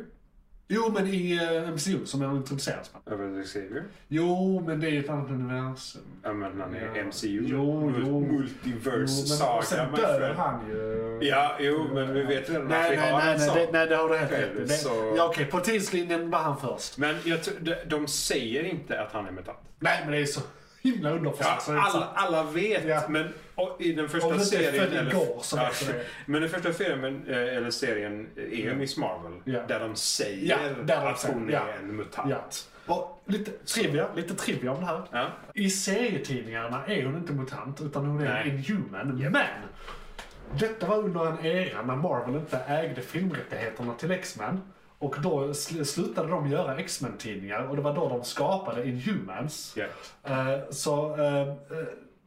C: Jo, men i eh, MCU som jag introduceras med.
D: Över Xavier?
C: Jo, men det är ju ett annat universum.
D: Ja, men han är
C: Ja.
D: MCU.
C: Jo,
D: Mul-
C: jo.
D: Multiverse
C: Jo, men,
D: saga.
C: och sen
D: my
C: dör
D: friend.
C: han ju.
D: Ja, jo, men vi vet redan att vi
C: Nej, nej,
D: har
C: nej,
D: en
C: nej,
D: sån.
C: det, nej, det har du helt
D: Själv,
C: rätt i.
D: så-
C: Det- Ja, okej, på tidslinjen var han först.
D: Men jag tror, de, de säger inte att han är mutant.
C: Nej, men det är så himla underförstått.
D: Ja,
C: Alltså, så det är inte
D: alla,
C: sant.
D: alla vet,
C: Ja.
D: men och i den första
C: Om det inte är
D: serien...
C: född igår så
D: ja,
C: vet du det.
D: Men den första filmen, eh, eller serien, är ju Miss Marvel.
C: Ja.
D: Där de säger
C: Ja, där de
D: att
C: säger,
D: hon
C: ja.
D: är en mutant.
C: Ja. Och lite trivia, lite trivia om det här.
D: Ja.
C: I serietidningarna är hon inte mutant, utan hon är
D: Nej.
C: en inhuman. Men! Detta var under en era när Marvel inte ägde filmrättigheterna till X-Men. Och då sl- slutade de göra X-Men-tidningar och det var då de skapade Inhumans.
D: Ja.
C: Eh, så eh, eh,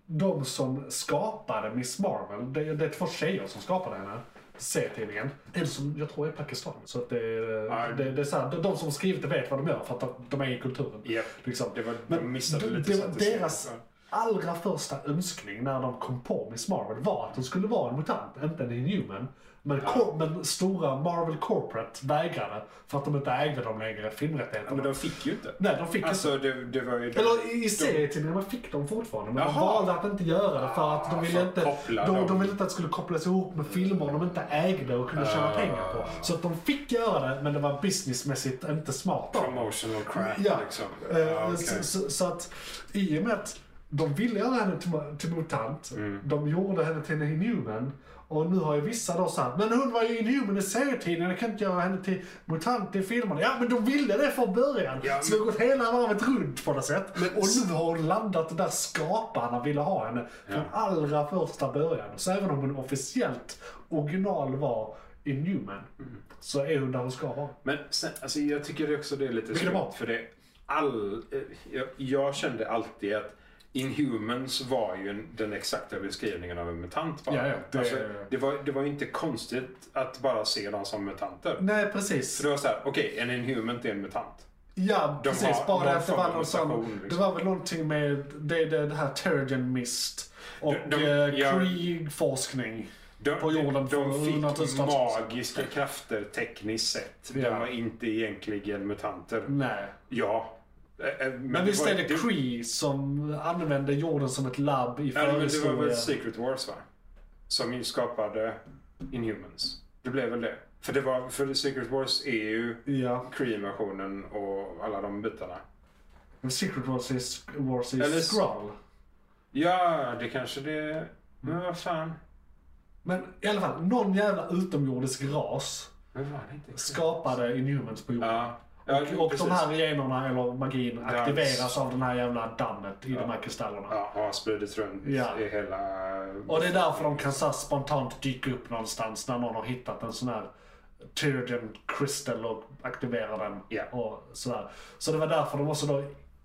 C: de som skapade Miss Marvel, det, det är två tjejer som skapade henne. C-tidningen. En som jag tror är pakistan. Så att det,
D: Ja.
C: är- det, det är så här, de, de som skrivit det vet vad de gör för att de, de är i kulturen.
D: Ja.
C: Liksom.
D: Det var- de missade lite
C: det,
D: så att det ser-
C: Deras allra första önskning när de kom på Miss Marvel var att hon skulle vara en mutant, inte en inhuman. Men, cor- men stora Marvel Corporate vägrade för att de inte ägde de längre filmrättigheterna.
D: Men de fick ju inte.
C: Nej, de fick inte.
D: Alltså, det, det var ju...
C: Eller i- i serietidningarna fick de fortfarande, men de
D: Jaha.
C: valde att inte göra det för att
D: Ah,
C: de ville
D: för att
C: inte,
D: koppla
C: de, de
D: dem.
C: ville inte att det skulle kopplas ihop med filmer de inte ägde och kunde tjäna
D: Ah.
C: pengar på. Så att de fick göra det, men det var businessmässigt inte smart. av dem.
D: Promotional crap,
C: Ja.
D: liksom.
C: Eh,
D: Ja, okej.
C: så, så, så att i och med att de ville göra henne till, till mutant,
D: Mm.
C: de gjorde henne till en inhuman. Och nu har ju vissa då sagt men hon var ju inhuman i serietidningen, jag kan inte göra henne till mutant i filmerna. Ja men de ville det från början.
D: Ja,
C: Så vi har gått hela varvet runt på något sätt. och nu har hon landat där skaparna ville ha henne från allra första början. Så även om hon officiellt original var inhuman,
D: Mm.
C: så är hon där hon ska vara.
D: Men sen, alltså jag tycker det också det är lite
C: Vilken
D: skumt
C: mat?
D: för det all, eh, jag, jag kände alltid att Inhumans var ju en, den exakta beskrivningen av en mutant bara.
C: Ja, ja,
D: det,
C: det-
D: alltså, det, var, det var ju inte konstigt att bara se dem som mutanter.
C: Nej precis.
D: Så det var så här, okej, en inhuman är en mutant.
C: Ja,
D: De
C: precis.
D: har
C: bara
D: någon
C: att det var
D: form av
C: någon sån,
D: station,
C: Det
D: liksom.
C: var väl någonting med det, det, det här Terrigen Mist och
D: De- de-
C: eh,
D: ja.
C: krigforskning.
D: De,
C: På jorden för
D: de fick
C: hundratusentals år sedan.
D: magiska krafter tekniskt sett.
C: Ja.
D: De var inte egentligen mutanter.
C: Nej.
D: Ja. Eh, eh, Men,
C: Men
D: det
C: visst
D: var-
C: är det
D: det-
C: Cree som använde jorden som ett labb i
D: Ja, men det var
C: förhistoria?
D: väl Secret Wars va? Som ju skapade Inhumans. Det blev väl det. För, det var, för Secret Wars är ju
C: Ja.
D: Cree-versionen och alla de bitarna.
C: Men Secret Wars is, Wars is
D: Eller-
C: Skrull.
D: Ja, det kanske det... Men vad fan?
C: Men i alla fall, någon jävla utomjordisk ras
D: Men var det inte?
C: skapade Inhumans på jorden.
D: Ja. ja
C: och
D: precis.
C: de här generna, eller magin,
D: är-
C: aktiveras av den här jävla dammet i de här kristallerna.
D: Ja, har spridits runt
C: Ja.
D: i hela...
C: Och det är därför de kan så här spontant dyka upp någonstans när någon har hittat en sån här Tyrigen crystal och aktiverar den.
D: Ja.
C: Och sådär. Så det var därför de också då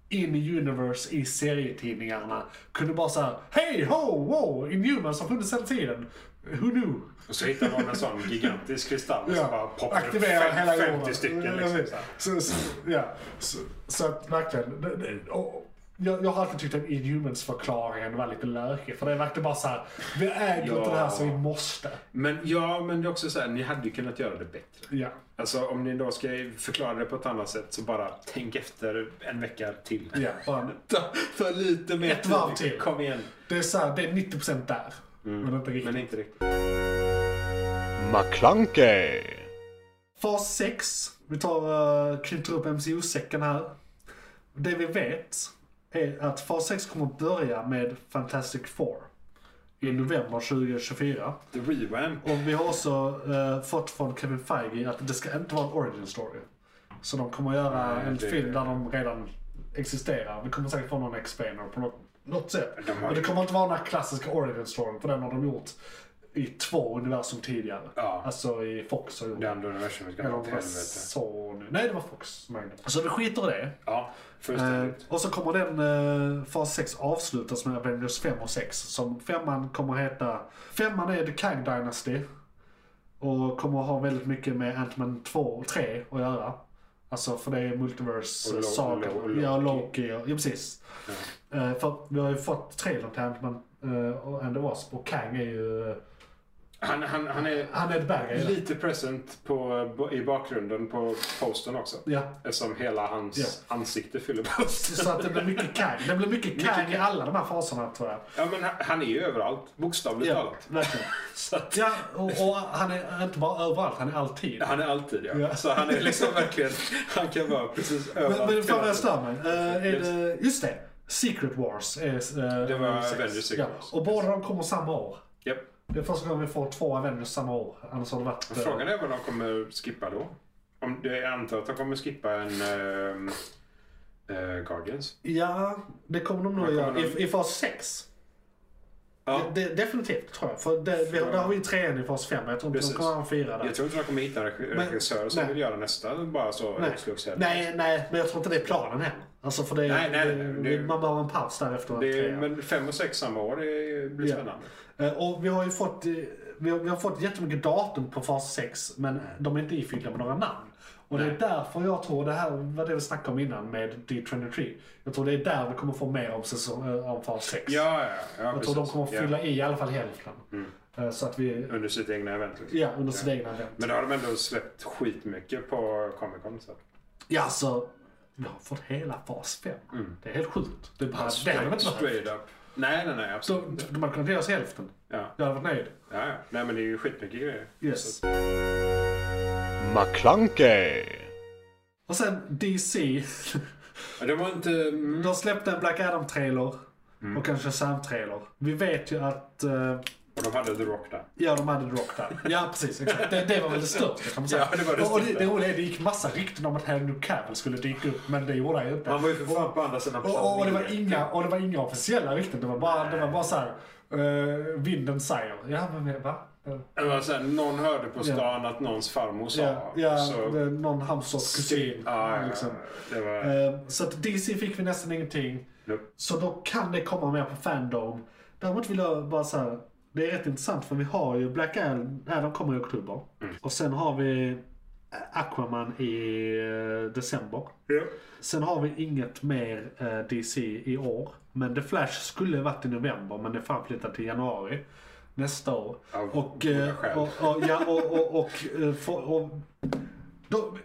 C: in i universe i serietidningarna kunde bara såhär Hej ho wow! Inhumans har funnits hela tiden. Who knew?
D: Och så hittar man en sån gigantisk kristall som bara poppar upp
C: Aktiverar
D: fem-
C: hela
D: 50
C: jorden.
D: stycken.
C: Ja,
D: Liksom, så här.
C: så, så, ja. så, så att verkligen. Det, det, och, jag, jag har alltid tyckt att Inhumans-förklaringen var lite lökig. För det verkade bara såhär, vi äger
D: Ja.
C: inte det här så vi måste.
D: Men ja, men det är också så här, ni hade ju kunnat göra det bättre.
C: Ja.
D: Alltså om ni då ska förklara det på ett annat sätt så bara tänk efter en vecka till.
C: Ja, bara,
D: Ta, ta lite mer
C: Ett varv
D: tid.
C: till.
D: Kom igen.
C: det är såhär, det är 90% där. Men inte riktigt.
D: Mm. Men inte riktigt.
B: McClunkey.
C: Fas 6. Vi tar, eh, knyter upp MCU-säcken här. Det vi vet är att fas 6 kommer att börja med Fantastic Four. I november 2024.
D: The revamp.
C: Och vi har också eh, fått från Kevin Feige att det ska inte vara en origin story. Så de kommer att göra
D: Nej,
C: en
D: det-
C: film där de redan existerar. Vi kommer säkert få någon explainer på något, något sätt.
D: De har
C: Men det
D: ju-
C: kommer inte vara den här klassiska origin storyn för den har de gjort i två universum tidigare.
D: Ja.
C: Alltså i Fox och gjort.
D: Det andra universumet kan
C: Eller
D: gå
C: om
D: åt
C: det var
D: helvete.
C: Sony. Nej, det var Fox. som ägde. Så vi skiter i det.
D: Ja,
C: Eh,
D: fullständigt.
C: och så kommer den eh, fas 6 avslutas med Avengers 5 och 6. Som femman kommer heta... Femman är The Kang Dynasty. Och kommer ha väldigt mycket med Ant-Man 2 och 3 att göra. Alltså för det är multiverse,
D: Och
C: eh,
D: Lo-
C: saga,
D: Lo- Loki.
C: ja Loki, och, ja precis. Eh, för vi har ju fått trailern till Ant-Man eh, och and the Wasp och Kang är ju... eh,
D: Han, han, han är
C: Han är ett bad guy.
D: lite present på, i bakgrunden på posten också.
C: Ja.
D: Eftersom hela hans
C: Ja.
D: ansikte fyller posten.
C: Så att det blir mycket Kang. Det blir mycket Kang i alla de här faserna tror jag.
D: Ja, men han, han är ju överallt. Bokstavligt talat.
C: verkligen.
D: Så att,
C: Ja, och, och han är inte bara överallt, han är alltid.
D: Han är alltid ja.
C: Ja.
D: Så han är liksom verkligen, han kan vara precis överallt.
C: Men, men fan
D: hela
C: vad jag
D: tiden.
C: stör mig. Eh, är det, just det. Secret Wars är... eh,
D: Det var
C: sex.
D: Avengers Secret Wars.
C: Och båda de kommer samma år.
D: Japp.
C: Det är första gången vi får två Avengers samma år. Annars har det varit... eh,
D: Frågan är vad de kommer skippa då. Om, jag antar att de kommer skippa en ehm, eh, Guardians.
C: Ja, det kommer de nog
D: Vad
C: att
D: kommer
C: göra. I,
D: de-
C: I fas 6.
D: Ja.
C: Det, det, definitivt tror jag. För det, vi, har- där har vi trean i fas 5. Jag tror inte de
D: Precis.
C: kommer ha en fyra där.
D: Jag tror inte de kommer hitta en regi-
C: Men-
D: regissör som
C: nej.
D: vill göra nästa bara så
C: Nej.
D: uppslugs heller.
C: nej, nej, men jag tror inte det är planen heller. Alltså för det,
D: Nej, nej, nej,
C: det,
D: det-
C: man behöver en paus där efter
D: Det är,
C: trean.
D: men fem och sex samma år det blir
C: Ja.
D: spännande.
C: Eh, Och vi har ju fått, eh, vi har, vi har fått jättemycket datum på fas 6 men de är inte ifyllda med några namn. Och det är därför jag tror, det här var det vi snackade om innan med D23. Jag tror det är där vi kommer få mer om, säsong, eh, om fas 6.
D: Ja, ja, ja. Mm.
C: jag tror de kommer fylla i i alla fall hälften. Eh, Så att vi,
D: Under sitt egna event. liksom.
C: ja, under sitt egna event.
D: Men då har de ändå släppt skitmycket på Comic Con. Så.
C: Ja, så vi har fått hela fas 5. Det är helt sjukt. Det är bara, det hade de inte behövt.
D: Mm. straight up. Nej, nej, nej. Absolut
C: Så
D: inte.
C: de hade kunnat ge oss hälften.
D: Ja.
C: Jag hade varit nöjd.
D: Ja, ja. Nej, men det är ju skitmycket grejer.
C: Yes.
B: McClunkey.
C: Och sen DC.
D: Ja, Det var inte... Mm,
C: De släppte en Black Adam-trailer och en Shazam-trailer. Vi vet ju att... eh,
D: och de hade The Rock där.
C: ja, de hade Rock där. Ja, precis. Exakt. Det, det var väl det största kan man säga.
D: Ja, det var det
C: och det,
D: största.
C: det roliga är det gick massa rykten om att Henry Cavill skulle dyka upp, men det gjorde han ju inte.
D: Han var ju för fan på andra sidan
C: Och, och, och, det var
D: planeten.
C: inga, och det var inga officiella rykten. Det var bara, det var bara så här... eh, vinden säger. Ja, men va? Eh,
D: Det var så här, någon hörde på stan att någons farmor sa.
C: Ja, ja
D: så,
C: det är någon hamsters kusin.
D: ja, ja,
C: liksom.
D: det var...
C: Eh, Så att DC fick vi nästan ingenting.
D: Nope.
C: Så då kan det komma mer på Fandom. Däremot vill jag bara säga, det är rätt intressant för vi har ju Black Adam, nej, de kommer i oktober. Och sen har vi Aquaman i eh, december.
D: Ja.
C: Sen har vi inget mer eh, DC i år. Men The Flash skulle varit i november men det framflyttat till januari nästa år.
D: Av
C: och,
D: goda
C: eh,
D: skäl.
C: och, och, ja, och, och, och, eh, fo- och då,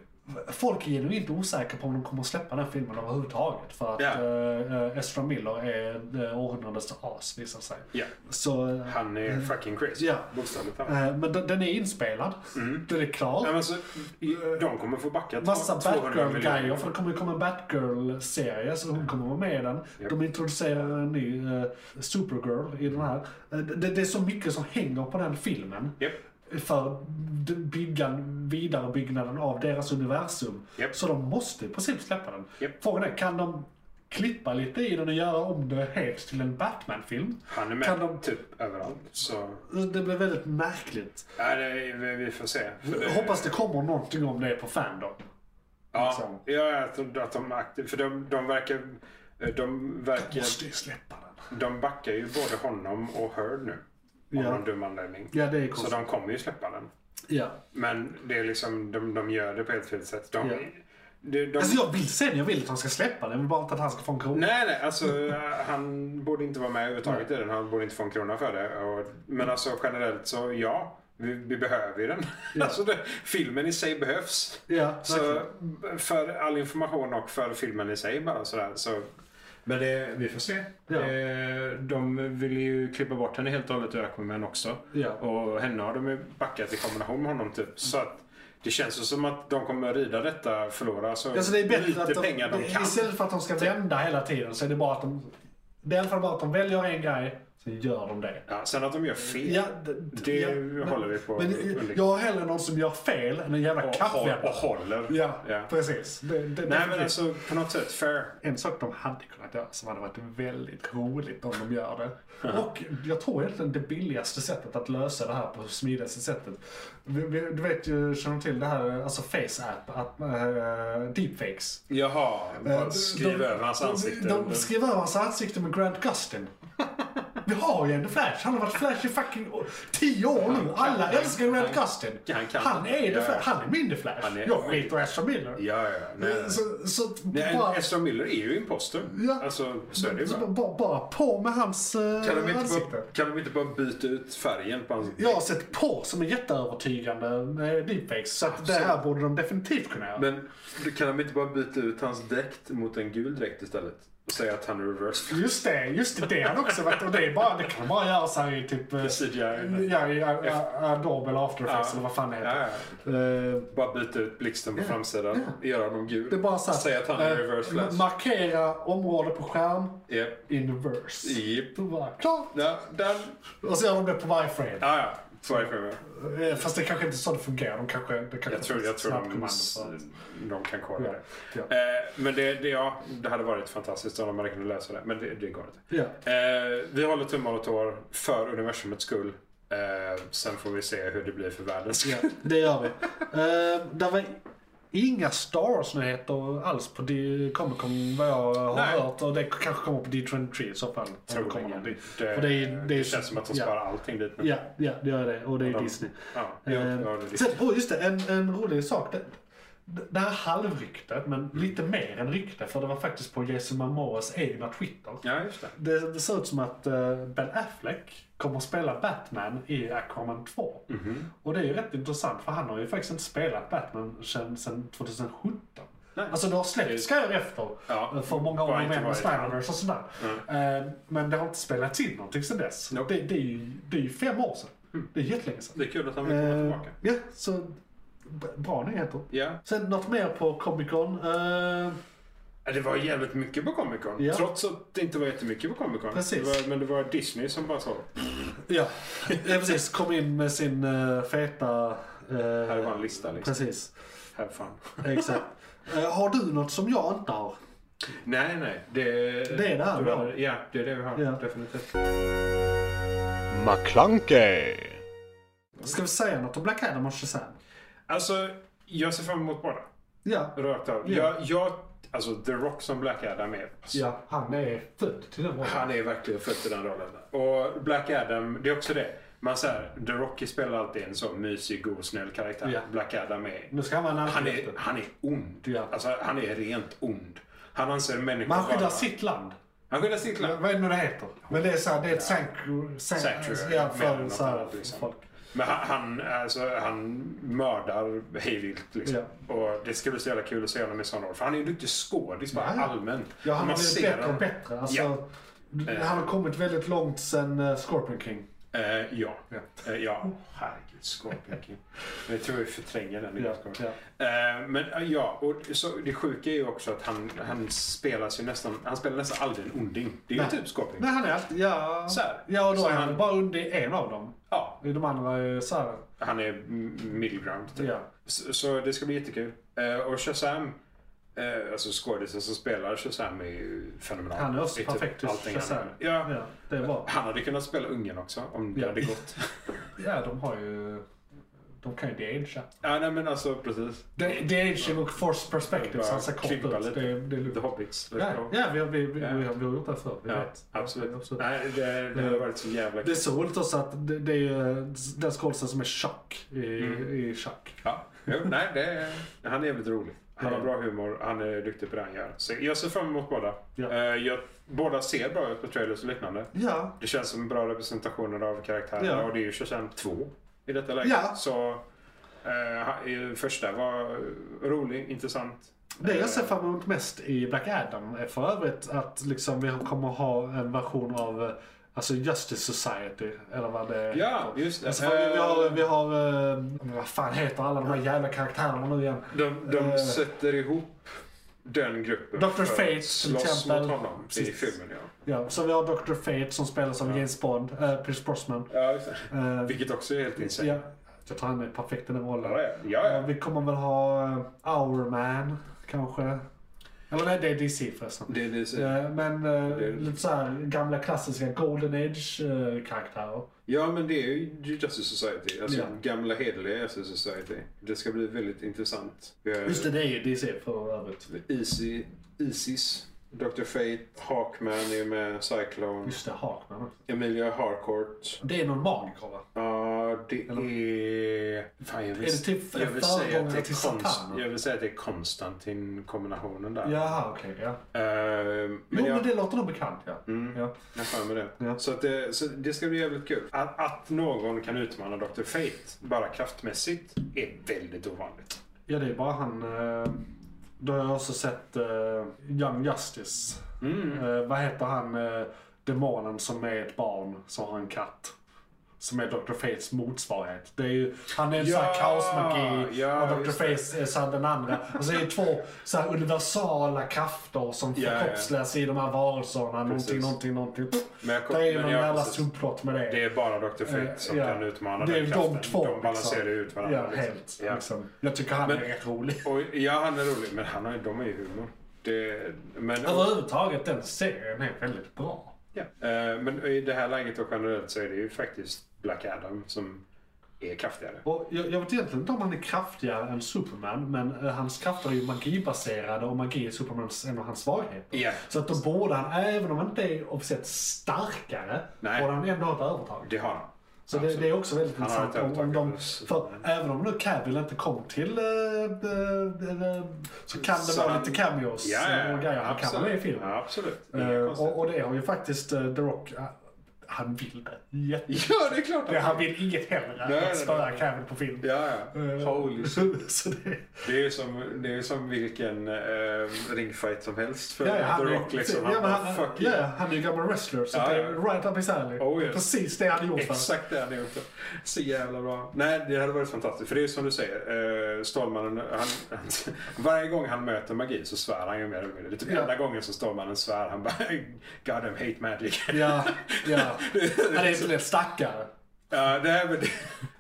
C: Folk är genuint osäkra på om de kommer att släppa den filmen överhuvudtaget. För att
D: Ja.
C: yeah. Ezra Miller är eh, århundradets as visar sig.
D: Ja.
C: Så, eh,
D: Han är fucking crazy.
C: Ja.
D: Bokstavligt talat.
C: eh, men den, den är inspelad. Den är klar.
D: Nej, men alltså, de kommer få backa två-
C: Massa
D: 200
C: Batgirl-grejer,
D: miljoner.
C: för det kommer ju komma en Batgirl-serie så hon kommer vara med i den.
D: Japp.
C: De introducerar en ny eh, Supergirl i den här. Eh, det, det är så mycket som hänger på den filmen
D: Japp.
C: för d- byggan, vidarebyggnaden av deras universum.
D: Japp.
C: Så de måste i princip släppa den.
D: Japp.
C: Frågan är, kan de klippa lite i den och göra om det helt till en Batman-film?
D: Han är med
C: Kan de-
D: typ överallt. Så,
C: Det blir väldigt märkligt.
D: ja, det, vi, vi får se. För det-
C: Jag hoppas det kommer någonting om det på Fandom.
D: Ja,
C: liksom.
D: ja att, de- att de är aktiva. För de, de verkar... De verkar...
C: Måste ju släppa den.
D: De backar ju både honom och Heard nu. Av
C: Ja.
D: någon dum anledning.
C: Ja, det är
D: Så
C: konstigt.
D: de kommer ju släppa den.
C: Ja.
D: Men det är liksom, de, de gör det på helt fel sätt. De,
C: Ja.
D: de, de,
C: Alltså jag vill se den, jag vill att han ska släppa den. Jag vill bara inte att han ska få en krona.
D: Nej, nej. Alltså, han borde inte vara med överhuvudtaget i den. Han borde inte få en krona för det. Och, men alltså generellt så ja, vi, vi behöver ju den. Alltså, det, filmen i sig behövs.
C: Ja,
D: Så
C: verkligen.
D: för all information och för filmen i sig bara sådär. Så. Men det, vi får se.
C: Ja.
D: Eh, De vill ju klippa bort henne helt och hållet ur Aquaman också.
C: Ja.
D: Och henne har de ju backat i kombination med honom typ. Så att det känns ju som att de kommer rida detta förlora så
C: Alltså det är bättre
D: lite
C: att de,
D: pengar de
C: det-
D: kan. Typ.
C: Istället för att de ska vända hela tiden så är det bara att de... Det är i alla fall bara att de väljer en grej, så gör de det.
D: Ja, sen att de gör fel.
C: Ja, d- d-
D: Det
C: ja,
D: håller vi på
C: Men
D: att undvika.
C: jag har hellre någon som gör fel än en jävla
D: och, håll, och
C: kappvändare.
D: håller.
C: Ja,
D: Ja.
C: precis. Det, det,
D: Nej
C: det-
D: men alltså på något sätt fair.
C: En sak de hade kunnat göra som hade varit väldigt roligt om de gör det. Och jag tror egentligen det billigaste sättet att lösa det här på smidigaste sättet. Vi- vi- Du vet ju, känner till det här, alltså face-app, att, äh, deepfakes.
D: Jaha,
C: Eh,
D: bara skriv över hans
C: de,
D: ansikte.
C: De, de skrev över hans ansikte med Grant Gustin. Vi har ju en Flash. Han har varit Flash i fucking å- tio år nu. Alla älskar Grant Gustin.
D: han kan.
C: är
D: Ja.
C: The Flash. Han är min The Flash.
D: Han är-
C: jag skiter i Ezra Miller.
D: ja, ja. Nej, nej.
C: Så, så att
D: Nej, en-
C: bara,
D: Ezra Miller är ju imposter.
C: Ja.
D: Alltså, så är det ju
C: så
D: bara.
C: bara, bara på med hans eh,
D: Kan de, inte
C: ansikte.
D: bara, kan de inte bara byta ut färgen på hans...
C: Jag har sett på som är jätteövertygande med deepfakes. Så att det här borde de definitivt kunna göra.
D: Ah, Men kan de inte bara byta ut hans dräkt mot en gul dräkt istället? Och säga att han är reverse
C: Just det, just det. Det har han också varit. Och det, är bara, det kan de bara göra så här i typ... eh,
D: CGI. Ja,
C: Ja, i A- A- Adobe eller After Effects
D: Ja.
C: eller vad fan det heter.
D: ja.
C: Eh,
D: Bara byta ut blixten på framsidan, göra honom gul.
C: Det är bara så här,
D: Säga att han är
C: eh,
D: reverse flash.
C: Markera område på skärm,
D: Japp.
C: inverse.
D: Japp.
C: Då bara, klart.
D: Ja, den...
C: Och så gör de det på varje frame.
D: Ja, ja. Sorry för mig.
C: Eh, Fast det kanske inte är så det fungerar. De kanske, det kanske
D: Jag tror, jag tror
C: snabbt
D: de,
C: kommando för att-
D: de kan kolla
C: Ja,
D: det.
C: ja.
D: Eh, men det, det, ja, det hade varit fantastiskt om de hade kunnat lösa det, men det, det går inte.
C: Ja.
D: Eh, vi håller tummar och tår för universums skull. Eh, sen får vi se hur det blir för världens skull.
C: Ja, det gör vi. Eh, där var inga Stars-nyheter alls på D- Comic Con vad jag har
D: Nej.
C: hört. Och det kanske kommer på D23 i så fall. om det
D: Troligen.
C: kommer någon dit.
D: det,
C: Och det är-
D: det,
C: det är-
D: känns som att de
C: ja.
D: sparar allting dit nu.
C: Ja, ja, det gör det. Och det är
D: de-
C: Disney.
D: Ja, ja,
C: Eh,
D: ja, det är
C: Sen, oh just det, en, en rolig sak. Det, det här halvryktet, men lite mer än rykte, för det var faktiskt på Jason Momoas egna Twitter.
D: ja, just det.
C: Det, det ser ut som att eh, Ben Affleck kommer att spela Batman i Aquaman 2.
D: Mhm.
C: Och det är ju rätt intressant, för han har ju faktiskt inte spelat Batman sedan, sedan 2017.
D: Nej.
C: Alltså det har släppts grejer efter,
D: Ja,
C: eh, för många
D: bara
C: år
D: inte
C: med med
D: varit-
C: Snyderverse och sådär. Eh, men det har inte spelats in någonting sedan dess.
D: Nope. Mm.
C: Det, det, är ju, det är ju fem år sedan. Det är jättelänge sedan.
D: Det är kul att han vill komma
C: Eh,
D: tillbaka.
C: Ja, så b- bra nyheter.
D: Ja.
C: Sen något mer på Comic Con. Eh,
D: Ja, Det var jävligt mycket på Comic Con.
C: Ja.
D: Trots att det inte var jättemycket på Comic Con.
C: Precis.
D: Det var, men det var Disney som bara sa
C: ja, ja, precis. Kom in med sin eh, feta... eh,
D: här var en lista liksom.
C: Precis,
D: Have fun.
C: exakt. Eh, har du något som jag inte har?
D: Nej, nej. Det,
C: Det är det här
D: du
C: vi har.
D: hade- Ja, det är det vi har.
C: Ja.
D: Definitivt.
B: McClunkey.
C: Ska vi säga något om Black Adam och Shazam?
D: Alltså, jag ser fram emot båda.
C: Ja,
D: Rakt av.
C: Ja.
D: Jag, jag Alltså The Rock som Black Adam är. Alltså,
C: Ja, han är född till den rollen.
D: Han är verkligen född i den rollen. Och Black Adam, det är också det. Man säger, The Rock spelar alltid en så mysig, god, snäll karaktär.
C: Ja.
D: Black Adam är...
C: Nu ska han vara en
D: Han är,
C: antikristen.
D: han är ond.
C: Ja.
D: Alltså, han är rent ond. Han anser människor
C: Men han skyddar
D: vara-
C: sitt land.
D: Han skyddar sitt land.
C: Vad är det nu det heter? Men det är så här, det är ett sanctuary.
D: Sanctuary,
C: Ja,
D: mer
C: för
D: än
C: så här,
D: något annat, liksom.
C: folk.
D: Men han, han, alltså, han mördar hejvilt liksom. Och det ska bli så jävla kul att se honom i sån roll. För han är ju en duktig skådis bara
C: Ja.
D: allmänt.
C: Ja, han har
D: Man
C: blivit
D: ser
C: bättre och
D: honom-
C: bättre. Alltså,
D: Ja.
C: d- Han har kommit väldigt långt sen eh, Scorpion King.
D: Eh, ja.
C: Ja.
D: Eh, ja. Herregud, Scorpion King. Jag tror vi förtränger den.
C: Ja,
D: Scorpion.
C: ja.
D: Eh, men eh, ja, och så, det sjuka är ju också att han, han spelar ju nästan, han spelar nästan aldrig en onding. Det är ju
C: Nej.
D: typ Scorpion.
C: Nej, han är alltid... Ja,
D: Så här.
C: ja och då
D: Så
C: är han,
D: han-
C: bara under en av dem.
D: Ja,
C: De andra eh, är så här...
D: han är m- middle ground. Typ.
C: Ja.
D: Så, så det ska bli jättekul. Eh, och Shazam, eh, alltså skådisen som spelar Shazam är ju fenomenal.
C: Han är
D: I
C: också
D: typ
C: perfekt till
D: allting han
C: Shazam.
D: gör. Ja.
C: ja, det är bra.
D: Han hade kunnat spela ungen också om det
C: Ja.
D: hade gått.
C: Ja, de har ju... De kan ju deagea.
D: ja, nej men alltså precis.
C: De- Deaging och force
D: Bara
C: perspective, så han ser kort ut.
D: klippa lite.
C: Det, är- det är
D: The
C: lugnt.
D: Hobbits. Let's
C: Ja,
D: go.
C: ja, vi, har- vi, vi,
D: Ja.
C: vi, har- vi har gjort det förr. Vi
D: Ja,
C: vet.
D: absolut.
C: absolut. Mm.
D: Nej, det, det hade varit så jävla
C: Det är
D: kul.
C: så roligt också att det, det är ju den skådisen som är Chuck i, i Chuck.
D: Ja. Jo, nej, det, är- han är jävligt rolig. Han har
C: Ja.
D: bra humor, han är duktig på det han gör. Så jag ser fram emot båda.
C: Ja.
D: Eh, jag, båda ser bra ut på trailers och liknande.
C: Ja,
D: Det känns som bra representationer av karaktärerna
C: Ja.
D: och det är ju Shazam 2 i detta läget.
C: Ja.
D: Så eh, ha- eh, första var rolig, intressant.
C: Det
D: Eh,
C: jag ser fram emot mest i Black Adam är för övrigt att liksom vi kommer ha en version av eh, alltså Justice Society. Eller vad det är.
D: Ja, eh, just det.
C: Alltså, för vi har, vi har eh, men vad fan heter alla de här jävla karaktärerna nu igen?
D: De, de
C: eh,
D: sätter ihop den gruppen
C: Dr.
D: för att
C: Fate, till
D: slåss mot
C: exempel.
D: honom i
C: Precis.
D: filmen. Ja.
C: Ja, så vi har Dr. Fate som spelas av James Bond, eh, Pierce Brosnan.
D: Ja, just det.
C: Eh,
D: Vilket också är helt insane.
C: ja, jag tror han är perfekt i den rollen.
D: Ja, ja. ja,
C: Eh,
D: ja.
C: Vi kommer väl ha eh, Hourman kanske. Eller nej, det är DC förresten.
D: Det, det, är-
C: Eh, Men eh,
D: Det-
C: lite så här gamla klassiska Golden Age-karaktärer.
D: ja, men det är ju Justice Society. Alltså
C: Ja.
D: gamla hederliga Justice Society. Det ska bli väldigt intressant. Vi har
C: Just det, det är ju DC för övrigt.
D: Easy, Isis, Dr. Fate, Hawkman är med, Cyclone,
C: Just det, Hawkman också.
D: Emilia Harcourt.
C: Det är någon magiker va?
D: Ja, det är... Fan, jag vill,
C: Är det typ
D: jag vill säga att det
C: föregångare
D: är
C: till
D: Konst,
C: Satan?
D: Jag vill säga att det är Konstantin-kombinationen där.
C: Jaha, okej. ja.
D: Eh,
C: Jo, men,
D: jag-
C: det låter nog bekant ja.
D: Mm.
C: ja.
D: Jag har för mig det.
C: Ja.
D: Så, att det, så det ska bli jävligt kul. Att, att någon kan utmana Dr. Fate bara kraftmässigt är väldigt ovanligt.
C: Ja, det är bara han... Eh, då har jag också sett eh, Young Justice.
D: Mm.
C: Eh, vad heter han eh, demonen som är ett barn som har en katt? Som är Dr. Fates motsvarighet. Det är ju, han är en sån här
D: Ja,
C: kaosmagi
D: ja,
C: och Dr.
D: just
C: Fate är så här den andra. Alltså det är två så här universala krafter som
D: Ja, ja.
C: förkroppsligas i de här varelserna. Någonting,
D: Precis.
C: någonting, någonting.
D: Men jag kom-
C: det är ju
D: men
C: någon
D: jag-
C: jävla
D: precis.
C: subplott med det.
D: Det är bara Dr. Fate
C: Eh,
D: som
C: ja.
D: kan utmana
C: Det är
D: den
C: de
D: kraften.
C: två,
D: de balanserar
C: liksom.
D: ut varandra.
C: Ja,
D: liksom.
C: helt.
D: Ja.
C: Liksom. Jag tycker han
D: Men-
C: är rätt rolig.
D: Och, ja, han är rolig. Men han har, de har ju humor. Det, men,
C: Alltså, Överhuvudtaget, den serien är väldigt bra.
D: ja. Eh, men i det här läget och generellt så är det ju faktiskt Black Adam som är kraftigare.
C: Och jag, jag vet egentligen inte om han är kraftigare än Superman, men eh, hans krafter är ju magibaserade och magi är Supermans, en av hans svagheter.
D: Ja.
C: Så att då borde han, även om han inte är officiellt starkare,
D: Nej.
C: borde han ändå ha ett övertag.
D: Det har han.
C: Så det, det är också väldigt
D: Han har
C: intressant. Om,
D: ett
C: om de,
D: övertag.
C: för även om nu Cavill inte kom till... eh, eh, eh, så kan det
D: Så
C: vara
D: han-
C: lite cameos eh,
D: Ja, ja,
C: och grejer. Han kan vara med i
D: absolut.
C: filmen.
D: Ja, absolut. Inga
C: Eh,
D: konstigheter.
C: och, och det har ju faktiskt eh, The Rock... eh, han vill det. Jätte-
D: Ja, det är klart
C: Ja, han vill inget hellre
D: Nej,
C: än
D: nej,
C: att spöa Cavill på film. Eh,
D: Ja, ja. Holy shit.
C: Så det,
D: Det är ju som, det är ju som vilken eh, ringfight som helst för
C: ja, ja, han,
D: The
C: är-
D: Rock. Liksom.
C: ja, men
D: bara,
C: han,
D: fuck
C: ja,
D: you.
C: ja, han är ju gammal wrestler, så
D: Ja,
C: det
D: ja.
C: är right up his alley.
D: Oh, yes.
C: Precis det han gjort för.
D: Exakt det han har gjort. Så jävla bra. Nej, det hade varit fantastiskt. För det är ju som du säger, eh, Stålmannen, han, varje gång han möter magi så svär han ju mer eller mindre. Det är typ
C: Ja.
D: enda gången som Stålmannen svär. Han bara, God damn hate magic.
C: Ja, ja. Han
D: liksom-
C: är inte lätt stackare.
D: Ja, det här, men det,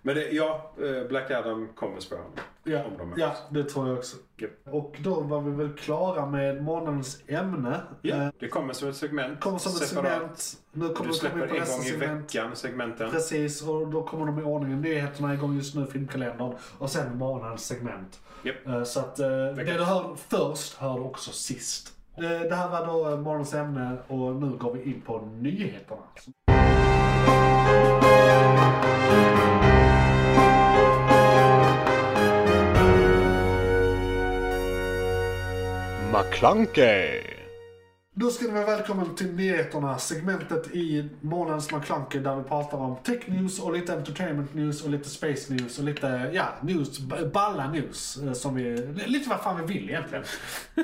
D: men det, ja, eh, Black Adam kommer spöa honom.
C: Ja,
D: Om de möts.
C: ja, det tror jag också.
D: Japp.
C: Och då var vi väl klara med månadens ämne.
D: Ja,
C: Eh,
D: det kommer som ett segment.
C: Kommer som ett
D: separat.
C: segment. Nu kommer
D: Du
C: vi
D: släpper
C: komma in på
D: en
C: nästa
D: gång i
C: segment.
D: veckan segmenten.
C: Precis, och då kommer de i ordningen. Nyheterna är igång just nu, filmkalendern och sen månadens segment.
D: Japp.
C: Eh, Så att eh, det
D: Veckan.
C: du hör först hör du också sist. Det, det här var då eh, morgonens ämne och nu går vi in på nyheterna.
B: McClunkey!
C: Då ska ni vara välkommen till nyheterna, segmentet i månadens McClunky där vi pratar om tech news och lite entertainment news och lite space news och lite, ja, news, b- balla news. eh, Som vi, lite vad fan vi vill egentligen.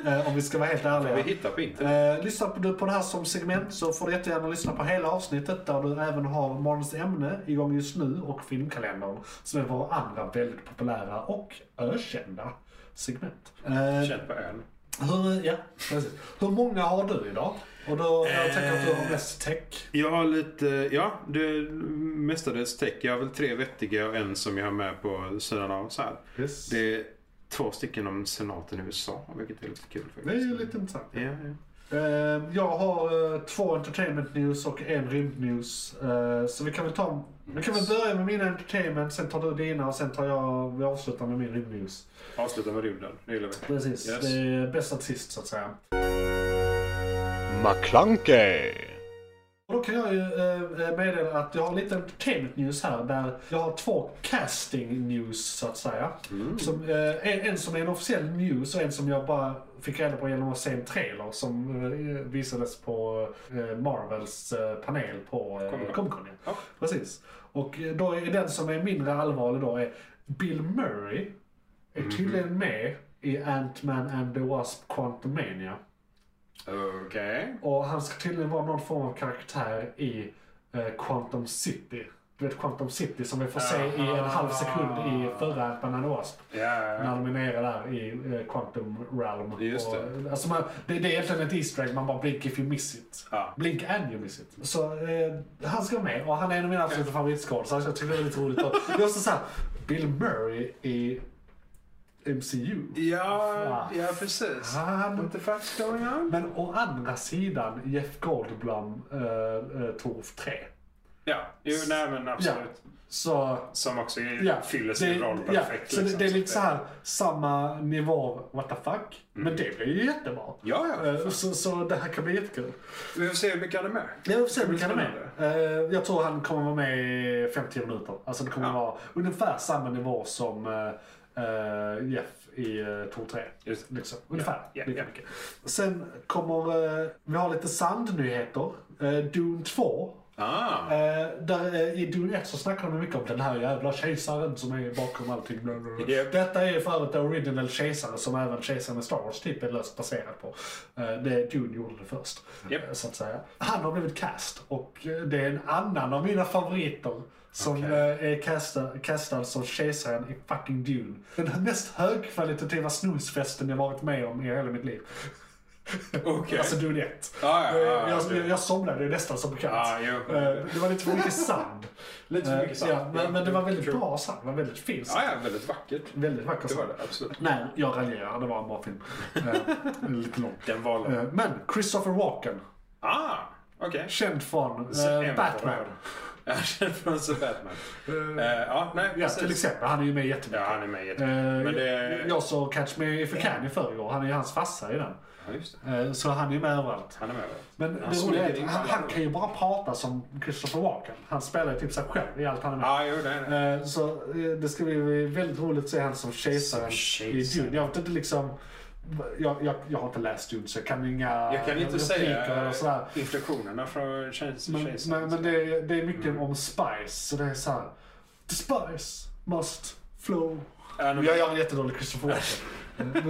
C: eh, om vi ska vara helt ärliga.
D: Vi hittar på internet.
C: Eh, lyssnar du på det här som segment så får du jättegärna lyssna på hela avsnittet där du även har morgonens ämne igång just nu och filmkalendern som är våra andra väldigt populära och ökända segment. Eh,
D: Känt på ön.
C: hur, ja, precis. Hur många har du idag? Och då, jag tänker att du har mest tech.
D: Jag har lite, ja, det mestadels tech. Jag har väl tre vettiga och en som jag har med på sidan av så här.
C: Yes. Det,
D: Det är två stycken om senaten i USA, vilket är lite kul
C: är
D: faktiskt.
C: ju lite intressant.
D: Ja, ja.
C: Eh, jag har eh, två entertainment news och en rymd news. Eh, så vi kan väl ta, vi kan väl börja med mina entertainment, sen tar du dina och sen tar jag, vi avslutar med min rymd news.
D: Avsluta med rymden, det gillar vi.
C: Precis,
D: Yes.
C: det är bäst att sist så att säga.
B: McClunkey!
C: Och då kan jag ju eh, meddela att jag har lite entertainment news här där jag har två casting news så att säga. Som, eh, en, en som är en officiell news och en som jag bara fick reda på genom att se en trailer som eh, visades på eh, Marvels eh, panel på eh, Comic-Con. ja.
D: Ja.
C: Precis. Och eh, då är den som är mindre allvarlig då är Bill Murray är tydligen med i Ant-Man and the Wasp Quantumania.
D: Okej.
C: Och han ska tydligen vara någon form av karaktär i eh, Quantum City. Du vet Quantum City som vi får se i en halv sekund i förra Ant-Man and the Wasp.
D: Ja,
C: När de är nere där i eh, Quantum Realm.
D: Just
C: Och, alltså man, det, det är egentligen ett Easter egg, man bara blink if you miss it.
D: Ja.
C: Blink and you miss it. Så eh, han ska vara med och han är en av mina absoluta favoritskådisar så jag tycker det är lite roligt. Och det är också såhär, Bill Murray i MCU.
D: ja, ja precis.
C: Han
D: What the fuck's going on?
C: men å andra sidan Jeff Goldblum, eh, eh, Torf 3.
D: Ja, jo, nej men absolut.
C: Så...
D: Som också är,
C: Ja,
D: fyller sin
C: det-
D: roll
C: ja,
D: perfekt.
C: Så det, det är
D: liksom.
C: lite så här samma nivå, what the fuck. Men det blir ju jättebra.
D: Mm. Ja, ja.
C: Eh, Så, så det här kan bli jättekul.
D: Vi får se hur mycket han är med.
C: Jag får se om vi
D: Det
C: kan vara
D: blir
C: med. Eh, Jag tror han kommer vara med i 50 minuter. Alltså det kommer vara ungefär samma nivå som eh, eh, Jeff i eh, Tor 3.
D: Just det.
C: Liksom. Ungefär
D: ja,
C: lika
D: ja.
C: mycket. Sen kommer eh, vi har lite sandnyheter. Eh, Dune 2.
D: Ah.
C: Eh, där, eh, I Dune 1 så snackar de mycket om den här jävla kejsaren som är bakom allting.
D: Japp.
C: Detta är för övrigt the original kejsare som även kejsaren i Star Wars typ är löst baserad på. Eh, det Dune gjorde det först.
D: Japp.
C: eh, Så att säga. Han har blivit cast och eh, det är en annan av mina favoriter som
D: Okej.
C: eh, är castad, castad som kejsaren i fucking Dune. Den mest högkvalitativa snusfesten jag varit med om i hela mitt liv.
D: Okej. Ah,
C: Alltså Dune 1.
D: Ja, ja, ja,
C: jag,
D: okej.
C: jag, jag somnade ju nästan som bekant.
D: Ja, jo.
C: Eh, det var lite för mycket sand.
D: Lite för mycket
C: Eh,
D: sand.
C: Ja, men, men det var väldigt
D: True.
C: bra sand. Det var väldigt fin sand.
D: Ja, ja, väldigt vackert.
C: Väldigt vacker
D: Det
C: sand.
D: var det, absolut.
C: Nej, jag raljerar. Det var en bra film. Eh, lite lång.
D: Den var
C: Eh, Men Christopher Walken,
D: Ah, okej.
C: känd från
D: Så
C: eh,
D: en
C: Batman.
D: röd. Ja, känd från The Batman. Eh, ja, nej,
C: Ja,
D: precis.
C: till exempel. Han är ju med
D: Ja,
C: jättemycket.
D: han är med jättebra.
C: Eh,
D: Men det...
C: jag, jag såg Catch Me If You Can i förrgår. Han är ju hans farsa i den.
D: Ja, just det.
C: Eh, Så han är ju med överallt.
D: Han är med.
C: Men
D: Han
C: det roliga
D: smyger
C: är
D: in
C: att
D: på
C: han,
D: alla
C: han
D: roller.
C: kan ju bara prata som Christopher Walken. Han spelar ju typ sig själv i allt han är med i.
D: Ja, jo, det är det.
C: Eh, Så eh, det ska bli väldigt roligt att se han som kejsaren
D: Som
C: i
D: kejsaren.
C: Dune. Jag vet inte liksom... Jag, jag, jag har inte läst Dune så jag kan inga
D: Jag kan inte
C: repliker
D: säga
C: och sådär.
D: eh, inflektionerna från tjejs-
C: Men,
D: kejsaren. liksom. Mm.
C: men, men det, är- det är mycket om spice. Så det är såhär... The spice must flow.
D: Ja, nej,
C: Jag
D: men-
C: gör en jättedålig Christopher Walken.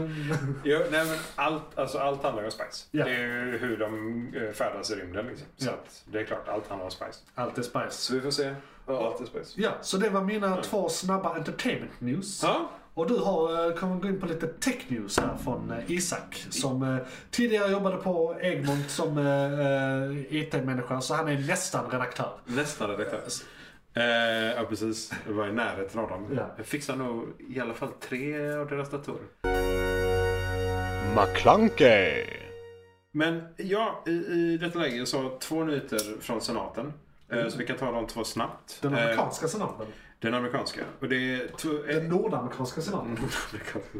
C: Men-
D: Jo, nej, men allt, alltså, allt handlar ju om spice.
C: Ja.
D: Det är ju hur de eh, färdas i rymden. Liksom. Så
C: Ja.
D: att, det är klart, allt handlar om spice.
C: Allt är spice.
D: Så vi får se. Allt är spice.
C: Ja, så det var mina två snabba entertainment news.
D: Ja,
C: Och du har, eh, kommer gå in på lite tech news här från eh, Isak som eh, tidigare jobbade på Egmont som eh, eh, IT-människa så han är nästan redaktör.
D: nästan redaktör. Eh, ja, precis. Jag var i närheten av dem.
C: Ja.
D: Jag fixar nog i alla fall tre av deras datorer.
B: McClunkey!
D: Men ja, i, i detta läge så har två nyheter från senaten. Eh, Så vi kan ta de två snabbt.
C: Den
D: Eh,
C: amerikanska senaten.
D: den amerikanska. Och det är tw- eh, mm,
C: Den nordamerikanska senaten.
D: Nordamerikanska.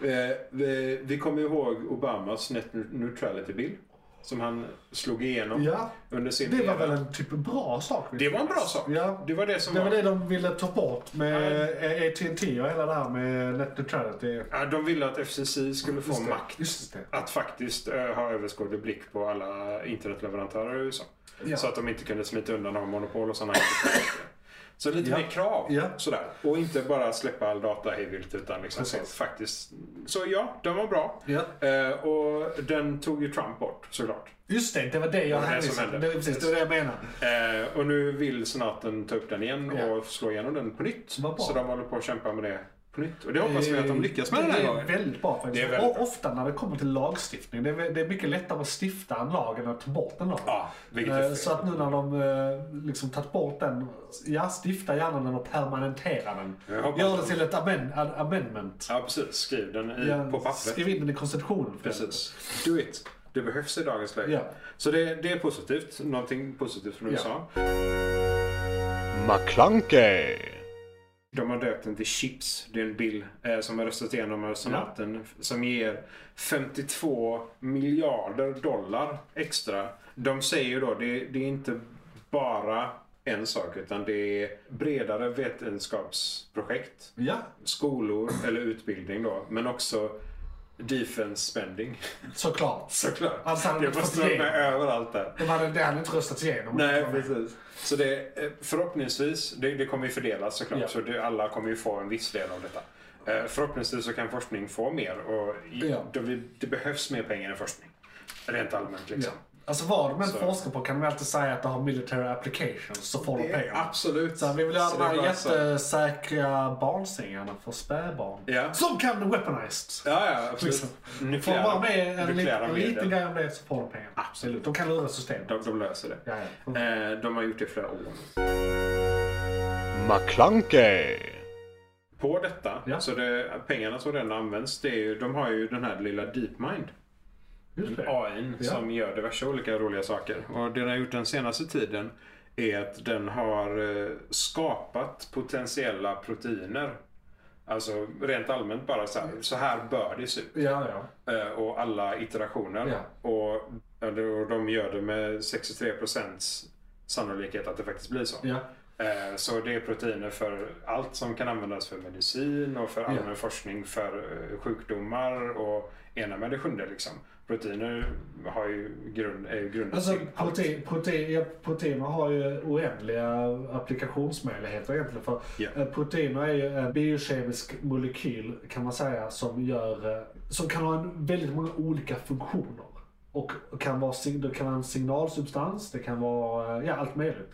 D: Eh, vi, vi kommer ihåg Obamas net neutrality bill. Som han slog igenom
C: Ja.
D: under sin
C: Det var
D: era.
C: väl en typ bra sak?
D: Det var en bra sak.
C: Ja.
D: Det var det som
C: Det var
D: var...
C: det de ville ta bort med eh, AT&T och hela det här med net neutrality.
D: Ja, de ville att FCC skulle få
C: Just det,
D: makt
C: Just det.
D: att faktiskt eh, ha överskådlig blick på alla internetleverantörer i USA.
C: Ja.
D: Så att de inte kunde smita undan och ha monopol och sådana här saker. Så lite
C: Ja.
D: mer krav.
C: Ja.
D: Sådär. Och inte bara släppa all data hej vilt utan liksom så
C: Precis.
D: faktiskt. Så ja, den var bra.
C: Ja.
D: Eh, och den tog ju Trump bort såklart.
C: Just det, det var det jag
D: Det var det som
C: hänvisade
D: hände.
C: till. Det var precis det var det jag menade.
D: Eh, och nu vill senaten ta upp den igen
C: Ja.
D: och slå igenom den på nytt.
C: Vad bra. Eh,
D: Så de håller på att kämpa med det på nytt. Och det hoppas vi att de lyckas med
C: det
D: den här
C: Det är
D: gången.
C: väldigt bra faktiskt.
D: Det är väldigt
C: och
D: bra.
C: ofta när det kommer till lagstiftning, det är, det är mycket lättare att stifta en lag än att ta bort en lag.
D: Ja, vilket är
C: Eh,
D: fel.
C: Så att nu när de eh, liksom tagit bort den, ja stifta gärna den och permanentera den.
D: Jag hoppas
C: Gör det
D: de-
C: till ett amen, ad, amendment.
D: Ja, precis. Skriv den i,
C: Ja,
D: på pappret.
C: Skriv in den i konstitutionen. för
D: Precis. Do it. Det behövs i dagens läge.
C: Ja.
D: Så det, det är positivt. Någonting positivt från
C: Ja.
D: USA.
B: McClunkey!
D: De har döpt den till Chips. Det är en bill eh, som har röstat igenom av senaten som ger 52 miljarder dollar extra. De säger ju då det, det är inte bara en sak utan det är bredare vetenskapsprojekt.
C: det. Ja,
D: Skolor eller utbildning då. Men också defense spending.
C: såklart.
D: Såklart.
C: Alltså, han
D: det måste vara
C: igenom.
D: med överallt där.
C: De hade, det hade inte röstats igenom.
D: Nej, precis. Så det, eh, förhoppningsvis, det, det kommer ju fördelas såklart,
C: Ja.
D: så det, alla kommer ju få en viss del av detta. Eh, Förhoppningsvis så kan forskning få mer och i,
C: Ja.
D: då vi, det behövs mer pengar i forskning. Rent allmänt
C: Ja.
D: liksom.
C: Alltså vad de än
D: Så.
C: forskar på kan de alltid säga att det har military applications så får de
D: Det är
C: pengar.
D: absolut.
C: Så vi vill ha
D: Så
C: de här
D: det är bara så-
C: jättesäkra barnsängarna för spädbarn.
D: Ja.
C: Som kan weaponized.
D: Ja, ja, absolut.
C: Liksom. Får de bara
D: Nukleära,
C: med en
D: nukleära
C: liten, liten
D: medel.
C: grej om det så får de pengar.
D: Absolut.
C: De kan lura systemet.
D: De, de löser det.
C: Ja, ja.
D: Eh, De har gjort det i flera år.
B: McClunkey!
D: På detta,
C: Ja.
D: så det, pengarna som redan används, det är ju, de har ju den här lilla DeepMind.
C: Just det.
D: AI
C: Ja.
D: som gör diverse olika roliga saker. Och det den har gjort den senaste tiden är att den har eh, skapat potentiella proteiner. Alltså rent allmänt bara så här, så här bör det se ut.
C: Ja, ja.
D: Eh, Och alla iterationer.
C: Ja.
D: Och, och de gör det med 63% sannolikhet att det faktiskt blir så.
C: ja.
D: Eh, Så det är proteiner för allt som kan användas för medicin och för allmän
C: Ja.
D: forskning för eh, sjukdomar och ena med det sjunde. Liksom. Proteiner har ju grund, är ju grundat
C: Alltså,
D: till allt.
C: protein, protein, ja, proteiner har ju oändliga applikationsmöjligheter egentligen. För
D: Ja.
C: eh, Proteiner är ju en biokemisk molekyl kan man säga som, gör, eh, som kan ha en väldigt många olika funktioner. Och kan vara, sig- det kan vara en signalsubstans, det kan vara eh, ja, allt möjligt.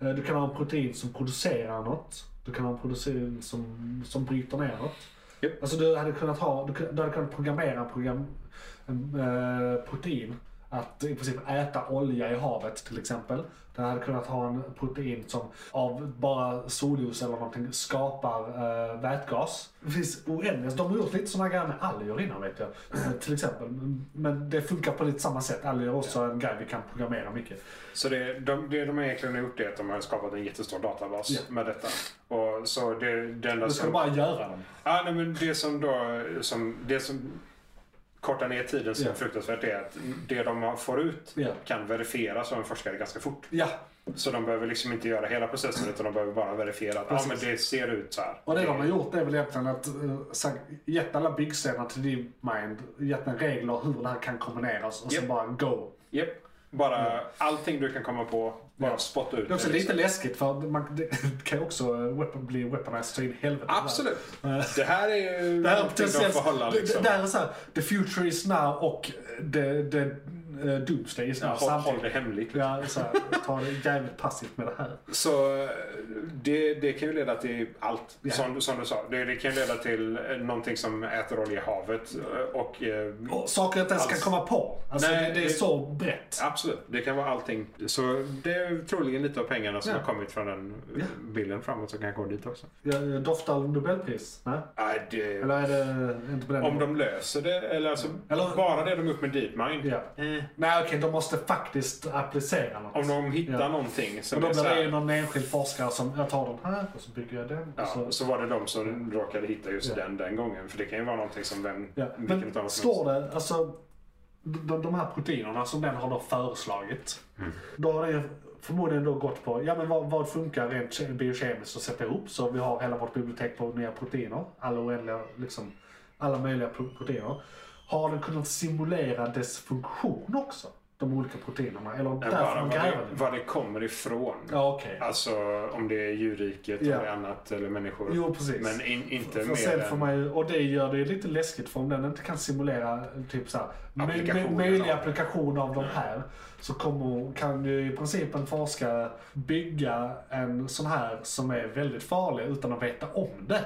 C: Eh, Du kan ha en protein som producerar något. Du kan ha en protein som, som bryter ner något.
D: Japp.
C: Alltså du hade kunnat ha, du, kun- du hade kunnat programmera en program, en, eh, protein att i princip äta olja i havet till exempel. Den hade kunnat ha en protein som av bara solljus eller någonting skapar eh, vätgas. Det finns oändligt. De har gjort lite sådana grejer med alger innan vet jag. Eh, till exempel. Men det funkar på lite samma sätt. Alger är också en grej vi kan programmera mycket.
D: Så det de, det de egentligen har gjort är att de har skapat en jättestor databas
C: Ja.
D: med detta. Och så det, det enda
C: Nu ska de
D: som...
C: bara göra dem.
D: Ja, nej, men det som då... Som, det som kortar ner tiden så
C: Ja.
D: fruktansvärt är att det de får ut
C: Ja.
D: kan verifieras av en forskare ganska fort.
C: Ja.
D: Så de behöver liksom inte göra hela processen utan de behöver bara verifiera att ah,
C: Precis.
D: men det ser ut så här.
C: Och det de har gjort är väl egentligen att uh, gett alla byggstenar till din mind, gett en regler hur det här kan kombineras och sen
D: Japp.
C: bara go.
D: Japp. Bara allting du kan komma på, bara spotta ut
C: Det är också
D: det, liksom.
C: lite läskigt för man, det kan ju också eh, weapon, bli weaponized så in i helvete.
D: Absolut. Det här är ju
C: Det här är
D: någonting de får hålla
C: potentiellt-
D: liksom.
C: det, det där är såhär, the future is now och eh, the, the eh, doomsday is now
D: håll, håll det
C: samtidigt.
D: hemligt.
C: Ja, så här, ta det jävligt passivt med det här.
D: Så eh, det, det kan ju leda till allt,
C: Ja.
D: som, som du sa. Det, det kan ju leda till eh, någonting som äter olja i havet. eh, Och, eh,
C: Och saker jag inte ens kan
D: Alls.
C: komma på. Alltså,
D: Nej,
C: det, det är
D: det-
C: så brett.
D: Absolut, det kan vara allting. Så det är troligen lite av pengarna som
C: Ja.
D: har kommit från den
C: Ja.
D: ja. bilden framåt som kan gå dit också.
C: Ja, eh, Doftar Nobelpris? Nej?
D: Nej, det...
C: Eller är det inte på den
D: Om
C: nivån?
D: de löser det, eller alltså
C: Eller-
D: bara det de upp med DeepMind.
C: Ja.
D: Eh,
C: Nej okej, de måste faktiskt applicera något.
D: Om de hittar
C: Ja.
D: någonting som
C: Men då
D: är så
C: blir det ju
D: här,
C: någon enskild forskare som, jag tar den här och så bygger jag den.
D: ja,
C: och så, Mm.
D: så var det de som råkade hitta just
C: Ja.
D: den den gången. För det kan ju vara någonting som vem,
C: Ja,
D: vilken
C: men
D: utav oss som helst.
C: står det, alltså de, de här proteinerna som den har då föreslagit.
D: Mm.
C: Då har det ju förmodligen då gått på, ja men vad, vad funkar rent ke- biokemiskt att sätta ihop? Så vi har hela vårt bibliotek på nya proteiner, alla oändliga, liksom, alla möjliga pro- proteiner. Har den kunnat simulera dess funktion också? De olika proteinerna? Eller
D: Nej,
C: därför
D: bara
C: man
D: var det,
C: gräver det?
D: var det kommer ifrån.
C: Ja okej.
D: Alltså om det är djurriket,
C: Ja.
D: om det är annat eller människor.
C: Jo precis.
D: Men in, inte
C: För sen
D: mer
C: får
D: än...
C: man ju, och det gör det ju lite läskigt för om den inte kan simulera typ så här, mö-
D: Applikationer
C: mö- möjliga
D: av-
C: applikationer av de här så kommer, kan ju i princip en forskare bygga en sån här som är väldigt farlig utan att veta om det.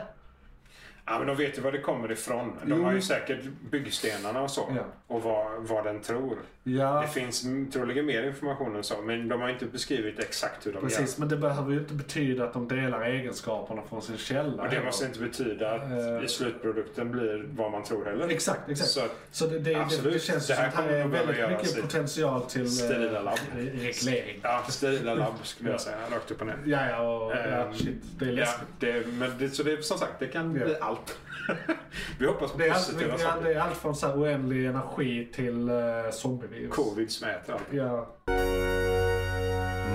D: Ja, men de vet ju var det kommer ifrån. De
C: Jo.
D: har ju säkert byggstenarna och så.
C: Ja.
D: Och vad, vad den tror.
C: Ja,
D: Det finns m- troligen mer information än så. Men de har inte beskrivit exakt hur de
C: precis. Men det behöver ju inte betyda att de delar egenskaperna från sin källa.
D: gör. Och det
C: heller.
D: måste inte betyda att
C: Eh.
D: i slutprodukten blir vad man tror heller.
C: Exakt, exakt.
D: Så
C: Så,
D: att
C: det, det, det,
D: Absolut.
C: det känns
D: Det
C: det
D: här
C: här som att
D: kommer
C: det är
D: nog behöva
C: väldigt
D: göras
C: mycket
D: i
C: potential till eh,
D: sterila labb.
C: re- reglering.
D: Ja, sterila labb skulle jag säga. Rakt upp och ner.
C: Ja, ja, och, ja,
D: Ehm,
C: shit. Det är
D: Ja,
C: läskigt.
D: det, men det, så det, som sagt, det kan
C: Ja.
D: bli allt. Vi hoppas på
C: Det är, alltså. allt,
D: positiva
C: det, är,
D: saker.
C: det är allt från så här oändlig energi till uh, zombievirus.
D: Covid som äter allt.
C: Ja.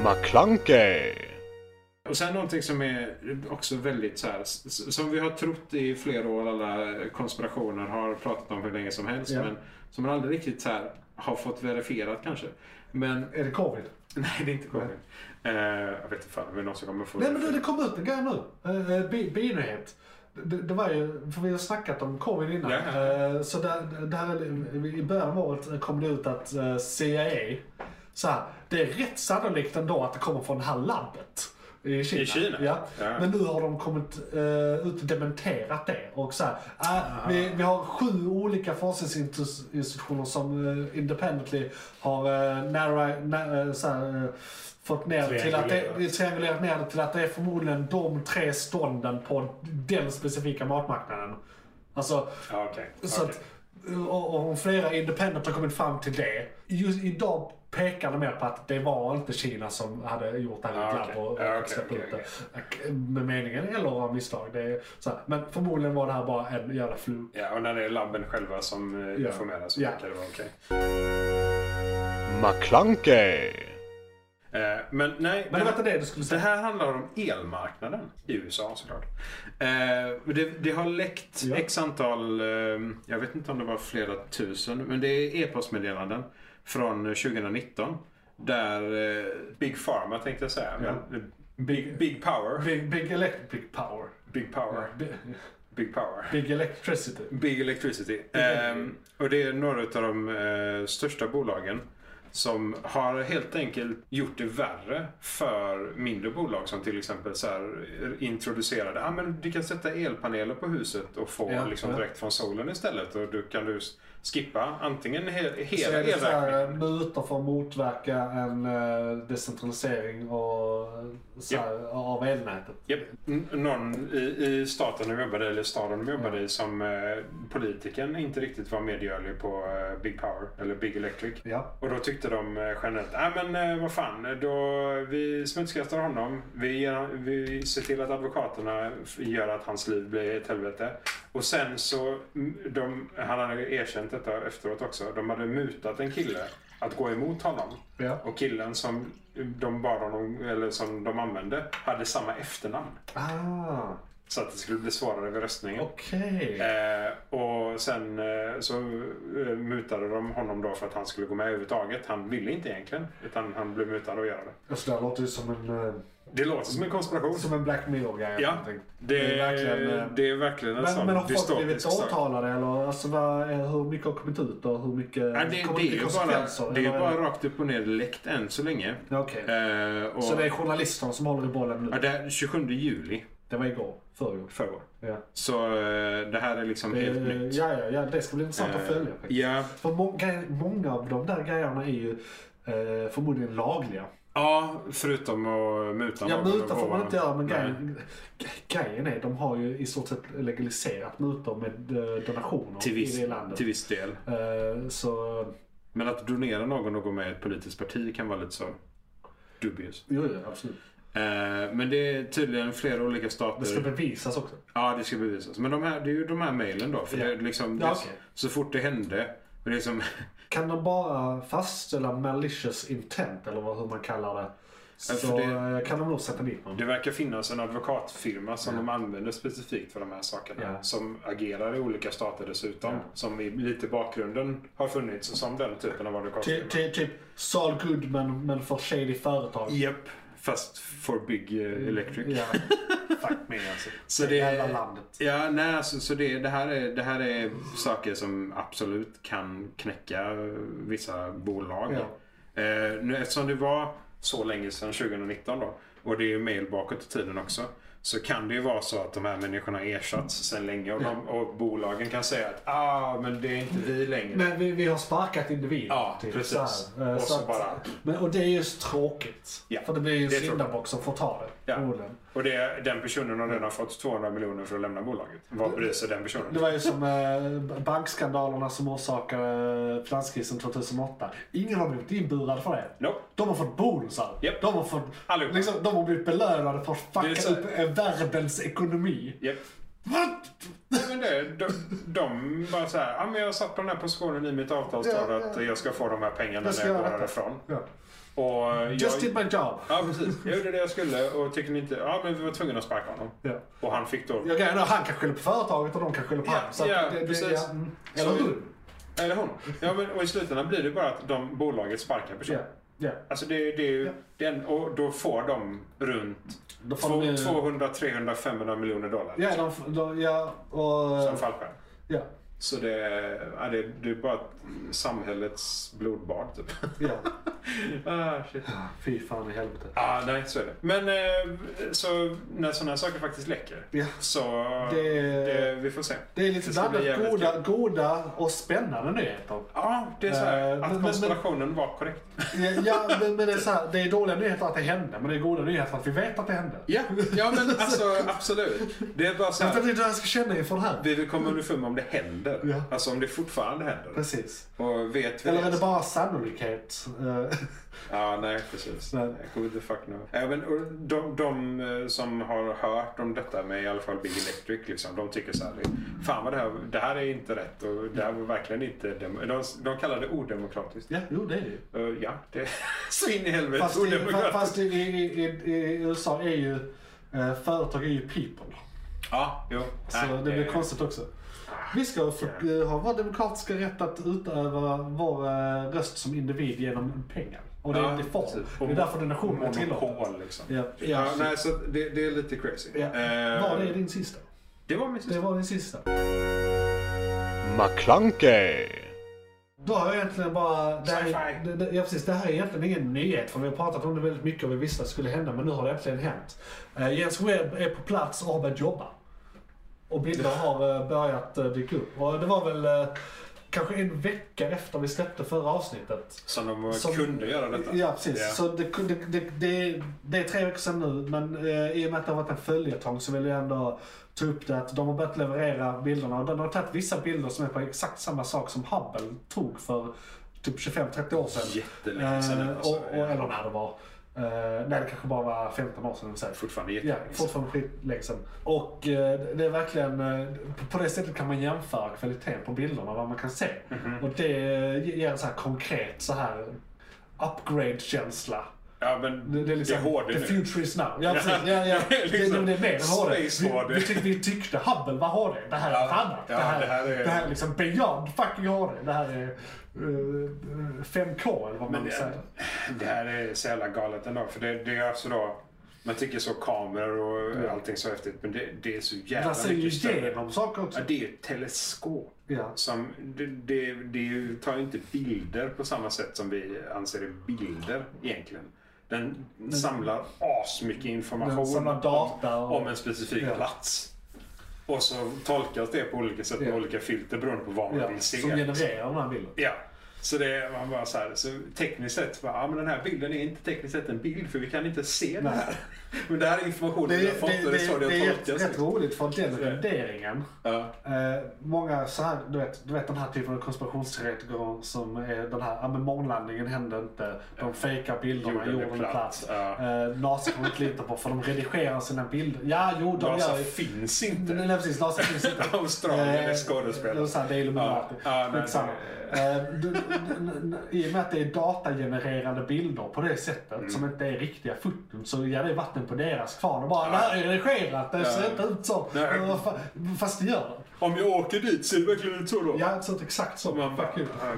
B: McClunkey.
D: Och sen någonting som är också väldigt så här, s- s- som vi har trott i flera år, alla konspirationer har pratat om hur länge som helst,
C: Ja.
D: men som man aldrig riktigt så här, har fått verifierat kanske. Men
C: Är det covid?
D: nej, det är inte covid. Eh, jag vet inte fan om det är någon som kommer få
C: Nej men du, det kom ut en grej nu. Uh, Binyhet. Det, det var ju, för vi har snackat om covid innan.
D: Ja.
C: Eh, så där, där, i början av året kom det ut att eh, CIA, så här, det är rätt sannolikt ändå att det kommer från det här labbet. I Kina.
D: I Kina?
C: Ja.
D: Ja.
C: Men nu har de kommit eh, ut och dementerat det. Och så här, ah, vi, vi har sju olika forskningsinstitutioner som eh, independently har eh, nära, nä, eh, så här, eh, fått ner till att det,
D: Triangulerat.
C: vi triangulerat ner det till att det är förmodligen de tre stånden på den specifika matmarknaden. Alltså,
D: Ja, okej.
C: så
D: Okej.
C: att, och, och om flera independent har kommit fram till det. Just idag pekar de mer på att det var inte Kina som hade gjort det här
D: Ja,
C: ah,
D: okej.
C: och, och
D: Ja, okej,
C: släppt
D: okej,
C: ut det. Med meningen eller av misstag. Det är, så här. Men förmodligen var det här bara en jävla flug.
D: Ja, och när det är labben själva som eh,
C: Ja.
D: informerar så
C: Ja.
D: verkar det vara okej.
B: McClunkey.
D: Eh, men nej,
C: Men det var inte det du skulle
D: Det
C: säga.
D: här handlar om elmarknaden i USA såklart. Eh, men det, det har läckt
C: Ja.
D: x antal, eh, jag vet inte om det var flera tusen, men det är e-postmeddelanden från 2019. Där eh, Big Pharma tänkte jag säga, men eh, big, big Power.
C: Big, big electric power.
D: Big Power.
C: Big,
D: Big Power.
C: big electricity.
D: Big Electricity. Ehm, och det är några av de eh, största bolagen som har helt enkelt gjort det värre för mindre bolag som till exempel så här introducerade ah, men du kan sätta elpaneler på huset och få
C: Ja,
D: liksom,
C: ja.
D: direkt från solen istället och du kan du skippa antingen he-
C: Så
D: hela
C: är det så här,
D: elräkningen.
C: eh, mutor för att motverka en eh, decentralisering och, eh, så här, av elnätet.
D: Japp. N- Någon i, i staten de jobbade eller staden de jobbade i som eh, politiken inte riktigt var medgörlig på eh, Big Power eller Big Electric.
C: Ja.
D: Och då tyckte de eh, generellt, nej men eh, vad fan, då, vi smutskastar honom. Vi, ger, vi ser till att advokaterna f- gör att hans liv blir ett helvete. Och sen så, mm, de, han hade erkänt detta efteråt också, de hade mutat en kille att gå emot honom.
C: ja.
D: Och killen som de bad honom, eller som de använde, hade samma efternamn.
C: Ah,
D: Så att det skulle bli svårare vid röstningen.
C: okej.
D: Eh, och sen eh, så eh, mutade de honom då för att han skulle gå med överhuvudtaget. Han ville inte egentligen, utan han blev mutad att göra det.
C: Alltså det här låter ju som en, eh,
D: Det låter som en konspiration.
C: som en Black Mirror-grej. eller
D: Ja,
C: någonting.
D: det,
C: är verkligen... eh,
D: det är verkligen en
C: Men,
D: sån
C: men har folk blivit
D: dystopisk sak.
C: åtalade eller alltså, vad, är- hur mycket har kommit ut och hur mycket
D: Ja, det, det,
C: kommer
D: är ju
C: konsekvenser?
D: bara, det är ju
C: eller-
D: bara rakt upp och ner läckt än så länge.
C: Ja, Okej.
D: Eh, och,
C: Så det är journalisterna som håller i bollen
D: ja,
C: nu?
D: det är 27 juli
C: Det var igår, förrgår.
D: förra året.
C: Ja.
D: Så eh, det här är liksom helt
C: Eh,
D: nytt.
C: Ja, ja, ja, det ska bli intressant att
D: Eh,
C: följa. faktiskt.
D: Ja,
C: För många, många av de där grejerna är ju eh, förmodligen lagliga.
D: Ja, förutom att muta
C: Ja,
D: någon
C: muta
D: och
C: får man
D: vara-
C: inte göra, men
D: Nej.
C: grejen, grejen är de har ju i stort sett legaliserat mutor med eh, donationer
D: Till viss,
C: i det landet.
D: till viss del.
C: Eh, så,
D: Men att donera någon och gå med i ett politiskt parti kan vara lite så dubious.
C: jo, jo, absolut.
D: Eh, men det är tydligen flera olika stater.
C: Det ska bevisas också.
D: Ja, det ska bevisas. Men de här, det är ju de här mejlen då. För
C: Ja.
D: det är liksom,
C: Ja,
D: det,
C: okej.
D: Så fort det hände. Det är liksom,
C: Kan de bara fastställa malicious intent, eller vad, hur man kallar det,
D: Ja, för
C: så
D: det-
C: eh, kan de nog sätta dit någon.
D: det verkar finnas en advokatfirma som de använder specifikt för de här sakerna.
C: Ja.
D: Som agerar i olika stater dessutom.
C: Ja.
D: Som i, lite i bakgrunden har funnits som den typen av advokatfirma.
C: Ty, ty, typ Saul Goodman, men för shady företag.
D: Japp, fast for big eh, electric.
C: Mm. Ja, fuck me alltså.
D: Så
C: Det
D: det,
C: jävla landet.
D: ja, nej, alltså, så det, det, här är, det här är saker som absolut kan knäcka vissa bolag.
C: Ja.
D: Eh, nu, eftersom det var så länge sedan 2019 då och det är ju mail bakåt i tiden också. Så kan det ju vara så att de här människorna har ersatts sedan länge och, de, och bolagen kan säga att ah, men det är inte vi längre.
C: Men vi, vi har sparkat individer.
D: Ja, precis.
C: Så här. Eh,
D: Och så
C: att-
D: bara-
C: Men, och det är just tråkigt.
D: Ja,
C: För det blir ju en
D: det tror jag.
C: syndabock som får ta det.
D: Ja.
C: förmodligen.
D: Och det, den personen har redan fått 200 miljoner för att lämna bolaget. Vad bryr sig den personen?
C: Det var ju som eh, bankskandalerna som orsakade eh, finanskrisen 2008. Ingen har blivit inburad för det.
D: Nope.
C: De har fått bonusar.
D: Japp.
C: De, har fått,
D: Allihopa.
C: liksom, de har blivit belönade för att
D: Det är
C: fucka
D: så-
C: upp eh, världens ekonomi.
D: Japp.
C: What?
D: Nej, men det, de, de bara så här, ja men jag satt på den här positionen i mitt avtal står det att jag ska få de här pengarna
C: Jag ska
D: när jag
C: göra
D: går
C: detta.
D: härifrån.
C: Ja.
D: Och jag,
C: Just did my job.
D: ja precis, jag gjorde det jag skulle och tyckte ni inte, ja men vi var tvungna att sparka honom.
C: Ja.
D: Och han fick då,
C: Ja, grejen är att han kan skylla på företaget och de kan skylla på
D: Ja,
C: honom. Så att
D: ja,
C: det- det-
D: precis.
C: ja, mm. Eller
D: Så-
C: hur?
D: eller hon. Ja, men, och i slutändan blir det bara att de, bolaget sparkar
C: Ja,
D: personen.
C: ja.
D: Alltså det, det är ju,
C: Ja.
D: den, och då får de runt
C: Då får de ju-
D: 200, 300, 500 miljoner dollar
C: Ja, de, de, ja,
D: som
C: och,
D: fallskärm.
C: ja,
D: Så det, ja, det, det är bara ett samhällets blodbad typ.
C: ja.
D: ah, shit.
C: Fy fan i helvete.
D: Ja, nej så är det. Men eh, så när sådana här saker faktiskt läcker
C: Ja.
D: så
C: Det-
D: det, vi får se.
C: Det är lite
D: Det ska bli
C: blandat
D: jävligt
C: goda, goda och spännande nyheter.
D: Ja, det är så här
C: Eh, men-
D: att
C: men-
D: konstellationen var korrekt.
C: Ja, Ja, men, men det, är så här, det är dåliga nyheter att det hände, men det är goda nyheter att vi vet att det hände.
D: Ja, ja men alltså absolut. Det är bara så
C: Jag vet
D: här.
C: inte hur jag ska känna inför det här.
D: Vi vill komma underfund med om det händer.
C: Ja.
D: Alltså om det fortfarande händer.
C: Precis.
D: Och vet vi
C: Eller är
D: det?
C: det bara sannolikhet? Eh,
D: Ja, nej precis.
C: Nej.
D: Nej, Who the fuck know. Ja, men, och de, de eh, som har hört om detta med i alla fall Big Electric, liksom, de tycker så här. Fan vad det här, det här är inte rätt och det här var verkligen inte... dem- De, de kallar det odemokratiskt.
C: Ja, jo det är det ju.
D: Eh, ja, det är så in i helvete
C: Fast, i, fa-
D: odemokratiskt.
C: fast i, i, i, i USA är ju eh, företag är ju people.
D: Ja, jo.
C: Så
D: Nej,
C: det blir
D: eh,
C: konstigt också. Vi ska för, ha vår demokratiska rätt att utöva vår eh, röst som individ genom pengar. Och det,
D: ja,
C: det får
D: precis.
C: Det är därför donationer är tillåtna.
D: Monopol liksom.
C: Ja,
D: Ja,
C: ja,
D: nej, så det, det är lite crazy.
C: ja.
D: Eh,
C: Var det din sista?
D: det var min sista.
C: Det var din sista.
B: McClunkey.
C: Då har jag egentligen bara... Det här, är-
D: Sci-fi.
C: det, det, ja, precis, det här är egentligen ingen nyhet för vi har pratat om det väldigt mycket och vi visste att det skulle hända men nu har det äntligen hänt. Eh, Jens Webb är på plats och har börjat jobba. Och bilder har eh, börjat eh, dyka upp. Och det var väl eh, kanske en vecka efter vi släppte förra avsnittet.
D: Som de
C: Som-
D: kunde göra detta.
C: Ja, precis.
D: Ja.
C: Så det, kunde- det, det, det är tre veckor sedan nu, men eh, i och med att det har varit en följetong så vill jag ändå ta upp det att de har börjat leverera bilderna. Och de har tagit vissa bilder som är på exakt samma sak som Hubble tog för typ 25-30 år sedan.
D: Jättelänge sedan,
C: Eh,
D: alltså,
C: och, och,
D: ja.
C: eller när det var. Eh, nej, det kanske bara var 15 år sedan. eller så.
D: Fortfarande
C: Ja,
D: jättelänge sedan.
C: fortfarande skitlänge sedan. Och eh, det är verkligen, eh, på- på det sättet kan man jämföra kvaliteten på bilderna, vad man kan se.
D: Mhm.
C: Och det eh, ger en så här konkret så här upgrade-känsla.
D: Ja, men
C: Det, det är liksom,
D: det är HD
C: the
D: nu.
C: future is now. Ja, precis. Ja, ja.
D: Det är liksom
C: det, det är mer än HD.
D: space HD.
C: Vi, vi, tyck, vi tyckte Hubble var HD. Det här är
D: Ja,
C: något annat.
D: ja, det här är-
C: det här är liksom beyond fucking HD. Det här är eh, 5K eller vad man
D: Men
C: säger.
D: det, det här är så jävla galet ändå. För det, det är alltså då, man tycker så kameror och allting så häftigt. Men det, det är så
C: Man
D: jävla
C: ser ju
D: mycket större.
C: igenom saker också.
D: Ja, det är ju ett teleskop.
C: Ja.
D: Som, det, det, det är ju- tar ju inte bilder på samma sätt som vi anser är bilder egentligen. Den samlar asmycket information
C: Den samlar data
D: om,
C: och-
D: om en specifik
C: Ja.
D: plats. Och så tolkas det på olika sätt med
C: Ja.
D: olika filter beroende på vad man
C: Ja,
D: vill se.
C: som genererar den här bilden.
D: Ja. Så det man bara så här, så tekniskt sett, bara, ja, men den här bilden är inte tekniskt sett en bild för vi kan inte se den här. Men det här är informationen
C: Det,
D: vi
C: det,
D: har fått
C: det,
D: och det är så
C: det,
D: det
C: är
D: har
C: rätt, rätt
D: tolkats.
C: roligt för den
D: Så är det.
C: renderingen.
D: Ja.
C: Eh, många så här, du vet, du vet den här typen av konspirationsteoretiker som är den här, ja men månlandningen hände inte. De fejkar bilderna, jorden är platt.
D: Ja.
C: Eh, NASA kommer inte lita på för de redigerar sina bilder. Ja, jo de
D: NASA
C: gör ju.
D: Alltså, finns
C: Nej,
D: inte.
C: nej, precis. NASA finns inte.
D: Australien är
C: Eh,
D: skådespelare.
C: det var så här, Det är Illuminati.
D: Ja, ja, men-
C: Skitsamma. Eh, du- du- du- I och med att det är datagenererade bilder på det sättet
D: Mm.
C: som inte är riktiga foton så ja, det är vatten på deras kvarn. Och bara det här är redigerat, det ser
D: Ja.
C: inte ut så.
D: Nej.
C: Men vad fa- Fast det gör det.
D: Om jag åker dit ser det verkligen ut så då?
C: Ja, det ser inte exakt så.
D: Och Man bara,
C: Fuck you.
D: "Ah,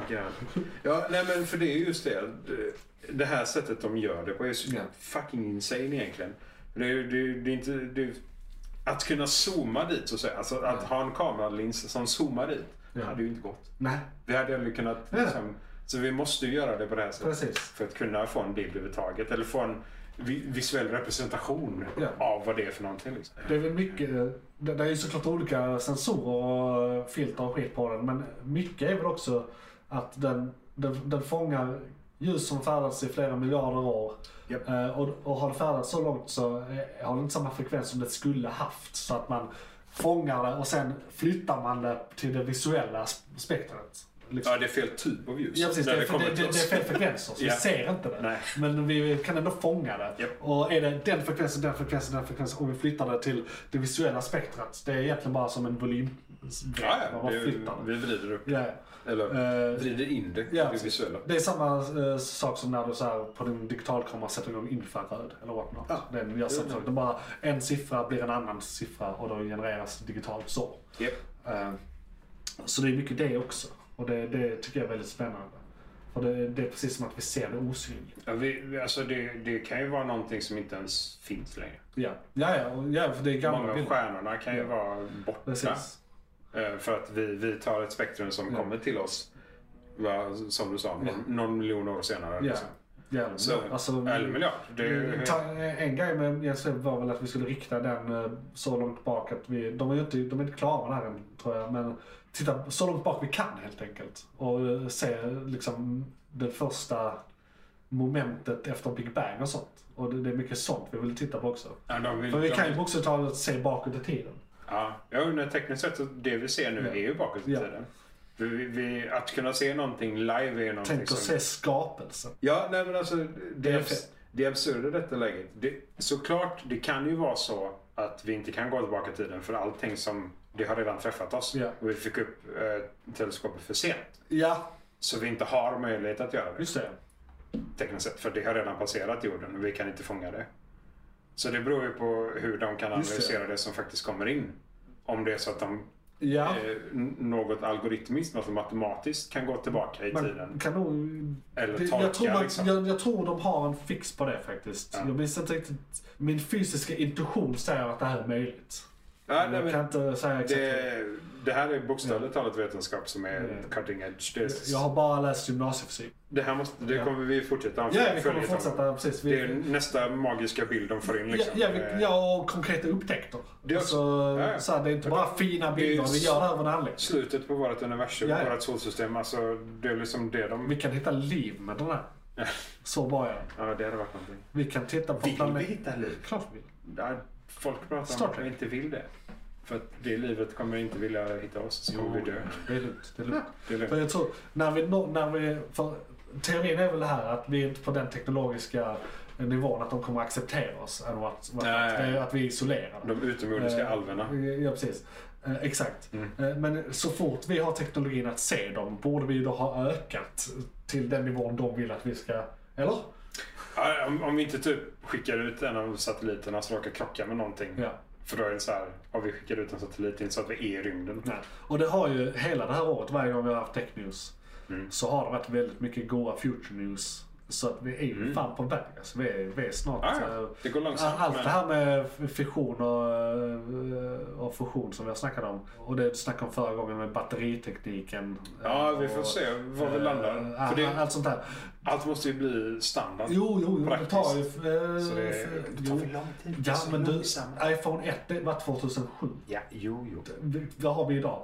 D: God." ja, nej men för det är just det. eh, Det här sättet de gör det på är så
C: Ja.
D: fucking insane egentligen. Det är, ju- det, är- det är inte, det är, att kunna zooma dit och säga, alltså att ha en kameralins som zoomar dit, det
C: Ja.
D: hade ju inte gått.
C: Nej,
D: Vi hade aldrig kunnat
C: Nej.
D: liksom, så vi måste ju göra det på det här sättet
C: precis.
D: för att kunna få en bild överhuvudtaget eller få en vi- visuell representation
C: Ja.
D: av vad det är för någonting. Liksom.
C: Det är väl mycket, det, det är ju såklart olika sensorer och filter och skit på den. Men mycket är väl också att den, den, den fångar ljus som färdas i flera miljarder år.
D: Japp.
C: Eh, och, och har det färdats så långt så eh, har det inte samma frekvens som det skulle haft. Så att man fångar det och sen flyttar man det till det visuella sp- spektrat. Liksom.
D: Ja, det är fel typ av ljus.
C: Ja precis, det,
D: när
C: är- för
D: kommer
C: det, det,
D: till
C: det är
D: oss.
C: fel frekvenser så vi
D: Ja.
C: ser inte det.
D: Nej.
C: Men vi kan ändå fånga det.
D: Japp.
C: Och är det den frekvensen, den frekvensen, den frekvensen och vi flyttar det till det visuella spektrat. Det är egentligen bara som en volym.
D: Ja,
C: Man
D: ja,
C: bara
D: det,
C: flyttar det.
D: vi vrider upp.
C: Ja.
D: Eller
C: Eh,
D: vrider in det,
C: ja,
D: det visuella.
C: Det är samma eh, sak som när du så här, på din digitalkamera sätter igång infraröd eller whatnot.
D: Ja.
C: Den gör samma sak. Den bara, en siffra blir en annan siffra och då genereras digitalt så.
D: Yep.
C: Eh, Så det är mycket det också. Och det, det tycker jag är väldigt spännande. För det, det är precis som att vi ser det osynligt.
D: Ja, vi, vi- alltså det, det kan ju vara någonting som inte ens finns längre.
C: Ja, ja, ja, och- ja för det är gamla
D: Många av
C: bilder.
D: stjärnorna kan ju
C: Ja.
D: vara borta.
C: Precis.
D: Eh, För att vi, vi tar ett spektrum som
C: Ja.
D: kommer till oss, va, som du sa, någon, någon miljon år senare.
C: Ja.
D: liksom.
C: Jävlar,
D: Så,
C: alltså, mm,
D: eller miljard. Det, är-
C: ta- en grej med Jens Webb var väl att vi skulle rikta den eh, så långt bak att vi, de är ju inte, de är inte klara med det här än tror jag, men titta så långt bak vi kan helt enkelt. Och eh, se liksom det första momentet efter Big Bang och sånt. Och det, det är mycket sånt vi vill titta på också.
D: ja, de vill,
C: För vi
D: de,
C: kan ju bokstavligt talat se bakåt i tiden.
D: ja, jag undrar tekniskt sett, så det vi ser nu
C: Ja.
D: är ju bakåt i
C: Ja.
D: tiden. Vi, vi- vi, att kunna se någonting live är någonting
C: Tänk
D: som...
C: att se skapelsen.
D: Ja, nej men alltså det,
C: är
D: är
C: fett.
D: abs- det absurda i detta läget. Det, såklart, det kan ju vara så att vi inte kan gå tillbaka i tiden för allting som det har redan träffat oss
C: Ja.
D: och vi fick upp eh, teleskopet för sent.
C: Ja,
D: Så vi inte har möjlighet att göra det
C: just det.
D: tekniskt sett för det har redan passerat jorden och vi kan inte fånga det. Så det beror ju på hur de kan
C: Just det.
D: analysera det. som faktiskt kommer in. Om det är så att de
C: Ja.
D: eh, n- något algoritmiskt, något matematiskt kan gå tillbaka i
C: Man
D: tiden.
C: kan nog...
D: Eller
C: det-
D: tolka,
C: jag, tror man,
D: liksom.
C: jag, jag tror de har en fix på det faktiskt.
D: Ja.
C: Jag minns inte riktigt. Min fysiska intuition säger att det här är möjligt.
D: Ja, nej,
C: jag
D: men-
C: kan inte säga exakt.
D: Det, det här är bokstavligt talat vetenskap som är
C: Ja.
D: cutting edge. Det,
C: hur. Jag har bara läst gymnasiefysik.
D: det här måste, det
C: Ja.
D: kommer vi fortsätta om.
C: Ja, vi kommer
D: följetong.
C: fortsätta. Precis.
D: Det är
C: Vi,
D: nästa magiska bild de får in.
C: ja,
D: Liksom.
C: ja, vi, ja, och konkreta upptäckter.
D: Det är
C: alltså,
D: ja.
C: så här, det är inte bara fina bilder, vi gör det här av en anledning.
D: Slutet på vårt universum,
C: Ja, ja.
D: vårt solsystem. Alltså, det är liksom det de...
C: Vi kan hitta liv med den här.
D: Ja.
C: Så bra är det.
D: Ja, det hade varit någonting.
C: Vi kan titta på
D: hitta liv?
C: Klart vi vill.
D: Ja, folk pratar
C: Star
D: om att de
C: Trek.
D: inte vill det. För att det livet kommer inte vilja hitta oss, så kommer vi dö.
C: Det är lugnt. Det är lugnt.
D: Det är
C: För
D: lugnt.
C: jag tror, när vi, nå- när vi, för teorin är väl det här att vi är inte på den teknologiska nivån att de kommer att acceptera oss. Än vad, vad,
D: Nej.
C: att, det är att vi är isolerade.
D: De utomjordiska
C: Eh,
D: alverna.
C: Ja, precis. Eh, Exakt. Eh, Men så fort vi har teknologin att se dem borde vi ju då ha ökat till den nivån de vill att vi ska... Eller?
D: Ja, om, om vi inte typ skickar ut en av satelliterna som råkar krocka med någonting.
C: Ja.
D: För då är det så här, om vi skickar ut en satellit in så att vi är i rymden.
C: Nej. Och det har ju hela det här året, varje gång vi har haft tech news,
D: Mm.
C: så har det varit väldigt mycket goa future news. Så att vi är ju fan på väg. Alltså, vi, är, vi är snart...
D: Mm. Ah, ja.
C: eh,
D: Det går långsamt.
C: Allt
D: men-
C: det här med fission och, eh, och fusion som vi har snackat om. Och det du snackade om förra gången med batteritekniken. eh,
D: Ja, vi får
C: och,
D: se var vi
C: eh,
D: landar. För
C: all-
D: det,
C: Allt sånt där.
D: allt måste ju bli standard.
C: Jo, jo, jo. Det tar ju...
D: Praktiskt.
C: eh,
D: Så det,
C: för-
D: det tar för
C: jo.
D: lång tid. Det är
C: Ja,
D: så
C: men du.
D: långsamt.
C: iPhone 1, det var 2007.
D: Ja, jo, jo.
C: Vi- Vad har vi idag?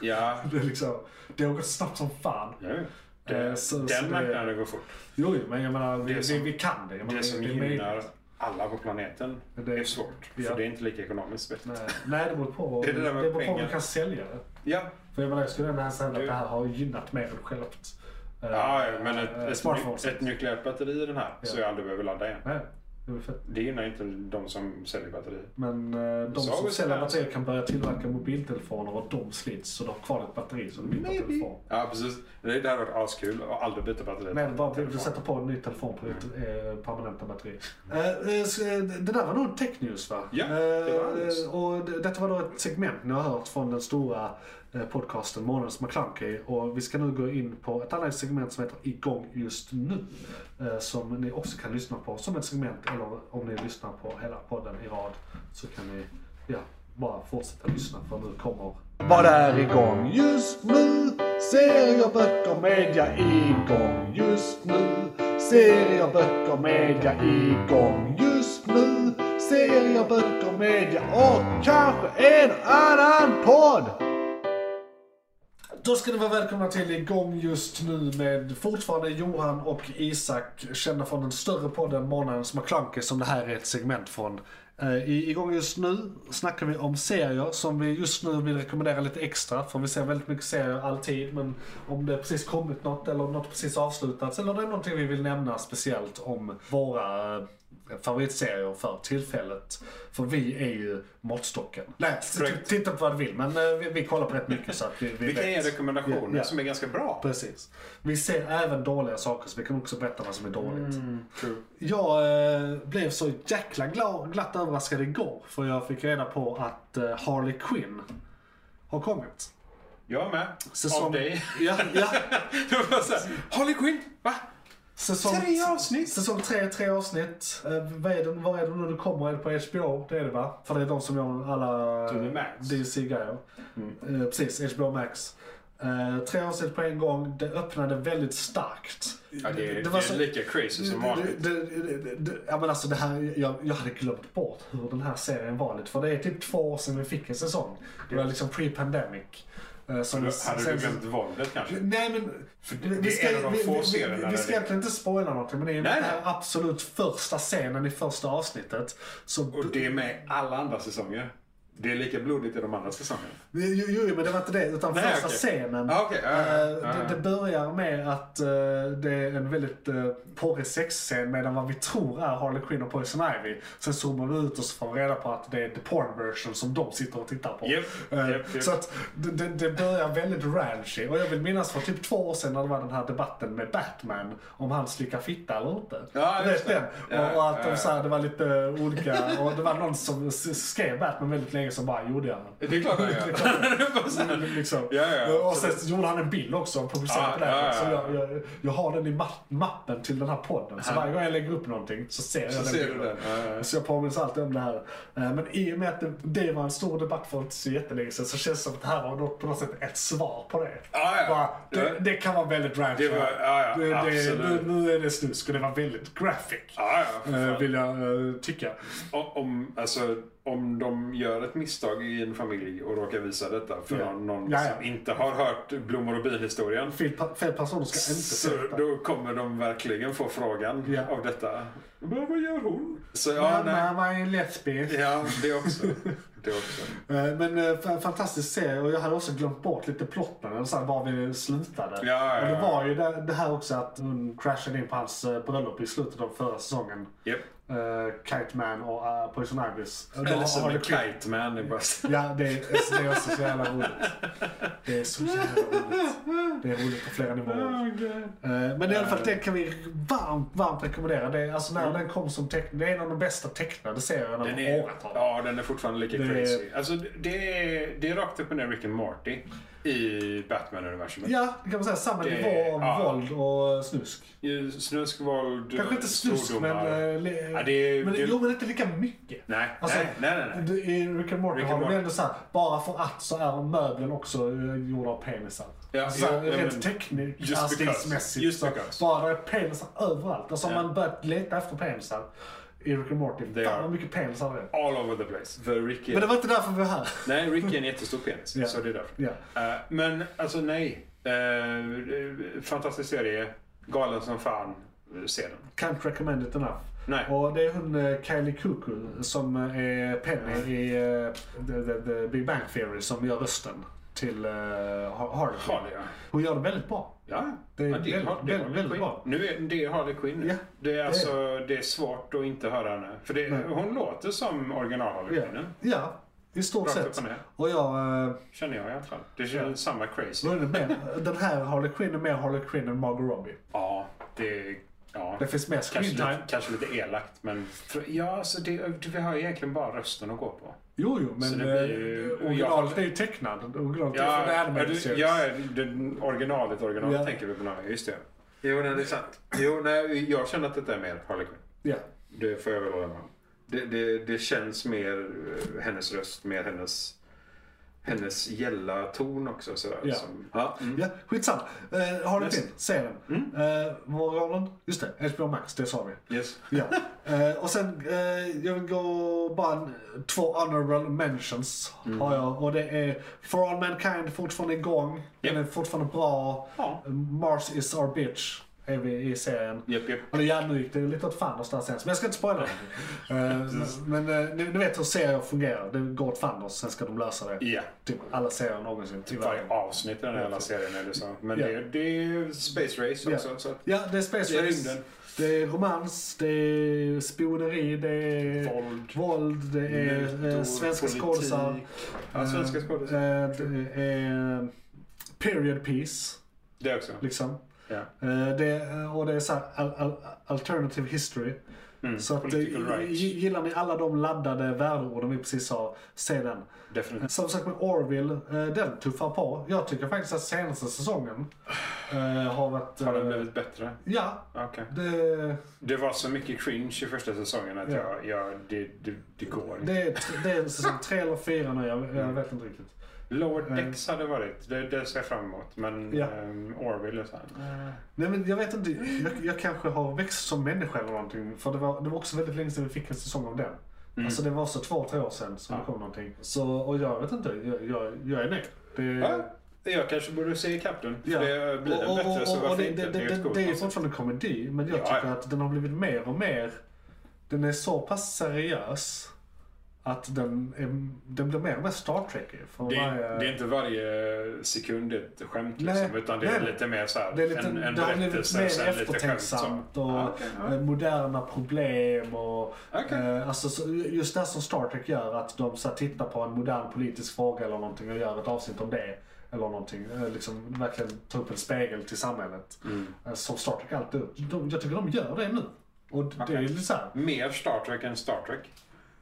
D: Ja.
C: Det, är liksom, det har gått snabbt som fan.
D: Ja,
C: Det,
D: Eh,
C: så, så
D: Den
C: det,
D: marknaden går fort.
C: Jo, jo, men jag menar, vi,
D: Det som-
C: vi, vi kan det. Jag menar,
D: Det som
C: är
D: gynnar
C: möjligt.
D: alla på planeten
C: Men det-
D: är svårt.
C: ja.
D: För det är inte lika ekonomiskt vettigt.
C: Nej, nej, det beror på.
D: Det är det där med
C: beror på om du
D: pengar.
C: kan sälja det.
D: Ja.
C: För jag menar, jag skulle ändå säga att
D: Du-
C: det här har gynnat mer än självt. Eh,
D: Ja, ja, men ett,
C: eh,
D: ett,
C: smartphones.
D: ny, ett nukleärt batteri i den här så
C: Ja.
D: jag aldrig behöver ladda igen.
C: Nej, det är väl fett.
D: Det gynnar inte de som säljer batterier.
C: Men eh, de
D: Så har
C: som
D: vi
C: säljer
D: det.
C: batterier kan börja tillverka mobiltelefoner och de slits så de har kvar ett batteri så det blir bara en telefon.
D: Ja, precis. Det det hade varit askul att aldrig byta batteri.
C: Nej, det bara, du sätter på en ny telefon på
D: Mm.
C: ditt eh, permanenta batteri. Eh, eh, så, eh, det där var nog tech news va?
D: Ja,
C: Eh,
D: det var alldeles.
C: Och det- detta var då ett segment ni har hört från den stora eh, podcasten Månadens McClunky. Och vi ska nu gå in på ett annat segment som heter Igång just nu. Eh, som ni också kan lyssna på som ett segment. Eller om ni lyssnar på hela podden i rad så kan ni ja, bara fortsätta lyssna för nu kommer
E: Vad är igång just nu? Serier, böcker, media igång just nu. Serier, böcker, media igång just nu. Serier, böcker, media och kanske en annan podd.
C: Då ska ni vara välkomna till igång just nu med fortfarande Johan och Isak, kända från den större podden Månadens McKlunky som det här är ett segment från. Eh, I igång just nu snackar vi om serier som vi just nu vill rekommendera lite extra för vi ser väldigt mycket serier alltid men om det precis kommit något eller om något precis avslutats eller om det är någonting vi vill nämna speciellt om våra eh, favoritserier för tillfället. För vi är ju måttstocken. Nej, t- t-
D: Correct.
C: titta på vad du vill men eh, vi, vi kollar på rätt mycket så att vi, vi
D: Vi kan
C: vet.
D: ge rekommendationer
C: Ja, ja.
D: som är ganska bra.
C: Precis. Vi ser även dåliga saker så vi kan också berätta vad som är dåligt.
D: Mm, True.
C: Jag eh, blev så jäkla gla- glatt överraskad igår för jag fick reda på att eh, Harley Quinn har kommit.
D: Jag med. Av dig.
C: Ja, ja.
D: Det var bara så här, Harley Quinn? Va?
C: Säsong,
D: Tre avsnitt.
C: Säsong tre, tre avsnitt. Eh, vad är det, vad är det nu det kommer? Är det på HBO? Det är det va? För det är de som gör alla
D: To the max. Mm.
C: DC-grejer. Eh, precis, HBO Max. Eh, tre avsnitt på en gång. Det öppnade väldigt starkt.
D: Ja, det, är-
C: Det var
D: det
C: så-
D: är lika crazy som vanligt.
C: Mm, Det, det, det, det, det, ja, men alltså det här, jag, jag hade glömt bort hur den här serien var lite. För det är typ två år sedan vi fick en säsong. Det var liksom pre-pandemic. eh, Som
D: Då
C: sen-
D: Hade du glömt våldet kanske?
C: Nej men...
D: det är en av de
C: vi,
D: få
C: vi,
D: serierna
C: vi, vi
D: där
C: ska
D: det-
C: egentligen inte spoila någonting men det är ju den
D: Nej,
C: här
D: nej.
C: absolut första scenen i första avsnittet. Så
D: Och det är med i alla andra säsonger. Det är lika blodigt i de andra säsongerna.
C: Jo, jo, men det var inte det. Utan
D: Nej,
C: första
D: okej.
C: scenen.
D: Ah, okej, ja, ja,
C: eh,
D: ja, ja.
C: det, det börjar med att eh, det är en väldigt eh, porrig sexscen medan vad vi tror är Harley Quinn och Poison Ivy. Sen zoomar vi ut och så får vi reda på att det är the porn version som de sitter och tittar på.
D: Japp,
C: Eh,
D: japp, japp.
C: Så att det, det, det börjar väldigt ranchy. Och jag vill minnas för typ två år sedan när det var den här debatten med Batman om han slickar fitta eller inte.
D: Ja,
C: Du
D: just
C: vet
D: det.
C: den?
D: Ja,
C: och, och att
D: ja.
C: de, så här, det var lite olika och det var någon som s- skrev Batman väldigt länge som bara gjorde jag.
D: Det är klart han gör. Det är bara så här.
C: Liksom.
D: Ja, ja,
C: och sen gjorde han en bild också och publicerade
D: Ja,
C: den.
D: ja, ja.
C: Så jag, jag, jag har den i ma- mappen till den här podden. Så varje gång jag lägger upp någonting så ser jag
D: Så
C: den
D: ser du
C: bilden.
D: den. Ja, ja, ja.
C: Så jag påminns alltid om det här. Eh, Men i och med att det, det var en stor debatt för inte så jättelänge sedan så känns det som att det här var något- på något sätt ett svar på det.
D: Ja, ja.
C: Bara, det,
D: Ja.
C: det kan vara väldigt ranchy.
D: Det var- ja, ja,
C: Det- det- nu,
D: absolut.
C: nu är det snusk och det var väldigt graphic.
D: Ah, Ja, ja, för fan.
C: eh, Vill jag eh, tycka.
D: O- Om, alltså, om de gör ett misstag i en familj och råkar visa detta för
C: Ja.
D: någon, någon
C: Ja, ja.
D: som inte har hört blommor och bin-historien.
C: Fel, pa- fel personer ska inte
D: Så
C: se detta.
D: då kommer de verkligen få frågan
C: Ja.
D: av detta. Men vad gör hon? Så ja, nej.
C: Mamma var en lesbisk.
D: Ja, det också. Det också.
C: Eh, Men eh, f- en fantastisk serie och jag hade också glömt bort lite plotten, eller så här, var vi slutade.
D: Ja, ja,
C: och det
D: ja.
C: var ju det, det här också att hon crashade in på hans eh, bröllop i slutet av förra säsongen.
D: Japp.
C: Uh, Kite Man och uh, Poison Ibis. Och då
D: Eller som
C: har
D: en
C: det klippt-
D: kite man. det är bara så-
C: Ja, det är, det är också så jävla roligt. Det är så jävla roligt. Det är roligt på flera nivåer.
D: Oh,
C: Eh, Men i alla fall, det kan vi varmt, varmt rekommendera. Det är, alltså, när den kom som tecknad, det är en av de bästa tecknade serierna
D: Den
C: på
D: är,
C: åratal.
D: ja, den är fortfarande lika
C: Det är-
D: crazy. Alltså, det, är, det är rakt upp och ner Rick and Morty i Batman-universumet.
C: Ja, det kan man säga. Samma
D: Det-
C: nivå av
D: ja.
C: våld och snusk.
D: I Snusk, våld,
C: Kanske inte snusk, men...
D: svordomar.
C: eh, le-
D: Ja, det är-
C: men
D: det är-
C: jo, men inte lika mycket.
D: Nej,
C: Alltså,
D: nej, nej, nej, nej.
C: det- I Rick and Morty
D: Rick
C: har
D: and
C: de
D: Morty.
C: ändå såhär, bara för att så är möblen också eh, gjorda av penisar. Alltså,
D: Ja,
C: så här,
D: ja, ja, men-
C: rent tekniskt,
D: Just because.
C: stilsmässigt,
D: Just
C: så
D: because.
C: bara det är penisar överallt. Alltså
D: Ja.
C: har man börjat leta efter penisar i Rick and Morty.
D: Det
C: Fan
D: är-
C: vad mycket penisar det är.
D: All over the place. För Rick är...
C: Men det var inte därför vi var här.
D: Nej, Rick är en jättestor penis.
C: Ja.
D: Så det är därför.
C: Ja.
D: Eh, men alltså nej. Eh, fantastisk serie. Galen som fan. eh, Se den.
C: Can't recommend it enough.
D: Nej.
C: Och det är hon eh, Kylie Cuoco som eh, är
D: Mm.
C: Penny i eh, the, the, the Big Bang Theory som gör rösten till eh, Har- Harley.
D: Harley, ja.
C: Hon gör det väldigt bra.
D: Ja,
C: Det är
D: ja,
C: väldigt-
D: Harley-
C: väldigt-
D: Harley
C: väldigt
D: Quinn.
C: bra.
D: Nu är det är Harley Quinn. nu.
C: Ja,
D: det,
C: är
D: är alltså, det är svårt att inte höra henne. För det,
C: Nej.
D: hon låter som original Harley
C: Ja,
D: Quinn.
C: ja i stort
D: Rakt upp
C: sett.
D: och ner.
C: Och jag... Eh,
D: Känner jag i alla fall. Det känns
C: Ja.
D: samma crazy.
C: vad är det mer? den här Harley Quinn är mer Harley Quinn än Margot Robbie.
D: Ja, det... Ja.
C: Det finns mer
D: Kanske
C: screen time.
D: lite, kanske lite elakt, men... För, ja, alltså det, det, vi har ju egentligen bara rösten att gå på.
C: Jo, jo, men
D: Så det blir
C: eh,
D: ju-
C: originalet är ju tecknad. Originalet är
D: Ja,
C: från
D: ja,
C: Animated
D: du,
C: Series.
D: ja det, originalet, originalet
C: Ja.
D: tänker vi på nu. Just det. Jo, nej, det är sant. Jo, nej, jag känner att detta är mer Harley Quinn.
C: Ja.
D: Det får jag väl hålla med om. Det, det, det känns mer eh, hennes röst, mer hennes, hennes gälla ton också. Sådär,
C: Ja.
D: Som, ja, mm.
C: Ja, skitsamma. Eh, Harley
D: Yes. Mm.
C: Quinn, se den. Eh, morgonen, just det, HBO Max, det sa vi.
D: Yes.
C: Ja. Eh, och sen, eh, jag vill gå bara en, två honorable mentions
D: Mm.
C: har jag. Och det är For All Mankind fortfarande igång. Den är fortfarande bra.
D: Ja.
C: Mars is our bitch är vi i serien.
D: Japp, japp.
C: Och det, ja, nu gick det lite åt fan någonstans sen, men jag ska inte spoila det. Eh, men eh, ni, ni vet hur serier fungerar. Det går åt fanders, sen ska de lösa det.
D: Ja. Typ
C: Typ alla serier någonsin,
D: Varje
C: tyvärr.
D: avsnitt i den här jävla serien eller så. Men
C: Ja.
D: det, är- det är ju Space Race också. Så att,
C: Ja, det är space
D: Det är
C: race.
D: rymden.
C: Det är romans, det är spioneri, det är
D: Våld.
C: våld, det är eh,
D: mutor,
C: svenska
D: politik.
C: skådisar.
D: Ja, svenska
C: Eh,
D: skådisar.
C: eh, Det är eh, period piece,
D: Det också.
C: liksom.
D: Ja.
C: Eh, Det, är- och det är så här, al, al, alternative history.
D: Mm.
C: Så att, eh,
D: Political rights.
C: gi- gillar ni alla de laddade värdeorden vi precis sa, se den.
D: Definitivt.
C: Som sagt med Orville, eh, den tuffar på. Jag tycker faktiskt att senaste säsongen eh, har varit...
D: Har den
C: eh,
D: blivit bättre?
C: Ja,
D: Okej.
C: det...
D: Det var så mycket cringe i första säsongen att
C: Ja.
D: jag, jag, det, det, det går inte.
C: Det är, det är säsong tre eller fyra nu, jag, jag vet inte riktigt.
D: Lower Decks hade varit, det, det ser jag fram emot. Men
C: Mm. Ja.
D: ehm, Orville och så här.
C: Nej men jag vet inte, jag, jag kanske har växt som människa eller någonting. För det var, det var också väldigt länge sedan vi fick en säsong av den.
D: Mm.
C: Alltså det var så två, tre år sedan som det kom någonting. Så, och jag vet inte, jag, jag, jag är nöjd. Det,
D: Ja, jag kanske borde se ikapp den. För
C: Ja.
D: det blir den
C: Och- och-
D: bättre så
C: och- och
D: varför
C: det,
D: inte?
C: det, det,
D: ett
C: det,
D: coolt
C: det är ju
D: koncept.
C: fortfarande komedi, men jag
D: Ja,
C: tycker
D: ja.
C: att den har blivit mer och mer... Den är så pass seriös att den, är, den blir mer och mer Star Trek för
D: det,
C: varje...
D: är, det är inte varje sekund ett skämt
C: eh, Nej,
D: liksom, utan det är
C: nej.
D: lite mer så här,
C: Det, är lite,
D: en, en
C: det har blivit
D: berättelse och
C: mer
D: sen lite skämt. Så.
C: eftertänksamt och
D: Ja, okej, ja.
C: eh, moderna problem. Och,
D: Okej.
C: eh, alltså, så- just det som Star Trek gör, att de så här, tittar på en modern politisk fråga eller någonting och gör ett avsnitt om det. Eller någonting. Eh, Liksom, verkligen ta upp en spegel till samhället.
D: Mm.
C: Eh, Som Star Trek alltid gjort. de, Jag tycker de gör det nu. Och d- det är
D: Okej.
C: lite såhär.
D: Mer Star Trek än Star Trek.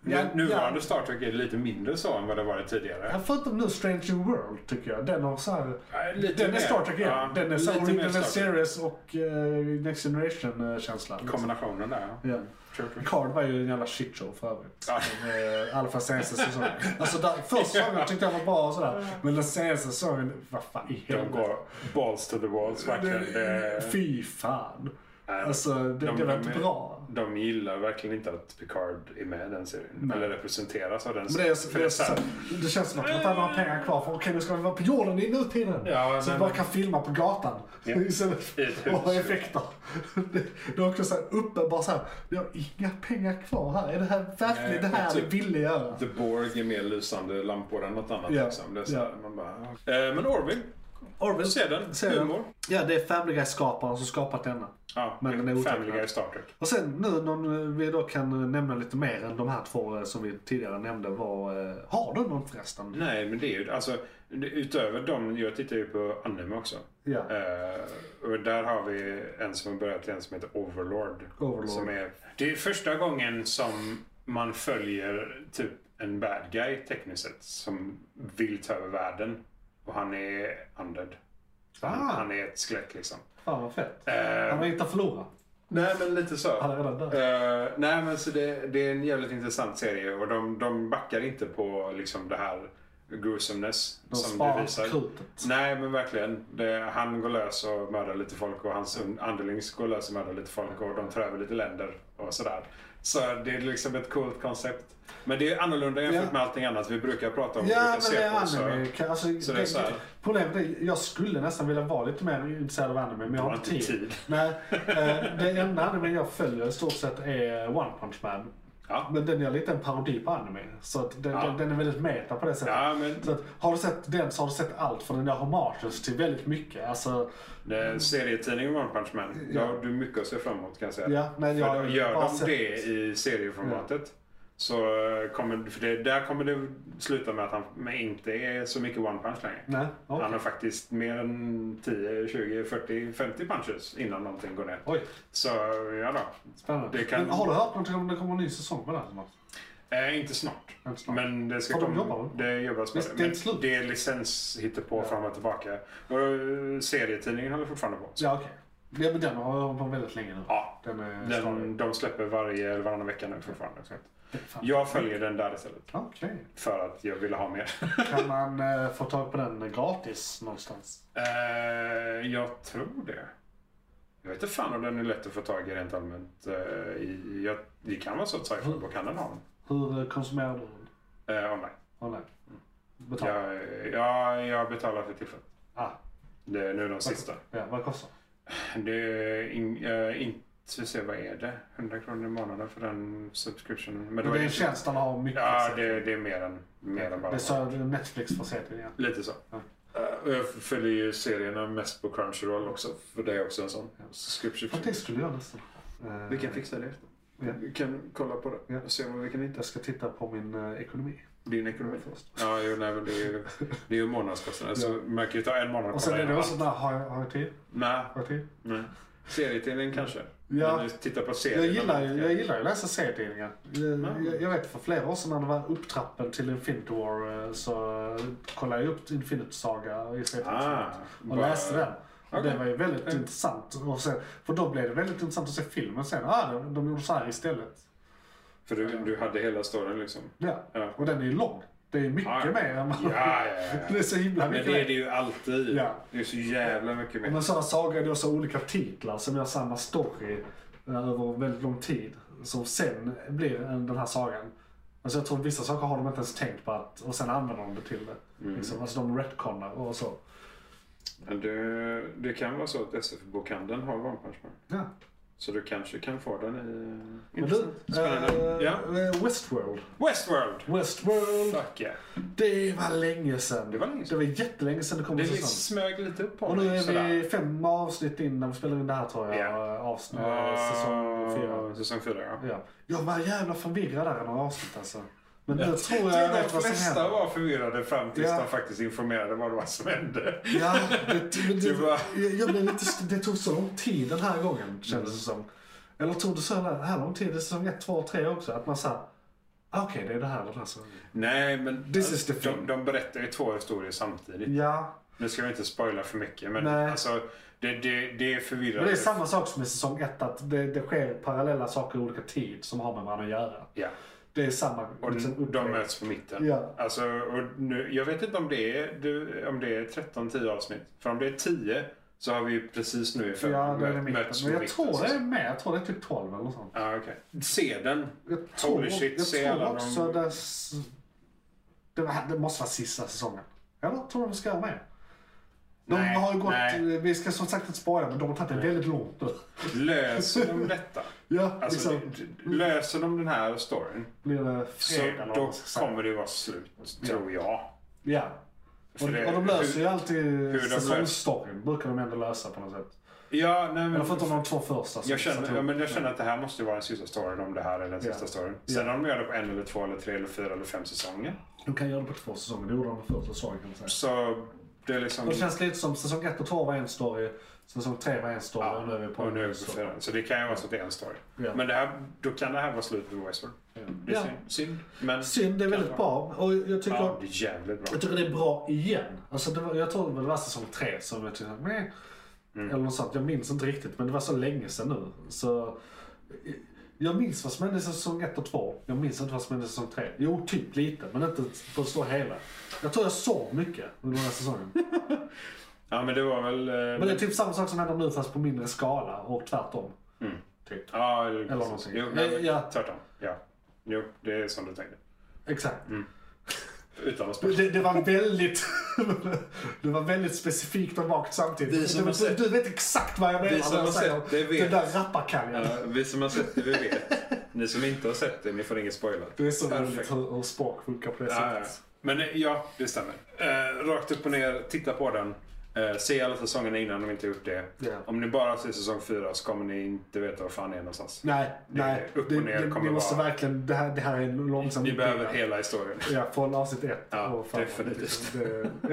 C: Ja,
D: Nu- Nuvarande
C: ja.
D: Star Trek är lite mindre så än vad det varit tidigare.
C: eh, Förutom nu Strange New World tycker jag. Den har såhär.
D: Ja, lite
C: Den är
D: mer.
C: Star Trek igen.
D: Ja,
C: den är såhär
D: lite mer
C: Original
D: Star Trek.
C: Series och eh, Next Generation eh, känsla.
D: Kombinationen där ja.
C: Ja.
D: True, true.
C: Card var ju en jävla shitshow för övrigt.
D: Ja.
C: Men, eh, I alla fall senaste säsongen. Alltså där, första säsongen tyckte jag var bra och sådär. Men den senaste säsongen, vad fan i
D: De
C: helvete.
D: går balls to the walls verkligen. Det,
C: Fy fan.
D: Nej,
C: Alltså det, det var inte
D: är-
C: bra.
D: De gillar verkligen inte att Picard är med i den serien. Eller representeras av den
C: Men det, är,
D: För
C: det, är,
D: så
C: så-
D: här-
C: det känns som att man inte hade några pengar kvar för okej nu ska vi vara på jorden i nutiden.
D: Ja,
C: så vi
D: men-
C: bara kan filma på gatan.
D: Ja.
C: Istället
D: I ett
C: för
D: hus.
C: att ha effekter. Det, det är också så här uppenbart såhär, vi har inga pengar kvar här. Är det här
D: Nej,
C: verkligen det här
D: och
C: vi
D: typ-
C: ville göra?
D: The Borg är mer lysande lampor än något annat.
C: Ja.
D: Liksom. Det är så här,
C: Ja.
D: man bara, eh, men Orville,
C: Orville.
D: se den.
C: Ser den.
D: Humor.
C: Ja, det är Family Guy-skaparen som skapat denna.
D: Ja,
C: Men den är
D: Family
C: otecknad.
D: Guy Star Trek.
C: Och sen nu när vi då kan eh, nämna lite mer än de här två eh, som vi tidigare nämnde var... eh, Har du någon förresten?
D: Nej, men det är ju alltså det- utöver dem. Jag tittar ju på anime också.
C: Ja.
D: Eh, och där har vi en som har börjat igen som heter Overlord.
C: Overlord.
D: Som är, det är första gången som man följer typ en bad guy tekniskt sett som vill ta över världen. Och han är undead. Så Han,
C: Ah.
D: han är ett skelett liksom.
C: Fan vad fett.
D: Eh,
C: Han har inte förlorat.
D: Nej, men lite så.
C: Han är redan död.
D: Eh, nej, men så det, det är en jävligt intressant serie och de, de backar inte på liksom det här gruesomeness
C: De
D: som
C: sparar
D: det visar.
C: krutet.
D: Nej, men verkligen. Det, han går lös och mördar lite folk och hans un- underlings går lös och mördar lite folk och de tar över lite länder och sådär. Så det är liksom ett coolt koncept. Men det är annorlunda jämfört
C: Ja.
D: med allting annat vi brukar prata om.
C: Ja,
D: brukar
C: men det är
D: på, så-
C: anime. Kan- Alltså,
D: så det är
C: det,
D: så här.
C: problemet är, jag skulle nästan vilja vara lite mer intresserad av anime, men jag har inte tid. Nej, eh, det enda anime jag följer i stort sett är One Punch Man.
D: Ja.
C: Men den gör lite en parodi på anime. Så att den,
D: Ja.
C: den, den är väldigt meta på det sättet.
D: ja, men
C: Så att, har du sett den så har du sett allt, för den gör homages till väldigt mycket. Alltså,
D: eh, serietidningen One Punch Man, då har du mycket att se fram emot kan jag säga.
C: ja, men jag
D: För då gör
C: bara
D: de det i serieformatet så eh, kommer, för det, där kommer det sluta med att han men inte är så mycket one punch längre.
C: Nej, okej.
D: Han har faktiskt mer än 10, 20, 40, 50 punches innan någonting går ner.
C: Oj,
D: Så ja då.
C: spännande.
D: Det kan-
C: Men har du hört någonting om det kommer en ny säsong med den? eller något?
D: Eh, inte snart.
C: Inte snart.
D: Men det ska
C: Har de
D: komma.
C: jobbat med
D: det jobbas med
C: Visst, det är
D: det.
C: inte slut.
D: Men det är licens på fram och tillbaka. Och eh, serietidningen håller fortfarande på. Så.
C: Ja, okej. Ja, men den har jag hållit på med väldigt länge nu.
D: Ja.
C: Den är
D: Den,
C: stadig.
D: de släpper varje eller varannan vecka nu fortfarande. Så.
C: Fan.
D: Jag följer den där istället.
C: Okej.
D: För att jag ville ha mer.
C: Kan man eh, få tag på den gratis någonstans?
D: Eh, jag tror det. Jag vet inte fan om den är lätt att få tag i rent allmänt. Eh, i, jag, det kan vara så att sci-fi på kan den ha den.
C: Hur eh, konsumerar du den? Mm.
D: Eh, online.
C: Online? Betala?
D: Jag, jag, jag betalar för tillfället.
C: Ah,
D: Det är nu de sista.
C: ja, vad kostar
D: Det är in, eh, inte, ska se, vad är det? 100 kronor i månaden för den subscriptionen. Men
C: det?
D: då
C: Det är
D: är
C: en
D: det, typ-
C: tjänst han har mycket.
D: ja,
C: sett.
D: det, det är mer än, mer än bara
C: det sa eh, Netflix för sett igen.
D: Lite så.
C: Ja.
D: Eh, och jag följer ju serierna mest på Crunchyroll också. För det är också en sån subscription.
C: Fast det skulle jag nästan. Eh,
D: Vi kan fixa det efter.
C: Ja.
D: Vi kan kolla på det
C: Ja.
D: och se vad vi kan hitta.
C: Jag ska titta på min eh, ekonomi.
D: Din ekonomi först. Ja, jo, nej, men det är ju, det är ju månadskostnader. Så man kan ju ta en månad
C: Och sen
D: kolla
C: är det
D: in
C: också
D: allt.
C: där, har jag, har jag tid?
D: Nej,
C: Har jag tid?
D: nej. Serietidningen kanske.
C: Ja.
D: Men titta på serien.
C: Jag gillar, ju- jag gillar ju att läsa serietidningar. Jag, jag, jag vet för flera år sedan när det var upptrappen till Infinity War eh, så eh, kollade jag upp Infinity Saga i serietidningen.
D: Ah,
C: och
D: bara-
C: läste den. Och det
D: Okej.
C: var ju väldigt intressant. Och sen, för då blev det väldigt intressant att se filmen sen. Ah, de, de gjorde så här istället.
D: För du, du hade hela storyn liksom.
C: Ja.
D: Ja.
C: Och den är ju lång. Det är mycket
D: Ja.
C: mer än man...
D: Ja, ja, ja, ja.
C: Det är så himla
D: Men
C: mycket
D: det är
C: mer.
D: det ju alltid.
C: Ja.
D: Det är så jävla mycket mer.
C: Men sådana sagor är det också olika titlar som gör samma story eh, över väldigt lång tid. Som sen blir en- den här sagan. Alltså jag tror vissa saker har de inte ens tänkt på att, och sen använder de det till det. Liksom, alltså de retconar och så.
D: Men det, det kan vara så att SF-bokhandeln har One Punch Man.
C: Ja.
D: Så du kanske kan få den i...
C: Men du,
D: Spännande.
C: eh,
D: Ja.
C: eh, Westworld.
D: Westworld!
C: Westworld.
D: Fuck yeah.
C: Det var länge sedan.
D: Det var länge sedan.
C: Det var jättelänge sedan det kom
D: Det
C: en
D: liksom
C: säsong.
D: smög lite upp på
C: Och nu
D: mig, sådär.
C: är vi fem avsnitt in när vi spelar in det här tror jag.
D: Ja.
C: Avsnitt,
D: Ah,
C: Eh, säsong fyra.
D: Säsong fyra, ja.
C: Ja. Jag var jävla förvirrad där i några avsnitt alltså. Men nu tror jag jag
D: De
C: vet vad som
D: flesta
C: händer.
D: var förvirrade fram tills
C: Ja.
D: de faktiskt informerade vad det var som hände.
C: Ja, det, men
D: Du bara-
C: det, jag blev lite, st- det tog så lång tid den här gången kändes det som. Eller tog det så här, här lång tid i säsong 1, 2 och 3 också? Att man sa ah, okej det är det här den här säsongen.
D: Nej, men
C: This is the
D: de,
C: thing.
D: de berättar ju två historier samtidigt.
C: Ja,
D: Nu ska vi inte spoila för mycket, men
C: Nej.
D: alltså, det, det, det är
C: men
D: förvirrande.
C: det är samma sak som i säsong 1 att det, det sker parallella saker i olika tid som har med varandra att göra.
D: Ja.
C: Det är samma
D: Och
C: liksom,
D: de
C: upplevelse.
D: möts på mitten.
C: Ja.
D: Alltså, och nu, jag vet inte om det är, du- om det är 13-10 avsnitt. För om det är 10 så har vi ju precis nu i fem
C: Ja, det är
D: mö-
C: det mitten.
D: mötts på
C: Men jag
D: mitten,
C: tror
D: så-
C: det är med. Jag tror det är typ 12 eller något sånt.
D: Ja, okej. Se den.
C: Jag tror,
D: Holy shit,
C: jag
D: se
C: tror
D: alla
C: också
D: de-
C: det, s- det, var, det måste vara sista säsongen. Eller tror de ska göra mer? De
D: Nej,
C: har ju gått,
D: nej.
C: vi ska som sagt inte spoila, men de har tagit det väldigt långt nu.
D: Löser de detta?
C: Ja,
D: Alltså,
C: liksom,
D: d- d- löser de den här storyn
C: blir det
D: så
C: fredag eller vad
D: då
C: man ska säga.
D: kommer det vara slut, tror jag.
C: Ja.
D: För
C: Och,
D: det-
C: och de löser ju alltid
D: de
C: säsongsstoryn, brukar de ändå lösa på något sätt.
D: Ja, nej, men...
C: Eller förutom de två första. som
D: Jag
C: satt
D: känner,
C: ihop.
D: ja, men jag känner att det här måste ju vara den sista storyn om det här eller den
C: Ja.
D: sista storyn. Sen om de gör det på en eller två eller tre eller fyra eller fem säsonger.
C: De kan göra det på två säsonger, det gjorde de på första säsongen kan man säga.
D: Så det är liksom...
C: Det känns lite som säsong 1 och 2 var en story, säsong 3 var en story
D: Ja,
C: och nu är vi på
D: och nu är
C: en
D: vi på
C: story.
D: fyran. Så det kan ju vara så att det är en story.
C: Ja.
D: Men det här, då kan det här vara slut med Westworld. Det är
C: Ja.
D: synd. synd. Men
C: Synd, det är väldigt bra. Och jag tycker,
D: ja, det är jävligt bra.
C: jag tycker det är bra igen. Alltså det var, jag tror det var säsong tre som jag tyckte, meh.
D: Mm.
C: Eller något sånt. Jag minns inte riktigt, men det var så länge sedan nu. Så, eh, jag minns vad som hände i säsong ett och två. Jag minns inte vad som hände i säsong tre. Jo, typ lite, men inte på så hela. Jag tror jag sov mycket under den här säsongen.
D: Ja, men det var väl... eh,
C: Men det är typ samma sak som händer nu fast på mindre skala och tvärtom.
D: Mm.
C: Typ.
D: Ja, eller
C: någonting.
D: Jo,
C: Nej,
D: nej, men
C: ja.
D: tvärtom. Ja. Jo, det är som du tänkte.
C: Exakt.
D: Mm. Utan att spoila.
C: Det, det var väldigt Det var väldigt specifikt och vagt samtidigt.
D: Vi som
C: du,
D: har sett-
C: du vet exakt vad jag menar
D: som
C: när jag
D: har
C: säger
D: sett det
C: den
D: vet.
C: där rapparkarriären.
D: Ja, vi som har sett det, vi vet. Ni som inte har sett det, ni får inget spoilat.
C: Det är så
D: Perfekt.
C: roligt hur, hur språk funkar på det
D: Ja, ja.
C: sättet.
D: Men eh, ja, det stämmer. Eh, rakt upp och ner, titta på den. Eh, se alla säsongerna innan om ni inte gjort det.
C: Ja.
D: Om ni bara ser säsong fyra så kommer ni inte veta var fan ni är någonstans.
C: Nej,
D: Det är
C: nej.
D: upp och
C: Det,
D: ner
C: det,
D: kommer
C: vi måste
D: vara-
C: verkligen, det här, det här är en långsam
D: Ni
C: uppbyggnad.
D: behöver hela historien.
C: Ja, från avsnitt 1.
D: Ja, definitivt.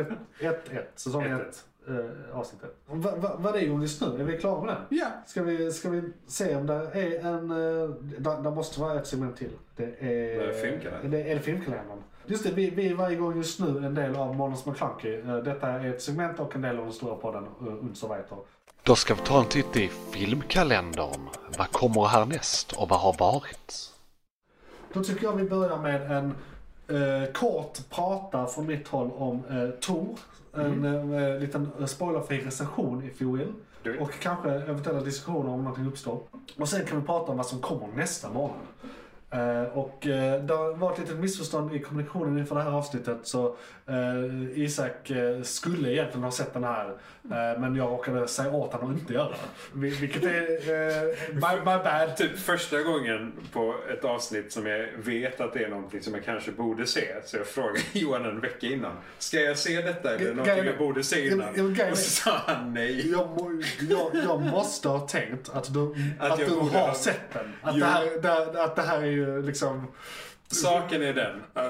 C: 1-1, säsong
D: Ett,
C: 1. Eh, avsnitt 1. Va, va, vad är John just nu? Är vi klara med den?
D: Ja.
C: Ska vi, ska vi se om det är en... eh, Där, där måste vara ett segment till. Det är,
D: Det är filmkalendern.
C: Det är filmkalendern. Just det, vi, vi är varje gång just nu en del av Månads McClunky. Eh, Detta är ett segment och en del av den stora podden eh, Unservator.
B: Då ska vi ta en titt i filmkalendern. Vad kommer härnäst och vad har varit?
C: Då tycker jag vi börjar med en eh, kort prata från mitt håll om eh, Tor. En eh, liten eh, spoilerfri recension if you will.
D: Do it.
C: Och kanske eventuella diskussioner om någonting uppstår. Och sen kan vi prata om vad som kommer nästa månad. Eh, och eh, det har varit ett litet missförstånd i kommunikationen inför det här avsnittet så eh, Isak eh, skulle egentligen ha sett den här eh, men jag råkade säga åt honom att inte göra det. Vil- Vilket är eh, my, my bad.
D: Typ första gången på ett avsnitt som jag vet att det är någonting som jag kanske borde se. Så jag frågar Johan en vecka innan. Ska jag se detta eller är det någonting jag borde se
C: Ja, men-
D: innan?
C: ja, men-
D: Och så sa han nej.
C: Jag, må- jag, jag måste ha tänkt att du, att
D: Att jag
C: du
D: borde
C: har
D: ha-
C: sett den. Att
D: Jo.
C: det, här, det, att det här är ju liksom
D: Saken är den. eh,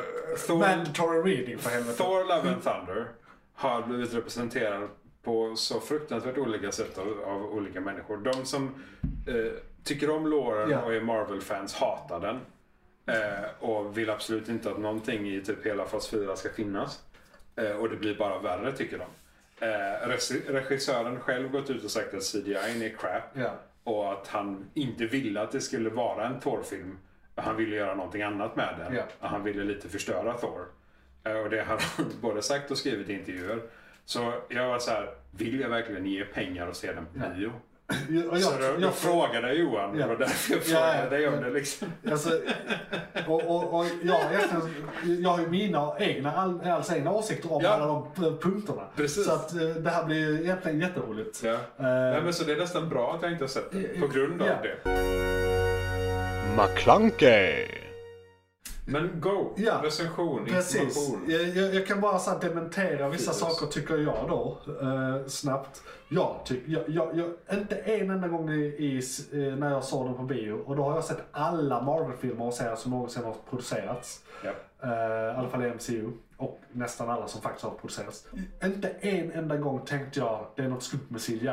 D: Thor,
C: mandatory reading för helvete.
D: Thor Love and Thunder har blivit representerad på så fruktansvärt olika sätt av, av olika människor. De som eh, tycker om Lauren
C: Ja.
D: och är Marvel-fans hatar den. Eh, och vill absolut inte att någonting i typ hela fas 4 ska finnas. Eh, och det blir bara värre tycker de. Eh, regi- regissören själv gått ut och sagt att CGI är crap.
C: Ja.
D: Och att han inte ville att det skulle vara en Thor-film. Han ville göra någonting annat med den.
C: Ja.
D: Han ville lite förstöra Thor. Eh, Och det har han både sagt och skrivit i intervjuer. Så jag var så här, vill jag verkligen ge pengar och se den på bio?
C: Och jag,
D: Så då, då
C: jag,
D: frågade jag Johan,
C: Ja.
D: det var därför jag
C: Ja, ja,
D: frågade dig om
C: ja.
D: det. Liksom.
C: alltså, och, och, och jag, har egentligen- jag har ju mina egna, all, alls egna åsikter om
D: Ja.
C: alla de p- punkterna.
D: Precis.
C: Så att eh, det här blir ju egentligen jätteroligt.
D: Ja.
C: Eh,
D: Nej, men så det är nästan bra att jag inte har sett det, på grund av
C: Ja.
D: det.
B: McClunkey.
D: Men go!
C: Ja.
D: Recension,
C: Precis.
D: information.
C: Jag, jag, jag kan bara så här dementera vissa
D: Precis.
C: saker tycker jag då, eh, snabbt. Jag tycker, jag, jag, jag, inte en enda gång i, i, s- eh, när jag såg den på bio, och då har jag sett alla Marvel-filmer och serier som någonsin har producerats.
D: Ja.
C: Eh, I alla fall i MCU. Och nästan alla som faktiskt har producerats. Inte en enda gång tänkte jag det är något skumt med CGI.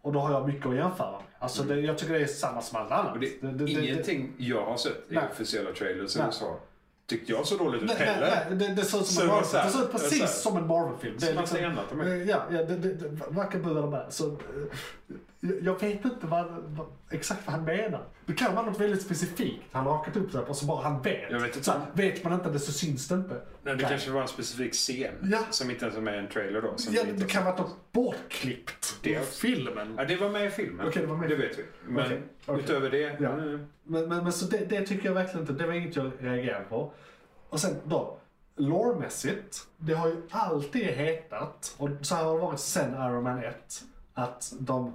C: Och då har jag mycket att jämföra med. Alltså det, jag tycker det är samma som allt annat.
D: Och Mm. det,
C: Det- det- det- det-
D: ingenting jag har sett i
C: Nej.
D: officiella trailers
C: Nej.
D: eller så tyckte jag så dåligt ut
C: Nej, nej,
D: heller.
C: nej, det, det såg ut
D: Så
C: som
D: det
C: en
D: var
C: Marvel,
D: så här,
C: det såg ut
D: det var
C: precis
D: så här.
C: som en Marvel-film. Det är
D: Som allting annat de är.
C: Eh, Ja, ja det, det, det, varken bu eller bä. Så, eh, jag- Jag vet inte vad, vad, exakt vad han menar. Det kan vara något väldigt specifikt. Han har hakat upp sig och så bara han vet.
D: Jag vet inte.
C: Så här, vet man inte det så syns det inte.
D: Nej, det
C: Nej.
D: kanske var en specifik scen
C: Ja.
D: som inte ens var med i en trailer då. Som
C: Ja,
D: vi inte
C: det kan
D: har sett.
C: vara något bortklippt
D: Det
C: ur
D: också.
C: filmen.
D: Ja, det var med i filmen.
C: Okej, det var med.
D: vet vi. Men
C: Okej, okej.
D: utöver det...
C: Ja.
D: mm,
C: Men, men, men så det, det tycker jag verkligen inte, det var inget jag reagerade på. Och sen då, lore-mässigt, det har ju alltid hetat, och så här har det varit sen Iron Man 1, att de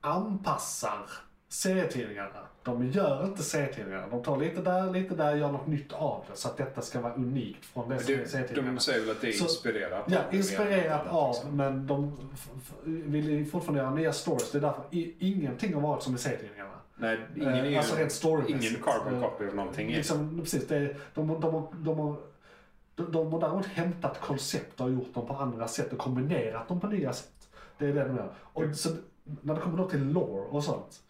C: anpassar serietidningarna. De gör inte serietidningarna. De tar lite där, lite där, gör något nytt av det. Så att detta ska vara unikt från det som är
D: Det,
C: serietidningarna.
D: de säger väl att det är
C: Så-
D: inspirerat
C: Ja,
D: av-
C: inspirerat av,
D: liksom.
C: men de f- f- vill ju fortfarande göra nya stories. Det är därför i, ingenting har varit som i serietidningarna.
D: Nej, ingen
C: Eh,
D: är ju...
C: alltså rent storymässigt.
D: ingen carbon
C: Eh,
D: copy av någonting.
C: Liksom, precis, det, är- de, de, de, de, har- de, de har däremot hämtat koncept och gjort dem på andra sätt och kombinerat dem på nya sätt. Det är det de gör.
D: Mm.
C: Och så, när det kommer då till lore och sånt.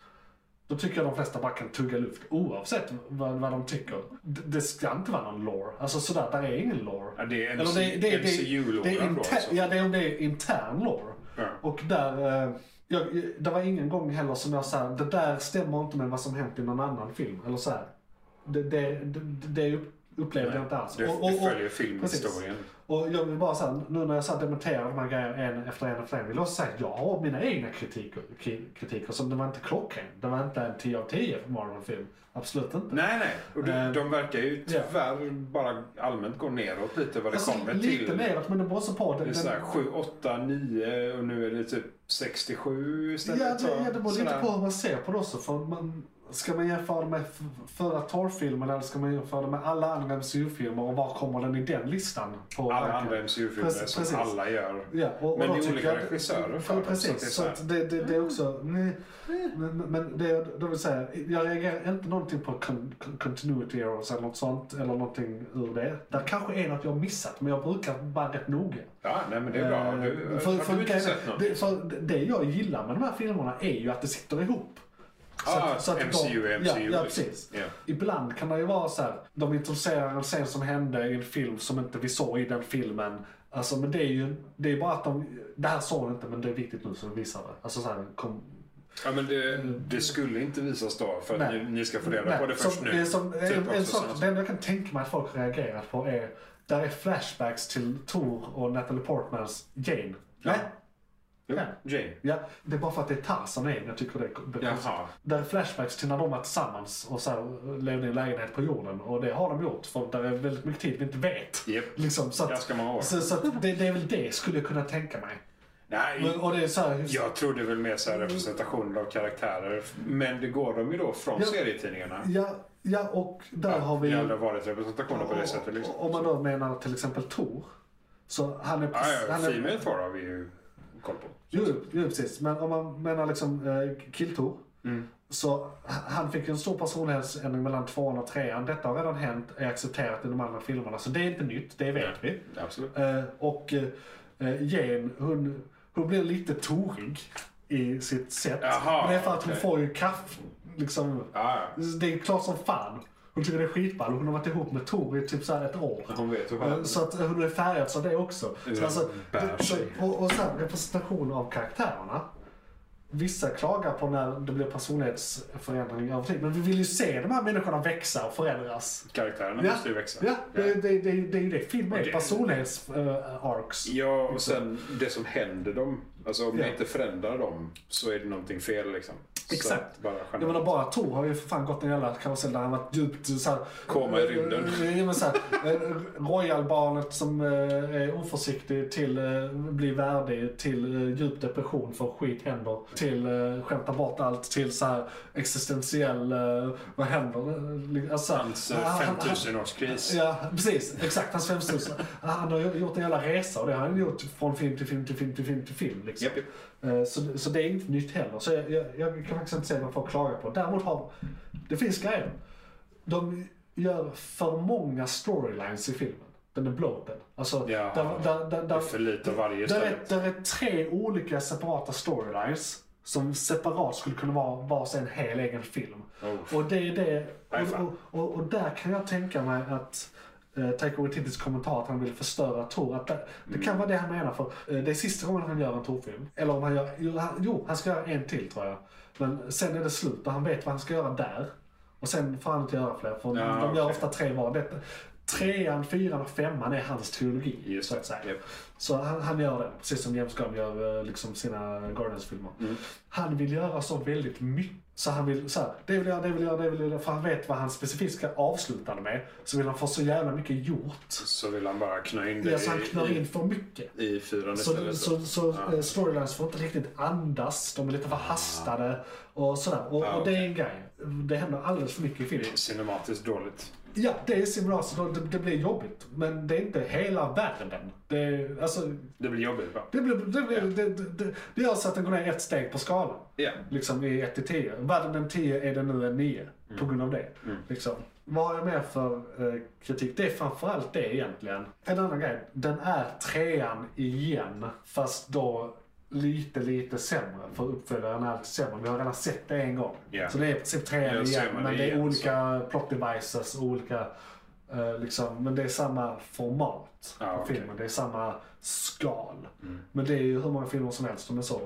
C: Då tycker jag de flesta bara kan tugga luft oavsett vad, vad de tycker. Det, det ska inte vara någon lore. Alltså sådär, där är ingen lore.
D: Ja, det är
C: Eller
D: MC- MCU-lore
C: det är
D: då,
C: inter-
D: alltså.
C: Ja, det är om det är intern lore.
D: Ja.
C: Och där, eh, jag, det var ingen gång heller som jag sa det där stämmer inte med vad som hänt i någon annan film. Eller så här. Det, det, det, det är ju upplevde jag inte alls.
D: Du,
C: Och- och-
D: du
C: och-
D: följer filmhistorien.
C: och jag vill bara så här, nu när jag så här dementerar de här grejerna en efter en efter en, vill jag också säga att jag har mina egna kritiker, ki- kritiker som det var inte klockren. Det var inte en 10 av 10 för Marvel-film. Absolut inte.
D: Nej, nej. Och du,
C: Eh,
D: de verkar ju
C: ja.
D: tyvärr bara allmänt gå neråt lite vad det
C: Alltså,
D: kommer
C: lite
D: till.
C: neråt, men det beror så på.
D: Det är
C: Den,
D: sådär
C: den-
D: 7, 8, 9 och nu är det typ 67
C: ja,
D: istället.
C: det, ja, det beror lite
D: Sådär.
C: på hur man ser på det också. För man, ska man jämföra det med f- förra Thor-filmen eller ska man jämföra det med alla andra MCU-filmer och var kommer den i den listan? På
D: Alla
C: rankingen?
D: andra MCU-filmer
C: Precis,
D: som
C: precis.
D: alla gör.
C: Ja, och, och
D: Men
C: då
D: det är
C: tycker
D: olika
C: jag-
D: regissörer för
C: Ja,
D: dem, så att
C: precis.
D: det är Mm.
C: Så
D: så här-
C: att det, det, det är också... Nej, men, men det jag då vill säga, jag reagerar inte någonting på con, con- continuity errors eller något sånt, eller någonting ur det. Där kanske är något jag har missat, men jag brukar vara rätt noga.
D: Ja, nej men det är bra.
C: Eh,
D: Du,
C: för,
D: har
C: för,
D: du inte
C: grejen-
D: sett någon?
C: det, för det jag gillar med de här filmerna är ju att det sitter ihop.
D: Ja,
C: det
D: MCU är
C: Ja,
D: MCU,
C: ja,
D: liksom.
C: precis.
D: Ja.
C: Ibland kan det ju vara så här, de introducerar en scen som hände i en film som inte vi såg i den filmen. Alltså, men det är ju det är bara att de, det här såg de inte men det är viktigt nu så de visar det. Alltså så här, kom,
D: Ja, men det, det skulle inte visas då för att
C: Mm. Nej.
D: ni, ni ska få reda
C: Nej,
D: på det först
C: som,
D: nu.
C: eh, Som,
D: Typ
C: en,
D: också
C: en
D: sådana
C: sak, det enda jag kan tänka mig att folk har reagerat på är, där är flashbacks till Thor och Natalie Portmans Jane. Nej,
D: Jo,
C: Ja.
D: Jane.
C: Ja, det är bara för att det är Tarzan igen. Jag tycker det är det är konstigt.
D: Jaha.
C: Där är flashbacks till när de var tillsammans och så här, levde i en lägenhet på jorden. Och det har de gjort, för där är väldigt mycket tid vi inte vet.
D: Japp.
C: Liksom, så att,
D: Ganska många år.
C: så, så att det, det är väl det skulle jag kunna tänka mig.
D: Nej,
C: Men, och Mm. det är så här,
D: jag trodde väl mer så här representationer av karaktärer. Men det går de ju då från
C: Ja.
D: serietidningarna.
C: ja, ja, och där har vi...
D: Det har aldrig varit representationer på det sättet. Liksom.
C: Om man då menar till exempel Tor. Så han är...
D: Ja, ja,
C: han är
D: Female Thor har vi ju koll på.
C: Jo, jo, precis. Men om man menar liksom eh, Killtor.
D: Mm.
C: Så h- han fick ju en stor personlighetsändring mellan tvåan och trean. Detta har redan hänt, är accepterat i de andra filmerna. Så det är inte nytt, det vet vi.
D: Absolut.
C: Eh, och eh, eh, Jane, hon, hon blir lite torig i sitt sätt.
D: Jaha,
C: Men det är för att hon
D: okej.
C: får ju kaff... Liksom,
D: Ja, ja.
C: Det är klart som fan. Hon tycker det är skitball. Hon har varit ihop med Tor i typ så här ett år.
D: Hon vet hur
C: Eh,
D: han...
C: Så att hon är färgad av det också.
D: Ja,
C: Så alltså,
D: bär
C: det, så,
D: sig.
C: och, och sen representation av karaktärerna. Vissa klagar på när det blir personlighetsförändring över tid. Men vi vill ju se de här människorna växa och förändras.
D: Karaktärerna
C: Ja,
D: måste ju växa.
C: ja det, det, det, det är ju eh, det film
D: Och
C: är.
D: det-
C: Personlighets-arcs.
D: Ja, och sen det som händer dem. Alltså om
C: Ja.
D: jag inte förändrar dem så är det någonting fel liksom. Så
C: Exakt.
D: att Bara
C: Jag
D: generellt.
C: menar bara Tor har ju för fan gått en jävla karusell där han varit djupt eh, såhär...
D: Koma i rymden.
C: eh, Ja men såhär, royalbarnet som eh, är oförsiktig till eh, bli värdig, till eh, djup depression för skit händer, till eh, skämta bort allt, till såhär existentiell, eh, vad händer? Alltså,
D: Hans
C: han- han-
D: eh, 5000-årskris.
C: Ja, precis. Exakt, hans femstusen. Han har ju gjort en jävla resa och det har han gjort från film till film till film till film till film. Liksom.
D: Japp, japp.
C: Eh, Så, så det är inte nytt heller. Så jag, jag, jag kan faktiskt inte se vad folk klagar på. Däremot har det finns grejer. De gör för många storylines i filmen. Den är bloated. Alltså,
D: Ja, det är för lite av varje
C: där är,
D: istället.
C: där är tre olika separata storylines som separat skulle kunna vara var sin hel egen film.
D: Oh.
C: Och det är det.
D: Nej,
C: Och,
D: fan.
C: och, och, och där kan jag tänka mig att eh, Taika Waititis kommentar att han vill förstöra Tor. Att det, det
D: Mm.
C: kan vara det han menar för eh, det är sista gången han gör en Tor-film. Eller om han gör, jo han, jo han ska göra en till tror jag. Men sen är det slut och han vet vad han ska göra där. Och sen får han inte göra fler för
D: Ja,
C: de gör
D: okej.
C: ofta tre var. Detta, trean, fyran och femman är hans trilogi.
D: Just
C: så
D: det.
C: att säga.
D: Japp.
C: Så han, han gör det, precis som James Gunn gör eh, liksom sina Guardians-filmer. Han vill göra så väldigt mycket. Så han vill så här, det vill jag, det vill jag, det vill jag. För han vet vad han specifikt ska avsluta det med. Så vill han få så jävla mycket gjort.
D: Så vill han bara knö in
C: Det
D: det
C: är så han knör in
D: i,
C: för mycket.
D: i, i fyran
C: Så,
D: istället.
C: så, Ah. så
D: Ja.
C: eh, storylines får inte riktigt andas. De är lite förhastade och sådär. Och,
D: Ah,
C: och det är en grej. Det händer alldeles för mycket i
D: Det
C: filmen.
D: är Cinematiskt dåligt.
C: Ja, det är simulator. Det, det blir jobbigt. Men det är inte hela världen. Det, är- alltså,
D: Det blir jobbigt va?
C: det, blir, det, blir, det, det, det, det gör så att den går ner ett steg på skalan.
D: Ja.
C: Liksom i 1 till 10. Världen en 10 är den nu en 9.
D: Mm.
C: På grund av det. Liksom. Vad har jag mer för eh, kritik? Det är framförallt det egentligen. En annan grej. Den är trean igen. Fast då lite, lite sämre. För uppföljaren är alltid sämre. Vi har redan sett det en gång.
D: Ja.
C: Så det är i princip trean
D: Ja,
C: igen.
D: ser man
C: Men
D: det
C: det är
D: igen,
C: olika plot devices och olika... eh, liksom, men det är samma format
D: Ja,
C: på
D: okej. Mm.
C: filmen. Det är samma skal. Men det är ju hur många filmer som helst som är så.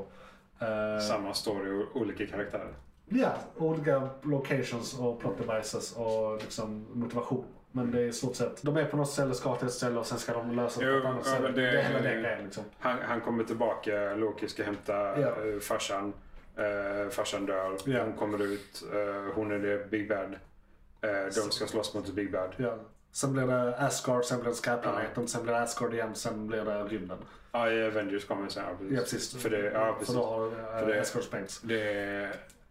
C: Eh,
D: Samma story och olika karaktärer.
C: Ja, olika locations och plot devices och liksom motivation. Men det är i stort sett, de är på något ställe, ska till ett ställe och sen ska de lösa det
D: Jo,
C: på ett annat
D: ja,
C: ställe.
D: men
C: Det,
D: det-
C: är hela den grejen liksom.
D: Han, han kommer tillbaka, Loki ska hämta
C: Ja.
D: eh, farsan. Eh, farsan dör,
C: Ja.
D: hon kommer ut, eh, hon är det Big Bad. Eh, de ska slåss mot Big Bad.
C: Ja. Sen blir det Asgard, sen blir det Skyplaneten, sen blir det Asgard igen, sen blir det rymden.
D: Ja, i Avengers kommer sen. Ja, precis.
C: Ja, precis.
D: För det, ja, precis.
C: För då har
D: För det-
C: äh, Asgard sprängts.
D: Det,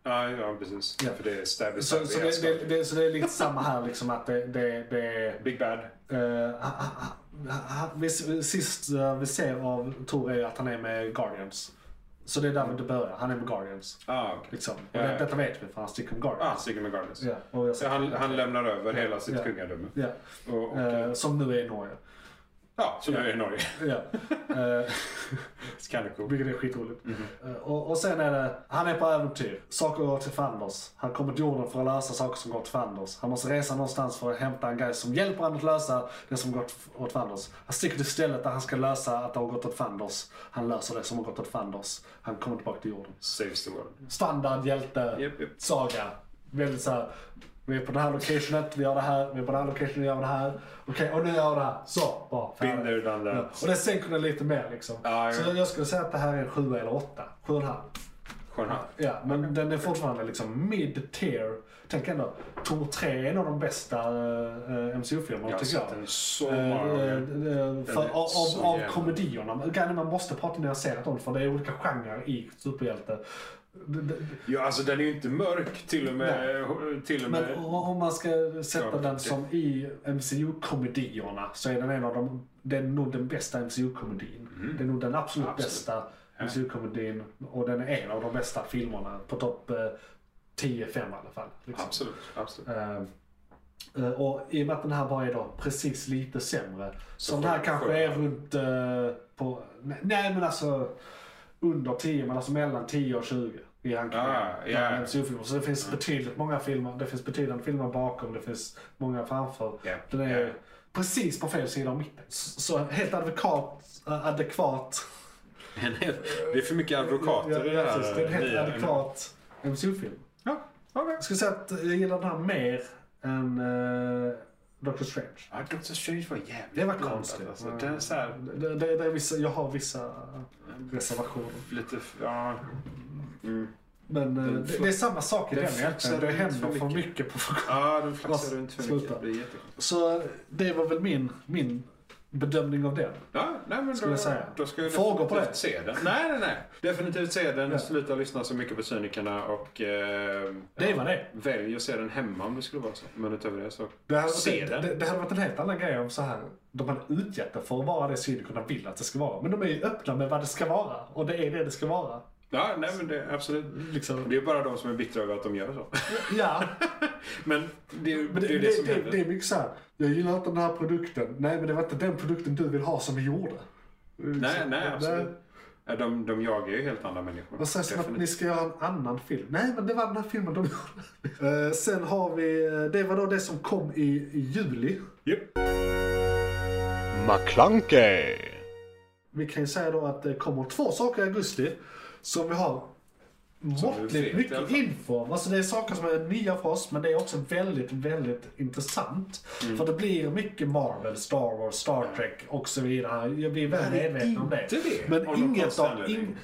D: ja, ja, precis.
C: Ja.
D: För det är stabby
C: Så,
D: stabby.
C: så, det, det, det, så det är lite samma här liksom att det, det, det är...
D: Big Bad.
C: Eh, ha- ha- ha- ha- vi, sist eh, vi ser av Tor är ju att han är med Guardians. Så det är
D: Mm.
C: där det börjar. Han är med Guardians.
D: Ah, okay.
C: Liksom. Och
D: Ja,
C: det,
D: ja.
C: detta vet vi för han sticker med
D: ah,
C: Guardians.
D: Sigmund Guardians.
C: Ja, och jag
D: Så han, han lämnar över hela sitt
C: Ja.
D: kungadöme.
C: ja.
D: Och, och,
C: Eh, som nu är i Norge.
D: ja, så nu är det Norge.
C: Ja. Eh,
D: Skandercool.
C: vilket är skitroligt.
D: Mhm.
C: Eh, och, och sen är det, han är på äventyr. Saker går till Fanders. Han kommer till jorden för att lösa saker som går till Fanders. Han måste resa någonstans för att hämta en grej som hjälper honom att lösa det som gått åt Fanders. Han sticker till stället där han ska lösa att det har gått åt Fanders. Han löser det som har gått åt Fanders. Han kommer tillbaka till jorden.
D: Saves the world.
C: Standard hjälte,
D: Japp, japp.
C: saga. Väldigt såhär, vi är på det här locationet, vi gör det här, vi är på det här locationet, vi gör det här. Okej, och nu gör jag det här. Så, bra.
D: Been there,
C: färdigt.
D: done
C: Ja,
D: that.
C: och det sänker den lite mer liksom.
D: Ja, ja.
C: Så jag skulle säga att det här är en 7 eller 8. 7,5.
D: Skön hand.
C: Ja, men den är fortfarande liksom mid-tier. Tänk ändå, Tor 3 är en av de bästa eh, MCU-filmerna
D: Jag har
C: tycker jag.
D: sett den så
C: Eh,
D: många
C: eh,
D: gånger.
C: eh, för-
D: är
C: Av,
D: så
C: av, av
D: jävla-
C: komedierna. Grejen är, Man måste prata nyanserat om det, för det är olika genrer i superhjälte. D- d-
D: Ja, alltså den är ju inte mörk till och med. Till och
C: Men
D: med.
C: o- om man ska sätta
D: Ja,
C: den
D: det-
C: som i MCU-komedierna så är den en av de, det är nog den bästa MCU-komedin. Det är nog den absolut,
D: Mm. Absolut.
C: bästa MCU-komedin och den är en av de bästa filmerna på topp eh, 10-5 i alla fall. liksom.
D: Absolut, absolut.
C: Eh, eh, och i och med att den här bara är då precis lite sämre. Så,
D: Så
C: den här
D: sju-
C: kanske
D: sju.
C: är runt eh, på, nej, nej men alltså under 10 men alltså mellan 10 och 20 i rankingen.
D: Ah, ja.
C: Bland MCU-filmer. Så det finns betydligt många filmer, det finns betydande filmer bakom, det finns många framför.
D: Ja.
C: Den är
D: Ja.
C: precis på fel sida av mitten. Så, så helt adekvat, eh, adekvat
D: Det är för mycket advokater i det
C: Ja, precis. Det är en
D: här. eh,
C: helt
D: nya-
C: adekvat MCU-film.
D: Ja, okej.
C: Jag skulle säga att jag gillar den här mer än eh, Doctor Strange.
D: Ja, Doctor Strange var jävligt
C: Det var
D: blandad,
C: konstigt.
D: Alltså. Den är så här,
C: Det, det, det är vissa, jag har vissa reservationer.
D: lite, ja.
C: Men eh, det, det är samma sak i
D: Den
C: den egentligen. Det
D: flaxar runt
C: händer
D: för
C: för
D: mycket.
C: mycket på för kort.
D: Ja, den
C: Vass,
D: flaxar runt för
C: sluta.
D: mycket. Det är jättekonstigt.
C: Så det var väl min, min bedömning av den.
D: Ja, nej men
C: Skulle
D: då,
C: jag säga.
D: då ska jag
C: Frågor på
D: definitivt
C: det?
D: se den. Nej, nej, nej. Definitivt se den.
C: Ja.
D: Sluta lyssna så mycket på cynikerna och eh,
C: Det var det.
D: välj att se den hemma om det skulle vara så. Men utöver det så,
C: Det hade,
D: se
C: varit,
D: den.
C: det, det hade varit en helt annan grej om så här. De hade utgett det för att vara det cynikerna vill att det ska vara. Men de är ju öppna med vad det ska vara. Och det är det det ska vara.
D: Ja, nej men det absolut.
C: Liksom.
D: Det är bara de som är bittra över att de gör så.
C: Ja,
D: men det, är ju-
C: Men
D: det är
C: det,
D: ju
C: det,
D: det som
C: det, det,
D: händer.
C: är mycket såhär, jag gillar inte den här produkten. Nej men det var inte den produkten du vill ha som vi gjorde. liksom
D: nej, nej, absolut. Ja, De, de jagar ju helt andra människor.
C: Vad sägs om att ni
D: Definitivt.
C: ska göra en annan film? Nej men det var den här filmen de gjorde. Eh, sen har vi, eh, det var då det som kom i, i juli.
D: Japp.
B: McClunkey!
C: Vi kan ju säga då att det kommer två saker i augusti som vi har
D: vi vet
C: måttligt
D: i alla
C: mycket
D: fall.
C: info om. Alltså det är saker som är nya för oss men det är också väldigt, väldigt intressant.
D: Mm.
C: För det blir mycket Marvel, Star Wars, Star Trek och så vidare. Jag blir väl medveten om det.
D: inte det, av
C: Men
D: någon
C: inget
D: konstig
C: av...
D: anledning.
C: In,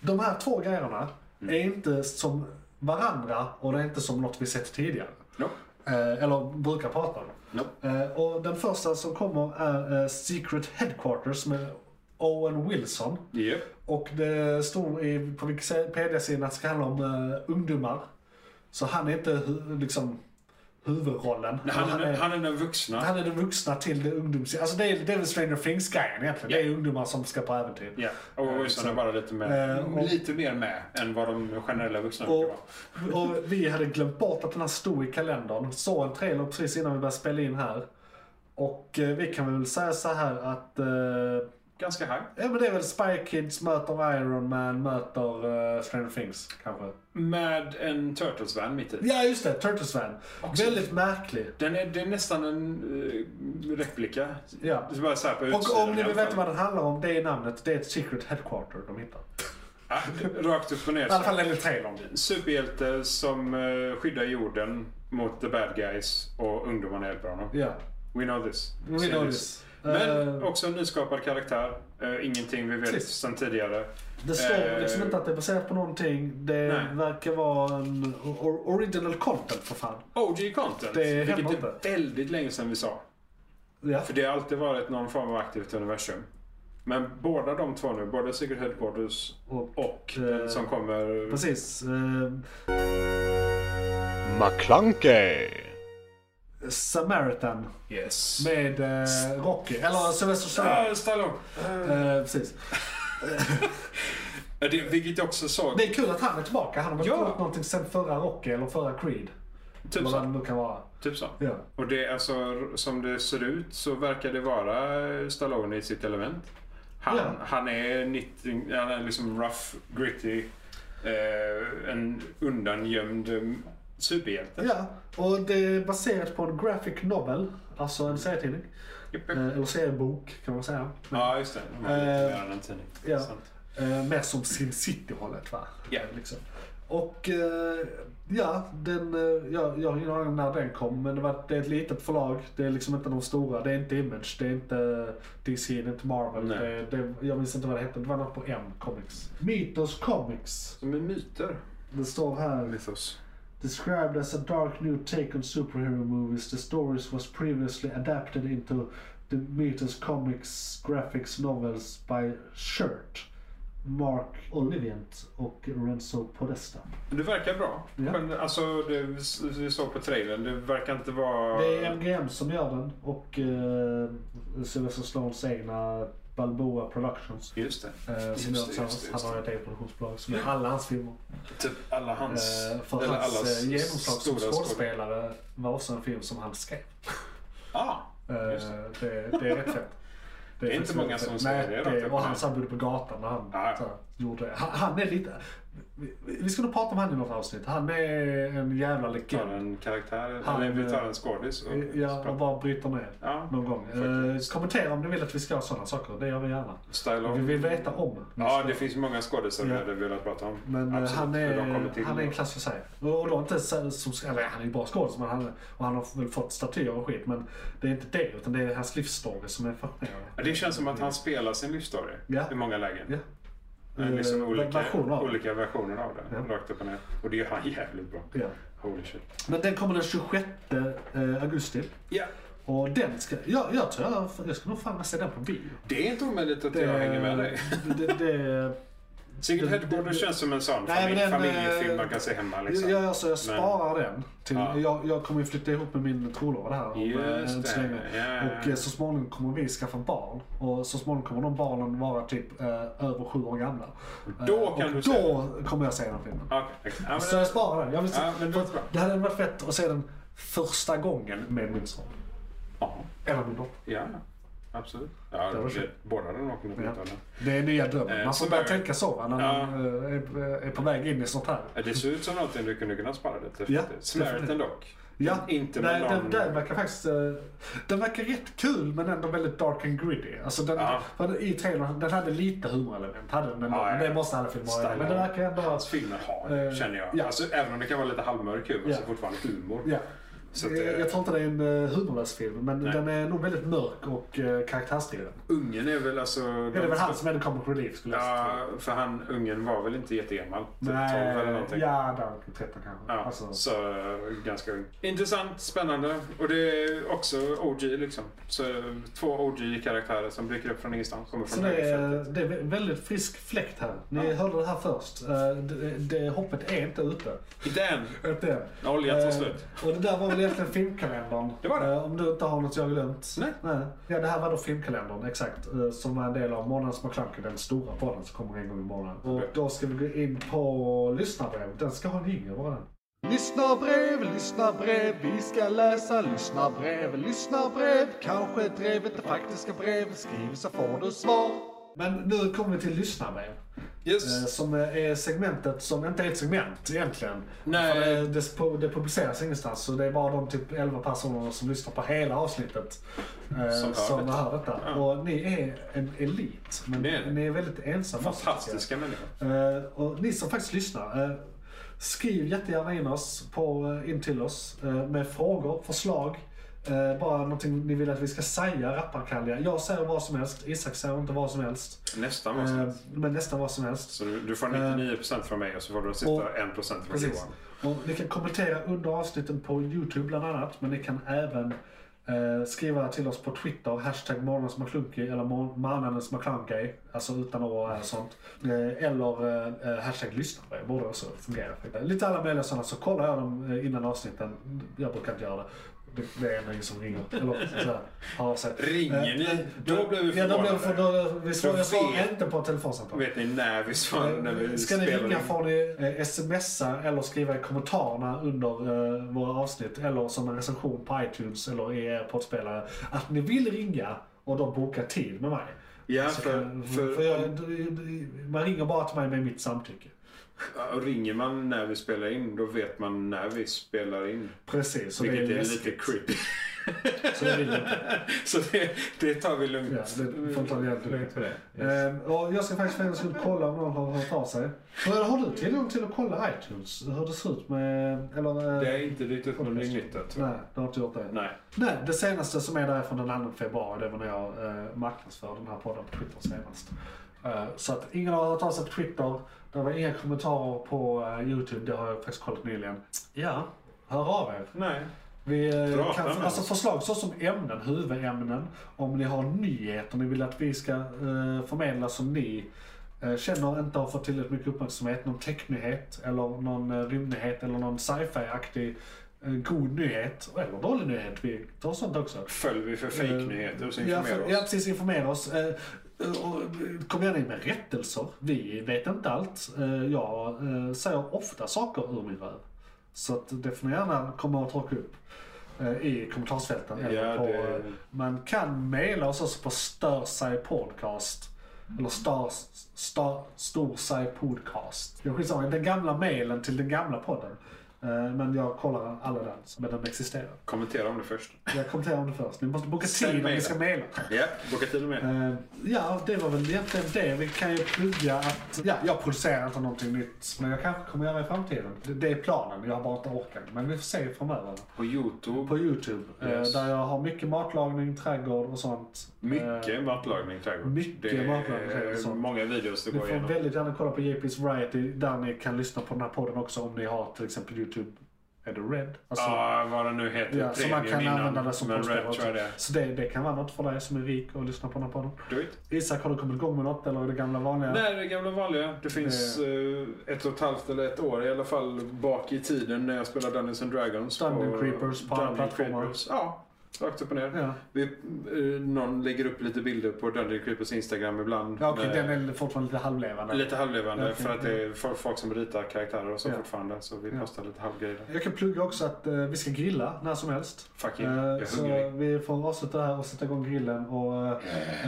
C: de här två grejerna
D: Mm.
C: är inte som varandra och det är inte som något vi sett tidigare.
D: No.
C: Eh, eller brukar prata om.
D: Nope.
C: Eh, och den första som kommer är eh, Secret Headquarters med Owen Wilson.
D: Japp.
C: Och det står i, på Wikipedia-sidan att det ska handla om eh, ungdomar. Så han är inte hu- liksom huvudrollen.
D: Nej, Han,
C: han,
D: är,
C: är,
D: han är den vuxna.
C: han är den vuxna till det ungdoms... Alltså det är, det är väl Stranger Things-grejen egentligen. Det är ungdomar som ska på äventyr.
D: Ja, och vuxna är bara lite mer,
C: Eh, och-
D: lite mer med än vad de generella vuxna brukar
C: Och,
D: vara.
C: och vi hade glömt bort att den här stod i kalendern. Såg en trailer precis innan vi började spela in här. Och eh, vi kan väl säga så här att... Eh,
D: Ganska high.
C: ja men det är väl Spy Kids möter Iron Man möter eh, Stranger Things kanske.
D: Med en Turtles-van mitt i.
C: Ja just det, Turtles Van.
D: Också.
C: Väldigt märklig.
D: Den är, det är nästan en eh, replika.
C: Ja.
D: Det är bara så här på
C: Och om ni
D: i alla
C: vill veta
D: fall.
C: vad den handlar om, det är namnet. Det är ett secret headquarter de hittar.
D: Ja, Rakt upp och ner.
C: I alla fall enligt trailern.
D: Superhjälte som eh, skyddar jorden mot the bad guys och ungdomarna hjälper honom.
C: Ja.
D: We know this.
C: We
D: Ser
C: know
D: det.
C: this.
D: Men
C: Eh,
D: också en nyskapad karaktär. Eh, ingenting vi vet
C: Precis.
D: sedan tidigare.
C: Det står
D: eh,
C: liksom inte att det är baserat på någonting. Det
D: Nej.
C: verkar vara en or- original content för fan.
D: OG content.
C: Det händer
D: vilket
C: inte.
D: är väldigt länge sedan vi sa.
C: Ja.
D: För det har alltid varit någon form av aktivt universum. Men båda de två nu, både Secret Headquarters
C: Och,
D: och
C: eh,
D: den som kommer...
C: Precis. Eh,
B: McClunkey!
C: Samaritan
D: Yes.
C: med eh, Rocky. Eller Sylvester Stallone.
D: Ah, Stallone!
C: Eh, precis.
D: Ja, Det, vilket jag också såg.
C: Det är kul att han är tillbaka. Han har väl
D: Ja.
C: inte gjort någonting sen förra Rocky eller förra Creed.
D: Typ
C: Vad det
D: så.
C: nu kan vara.
D: Typ så.
C: Ja.
D: Och det, är alltså, som det ser ut så verkar det vara eh, Stallone i sitt element. Han,
C: Ja.
D: han är 90, han är liksom rough, gritty, eh, en undangömd eh, superhjälte.
C: ja. Och det är baserat på en graphic novel. Alltså en serietidning.
D: Japp,
C: Eh,
D: japp.
C: eller seriebok kan man säga.
D: Ja, just det. De har lite
C: Eh,
D: mer än en tidning.
C: ja.
D: Sant.
C: Eh, mer som Sin City-hållet va?
D: Ja.
C: Eh, Liksom. Och eh, ja, den, eh, jag, jag har ingen aning när den kom men det, var, det är ett litet förlag. Det är liksom inte de stora. Det är inte Image, det är inte DC, det är inte Marvel.
D: Nej.
C: Det, det, jag minns inte vad det hette. Det var något på M Comics. Mythos Comics.
D: Som är myter.
C: Det står här.
D: Mythos.
C: Described as a dark new take on superhero movies, the stories was previously adapted into the Mythos Comics graphics novels by Shirt, Mark Olivient och Renzo Podesta.
D: Det verkar bra.
C: Ja.
D: Men, alltså, det, vi vi såg på trailern, det verkar inte vara...
C: Det är MGM som gör den och eh, Sylvester Stallones egna Balboa Productions.
D: Just det.
C: Eh, som
D: Just
C: gör
D: det, just det,
C: tillsammans.
D: just
C: Han har ett eget produktionsbolag som gör alla hans filmer.
D: Typ alla hans...
C: Eh, för
D: eller
C: hans
D: allas
C: eh, genomslag som
D: stora skådespel.
C: skådespelare var också en film som han skrev.
D: Ah,
C: Eh,
D: Just
C: det, det är rätt fett.
D: Det är inte
C: faktiskt
D: många
C: rätt
D: som
C: fett.
D: säger
C: Nej,
D: det,
C: det.
D: rakt upp
C: Och
D: och
C: han
D: ner.
C: som bodde på gatan när han
D: Ja.
C: så här, gjorde det. Han, han är lite... Vi, vi skulle prata om han i något avsnitt. Han är en jävla
D: tar
C: legend.
D: en karaktär,
C: Han,
D: eller vi tar
C: eh,
D: en skådis och
C: Ja, och bara bryter ner.
D: Ja,
C: Någon gång. Eh,
D: faktiskt.
C: kommentera om ni vill att vi ska göra sådana saker. Det gör vi gärna. Vi
D: Stallone.
C: vill veta om.
D: Ja, det finns många skådisar vi
C: Ja.
D: hade velat prata om.
C: Men eh,
D: Absolut,
C: han
D: för de kommer
C: är,
D: till
C: han är en
D: då.
C: klass för sig. Och och då inte så, som, eller, han är ju bra skådis men han, och han har väl fått statyer och skit. Men det är inte det utan det är hans livsstory som är fascinerande.
D: Ja, Det känns som att han spelar sin livsstory
C: Ja.
D: i många lägen.
C: Ja.
D: Eh, Liksom
C: Eh,
D: olika,
C: version av det.
D: olika versioner av det.
C: Ja.
D: Rakt upp och ner. Och det gör han jävligt bra.
C: Ja.
D: Holy shit.
C: Men den kommer den 26 eh, augusti.
D: Ja,
C: Och den ska, jag, jag tror jag, jag ska nog fan vilja se den på bio.
D: det är inte omöjligt att jag hänger med dig.
C: Det, det, det,
D: Secret
C: det-
D: Headquarter
C: det-
D: känns som en sån
C: Nej, men
D: familj,
C: den,
D: familjefilm
C: eh,
D: man kan se hemma. Liksom.
C: jag, jag, alltså, jag sparar den. Till,
D: Ja.
C: jag, jag kommer ju flytta ihop med min trolovare här om, eh,
D: Just
C: inte så
D: det,
C: länge.
D: ja.
C: Och eh, så småningom kommer vi skaffa barn. Och så småningom kommer de barnen vara typ eh, över sju år gamla.
D: Då
C: Eh,
D: kan
C: och
D: du se
C: då kommer jag se den filmen.
D: Ja, okej. Ja, men-
C: Så jag sparar den. Jag vill se,
D: Ja, men det låter bra.
C: det hade varit fett att se den första gången med min son.
D: Ja,
C: Eller min dotter.
D: ja, absolut. Ja,
C: Det var
D: det,
C: skönt.
D: båda de åker mot
C: Ja.
D: varandra.
C: Det är nya drömmen.
D: Eh,
C: Man får
D: så
C: börja
D: där.
C: tänka så va, när
D: Ja.
C: man eh, är, är på väg in i sånt här.
D: Ja, Det ser ut som någonting du kunde kunna spara lite. efter.
C: Ja,
D: Samaritan
C: definitivt.
D: dock.
C: Ja,
D: Inte med
C: nej, den,
D: någon...
C: den verkar faktiskt... eh, Den verkar rätt kul men ändå väldigt dark and gritty. Alltså den,
D: Ja.
C: för I trailern, den hade lite humorelement. Hade den ändå,
D: Ja, ja,
C: men
D: ja.
C: Det måste alla filmer ha. Men den verkar ändå...
D: Hans filmer har,
C: Eh,
D: känner jag.
C: ja.
D: Alltså, även om det kan vara lite halvmörk humor
C: Ja.
D: så är det fortfarande humor.
C: Ja.
D: Så att,
C: jag,
D: eh,
C: jag tror inte det är en eh, humorlös film men
D: Nej.
C: den är nog väldigt mörk och eh, karaktärsdriven.
D: Ungen är väl alltså...
C: Ja, det är väl han som är the comic relief skulle jag säga.
D: Ja, för han, ungen var väl inte jättegammal? Typ 12
C: Nej,
D: eller någonting.
C: ja, där, 13 kanske.
D: Ja,
C: Alltså,
D: så eh, ganska ung. Intressant, spännande och det är också OG liksom. Så eh, två OG-karaktärer som dyker upp från ingenstans. Kommer
C: Så
D: från
C: det är,
D: högerfältet.
C: det är väldigt frisk fläkt här. Ni hörde det här först. Eh, Det, det hoppet är inte ute.
D: Inte än.
C: Inte än.
D: Oljan tar
C: Eh,
D: slut.
C: Och det där var väl egentligen filmkalendern.
D: Det var det.
C: Eh, Om du inte har något jag har glömt.
D: Nej.
C: Ja, det här var då filmkalendern, exakt. eh, Som var en del av Månadens McClunky, den stora podden som kommer en gång i månaden. Och då ska vi gå in på lyssnarbrevet. Den ska ha en jingel, bara den.
E: Lyssna brev, lyssna brev, vi ska läsa lyssna brev, lyssna brev. Kanske drevet det faktiska brevet skriv så får du svar.
C: Men nu kommer vi till lyssnarbrev. Eh,
D: Yes.
C: Som eh, är segmentet som inte är ett segment egentligen.
D: Nej.
C: För Det, det, pu- det publiceras ingenstans så det är bara de typ 11 personerna som lyssnar på hela avsnittet eh,
D: Som hör
C: som,
D: detta.
C: hör detta. Och ni är en elit. Men
D: Det är det.
C: ni är väldigt ensamma.
D: Fantastiska människor.
C: Eh, och ni som faktiskt lyssnar, eh, skriv jättegärna in, oss på, eh, in till oss eh, med frågor, förslag, Eh, bara någonting ni vill att vi ska säga, rapparkalja. Jag säger vad som helst, Isak säger inte vad som helst.
D: Nästan vad som
C: Eh,
D: helst.
C: men nästan vad som helst.
D: Så du, du får 99% från mig och så får du sista
C: Eh, och-
D: 1% från
C: Precis.
D: Johan.
C: Och ni kan kommentera under avsnitten på YouTube bland annat, men ni kan även eh, skriva till oss på Twitter, hashtag Månadens McKlunky eller Må- Månadens McKlunkey, alltså utan å och ä och sånt. Eh, eller eh, eh, hashtag lyssnare, borde också fungera. Eh, Lite alla möjliga sådana, så kollar jag dem eh, innan avsnitten. Jag brukar inte göra det. Det- Det är en som ringer. Eller sådär, har av sig.
D: Ringer ni?
C: Eh,
D: Då blir vi
C: Ja, då blir vi
D: förvånade.
C: förvånade. Vi svarar- Jag svarar
D: vet-
C: inte på ett telefonsamtal.
D: Vet ni när vi svarar? När vi
C: Eh, Ska ni
D: spelar
C: ringa
D: in?
C: får ni eh, smsa eller skriva i kommentarerna under eh, våra avsnitt eller som en recension på iTunes eller i er poddspelare att ni vill ringa och då boka tid med mig.
D: Ja,
C: Så
D: för,
C: kan-
D: för,
C: för jag, man ringer bara till mig med mitt samtycke.
D: och ringer man när vi spelar in, då vet man när vi spelar in.
C: Precis, så
D: vilket
C: det
D: är,
C: är
D: lite creepy.
C: Så det vill jag inte.
D: Så det, det tar vi lugnt.
C: Ja, det får ta
A: Lugnt
C: hjälp.
A: för det.
C: Eh, och jag ska faktiskt för en gångs skull kolla om någon har hört av sig. Eller har du tillgång till att kolla iTunes? Hur det ser ut med... Eller, eh,
D: Det har inte dykt upp någonting nytt än, tror jag.
C: Nej, du har inte gjort det.
D: Nej.
C: Nej, det senaste som är där är från den 2 februari. Det var när jag eh, marknadsförde den här podden på Twitter senast. Eh, så att ingen har hört av sig på Twitter. Det var inga kommentarer på eh, YouTube. Det har jag faktiskt kollat nyligen. Ja, hör av er.
D: Nej.
C: Vi eh,
D: Prata
C: kan,
D: med
C: alltså
D: oss.
C: förslag såsom ämnen, huvudämnen. Om ni har nyheter ni vill att vi ska eh, förmedla som ni eh, känner inte har fått tillräckligt mycket uppmärksamhet. Någon technyhet eller någon eh, rymdnyhet eller någon sci-fi-aktig eh, god nyhet. Eller dålig nyhet. Vi tar sånt också.
D: Följ vi för fejknyheter så
C: Eh, Ja,
D: informera
C: för-
D: oss.
C: ja, precis. Informera oss. Eh, eh, och, eh, Kom gärna in med rättelser. Vi vet inte allt. Eh, Jag eh, säger ofta saker ur min röv. Så att det får ni gärna komma och torka upp eh, i kommentarsfälten. eller
D: Ja,
C: på,
D: det-
C: eh, Man kan mejla oss också på störsigpodcast. Eller star, star, storsajpodcast. Jag skitsamma, den gamla mejlen till den gamla podden. Eh, Men jag kollar alla den, men den existerar.
D: Kommentera om det först.
C: Jag kommenterar om det först. Ni måste boka
D: Sen
C: tid om ni
D: mejla.
C: ska mejla.
D: Ja, boka tid med.
C: Eh, ja, det var väl egentligen det. Vi kan ju plugga att ja, jag producerar inte någonting nytt. Men jag kanske kommer göra i framtiden. Det, det är planen. Jag har bara inte orkat. Men vi får se framöver.
D: På Youtube.
C: På Youtube. eh,
D: Yes.
C: där jag har mycket matlagning, trädgård och sånt.
D: Mycket
C: Eh,
D: matlagning trädgård.
C: mycket
D: det är
C: matlagning, trädgård och sånt.
D: många videos det
C: ni
D: går
C: får
D: igenom.
C: väldigt gärna kolla på JP's Variety. Där ni kan lyssna på den här podden också om ni har till exempel Youtube. Är det Red? Alltså,
D: Ja, vad det nu heter.
C: ja, så man
D: Ah, Premium
C: kan
D: innan,
C: använda det som
D: Men
C: poddspelare
D: Red tror jag det
C: också.
D: är.
C: Så det, det kan vara något för dig som är rik och lyssnar på den här podden.
D: Do it.
C: Isak, har du kommit igång med något eller är det gamla vanliga?
D: Nej, det är gamla vanliga. Det finns eh, ett och ett halvt eller ett år i alla fall bak i tiden när jag spelade Dungeons and Dragons.
C: Dungeon Creepers på alla plattformar.
D: Ja, rakt upp och ner.
C: Ja.
D: Vi, eh, någon lägger upp lite bilder på Dungeon Creepers Instagram ibland.
C: Ja, okej,
D: Eh,
C: den är fortfarande lite halvlevande.
D: Lite halvlevande
C: Okej,
D: för att det är folk, folk som ritar karaktärer och så
C: Ja.
D: fortfarande. Så vi
C: Ja.
D: postar lite halvgrejer. där.
C: Jag kan plugga också att eh, vi ska grilla när som helst.
D: Fuck yeah, jag är
C: Eh, så
D: hungrig.
C: vi får avsluta det här och sätta igång grillen och eh,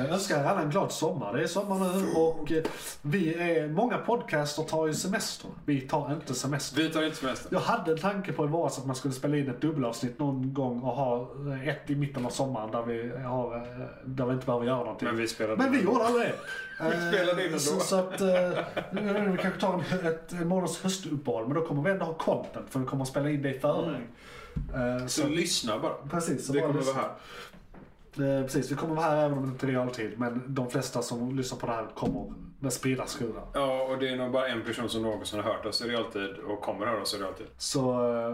C: eh, önska er alla en glad sommar. Det är sommar nu och eh, vi är, många podcaster tar ju semester. Vi tar inte semester.
D: Vi tar inte semester.
C: Jag hade en tanke på i våras att man skulle spela in ett dubbelavsnitt någon gång och ha eh, ett i mitten av sommaren där vi, har, eh, där vi inte behöver göra någonting.
D: Men vi spelade
C: Men vi
D: in.
C: gjorde aldrig det.
D: Vi spelade
C: Eh,
D: in ändå.
C: Så, så att, eh, nu vet inte, vi kanske tar en, ett, en månads höstuppehåll men då kommer vi ändå ha content för vi kommer att spela in det i förväg. Eh,
D: Så lyssna bara.
C: Precis, så
D: Mm. det
C: bara
D: kommer
C: lyssna.
D: vara här.
C: Eh, precis, vi kommer vara här även om det inte är realtid men de flesta som lyssnar på det här kommer med spridda skurar.
D: Ja, och det är nog bara en person som någonsin har hört oss i realtid och kommer höra oss i realtid.
C: Så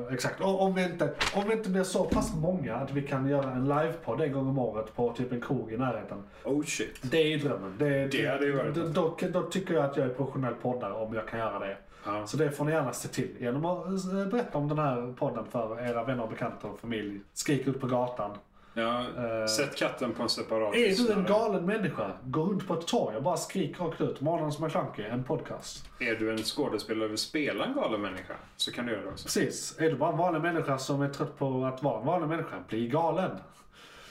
C: eh, exakt. Och om vi, inte, om vi inte blir så pass många att vi kan göra en livepodd en gång om året på typ en krog i närheten.
D: Oh shit.
C: Det är ju drömmen. Det,
D: Det hade ju varit
C: då,
D: något.
C: då, då tycker jag att jag är professionell poddare om jag kan göra det.
D: Ja.
C: Så det får ni gärna se till genom att eh, berätta om den här podden för era vänner och bekanta och familj. Skrik ut på gatan.
D: Ja,
C: Eh.
D: Sätt katten på en separat
C: Är du en
D: lyssnare.
C: galen människa? Gå runt på ett torg och bara skrik rakt ut. Månadens McKlunky, en podcast.
D: Är du en skådespelare och vill spela en galen människa så kan du göra det också.
C: Precis. Är du bara en vanlig människa som är trött på att vara en vanlig människa? Bli galen.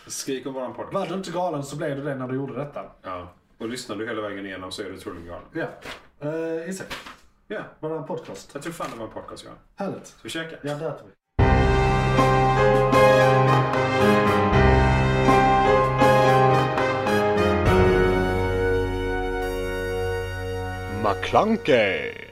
D: Skrik om våran podcast.
C: Var du inte galen så blev du det när du gjorde detta.
D: Ja. Och lyssnar du hela vägen igenom så är du troligen galen.
C: Ja. Uh, Isak,
D: Ja,
C: var det en podcast?
D: jag tror fan det var en podcast Johan.
C: Härligt.
D: Ska vi käka?
C: Ja, det äter vi.
B: McClunkey!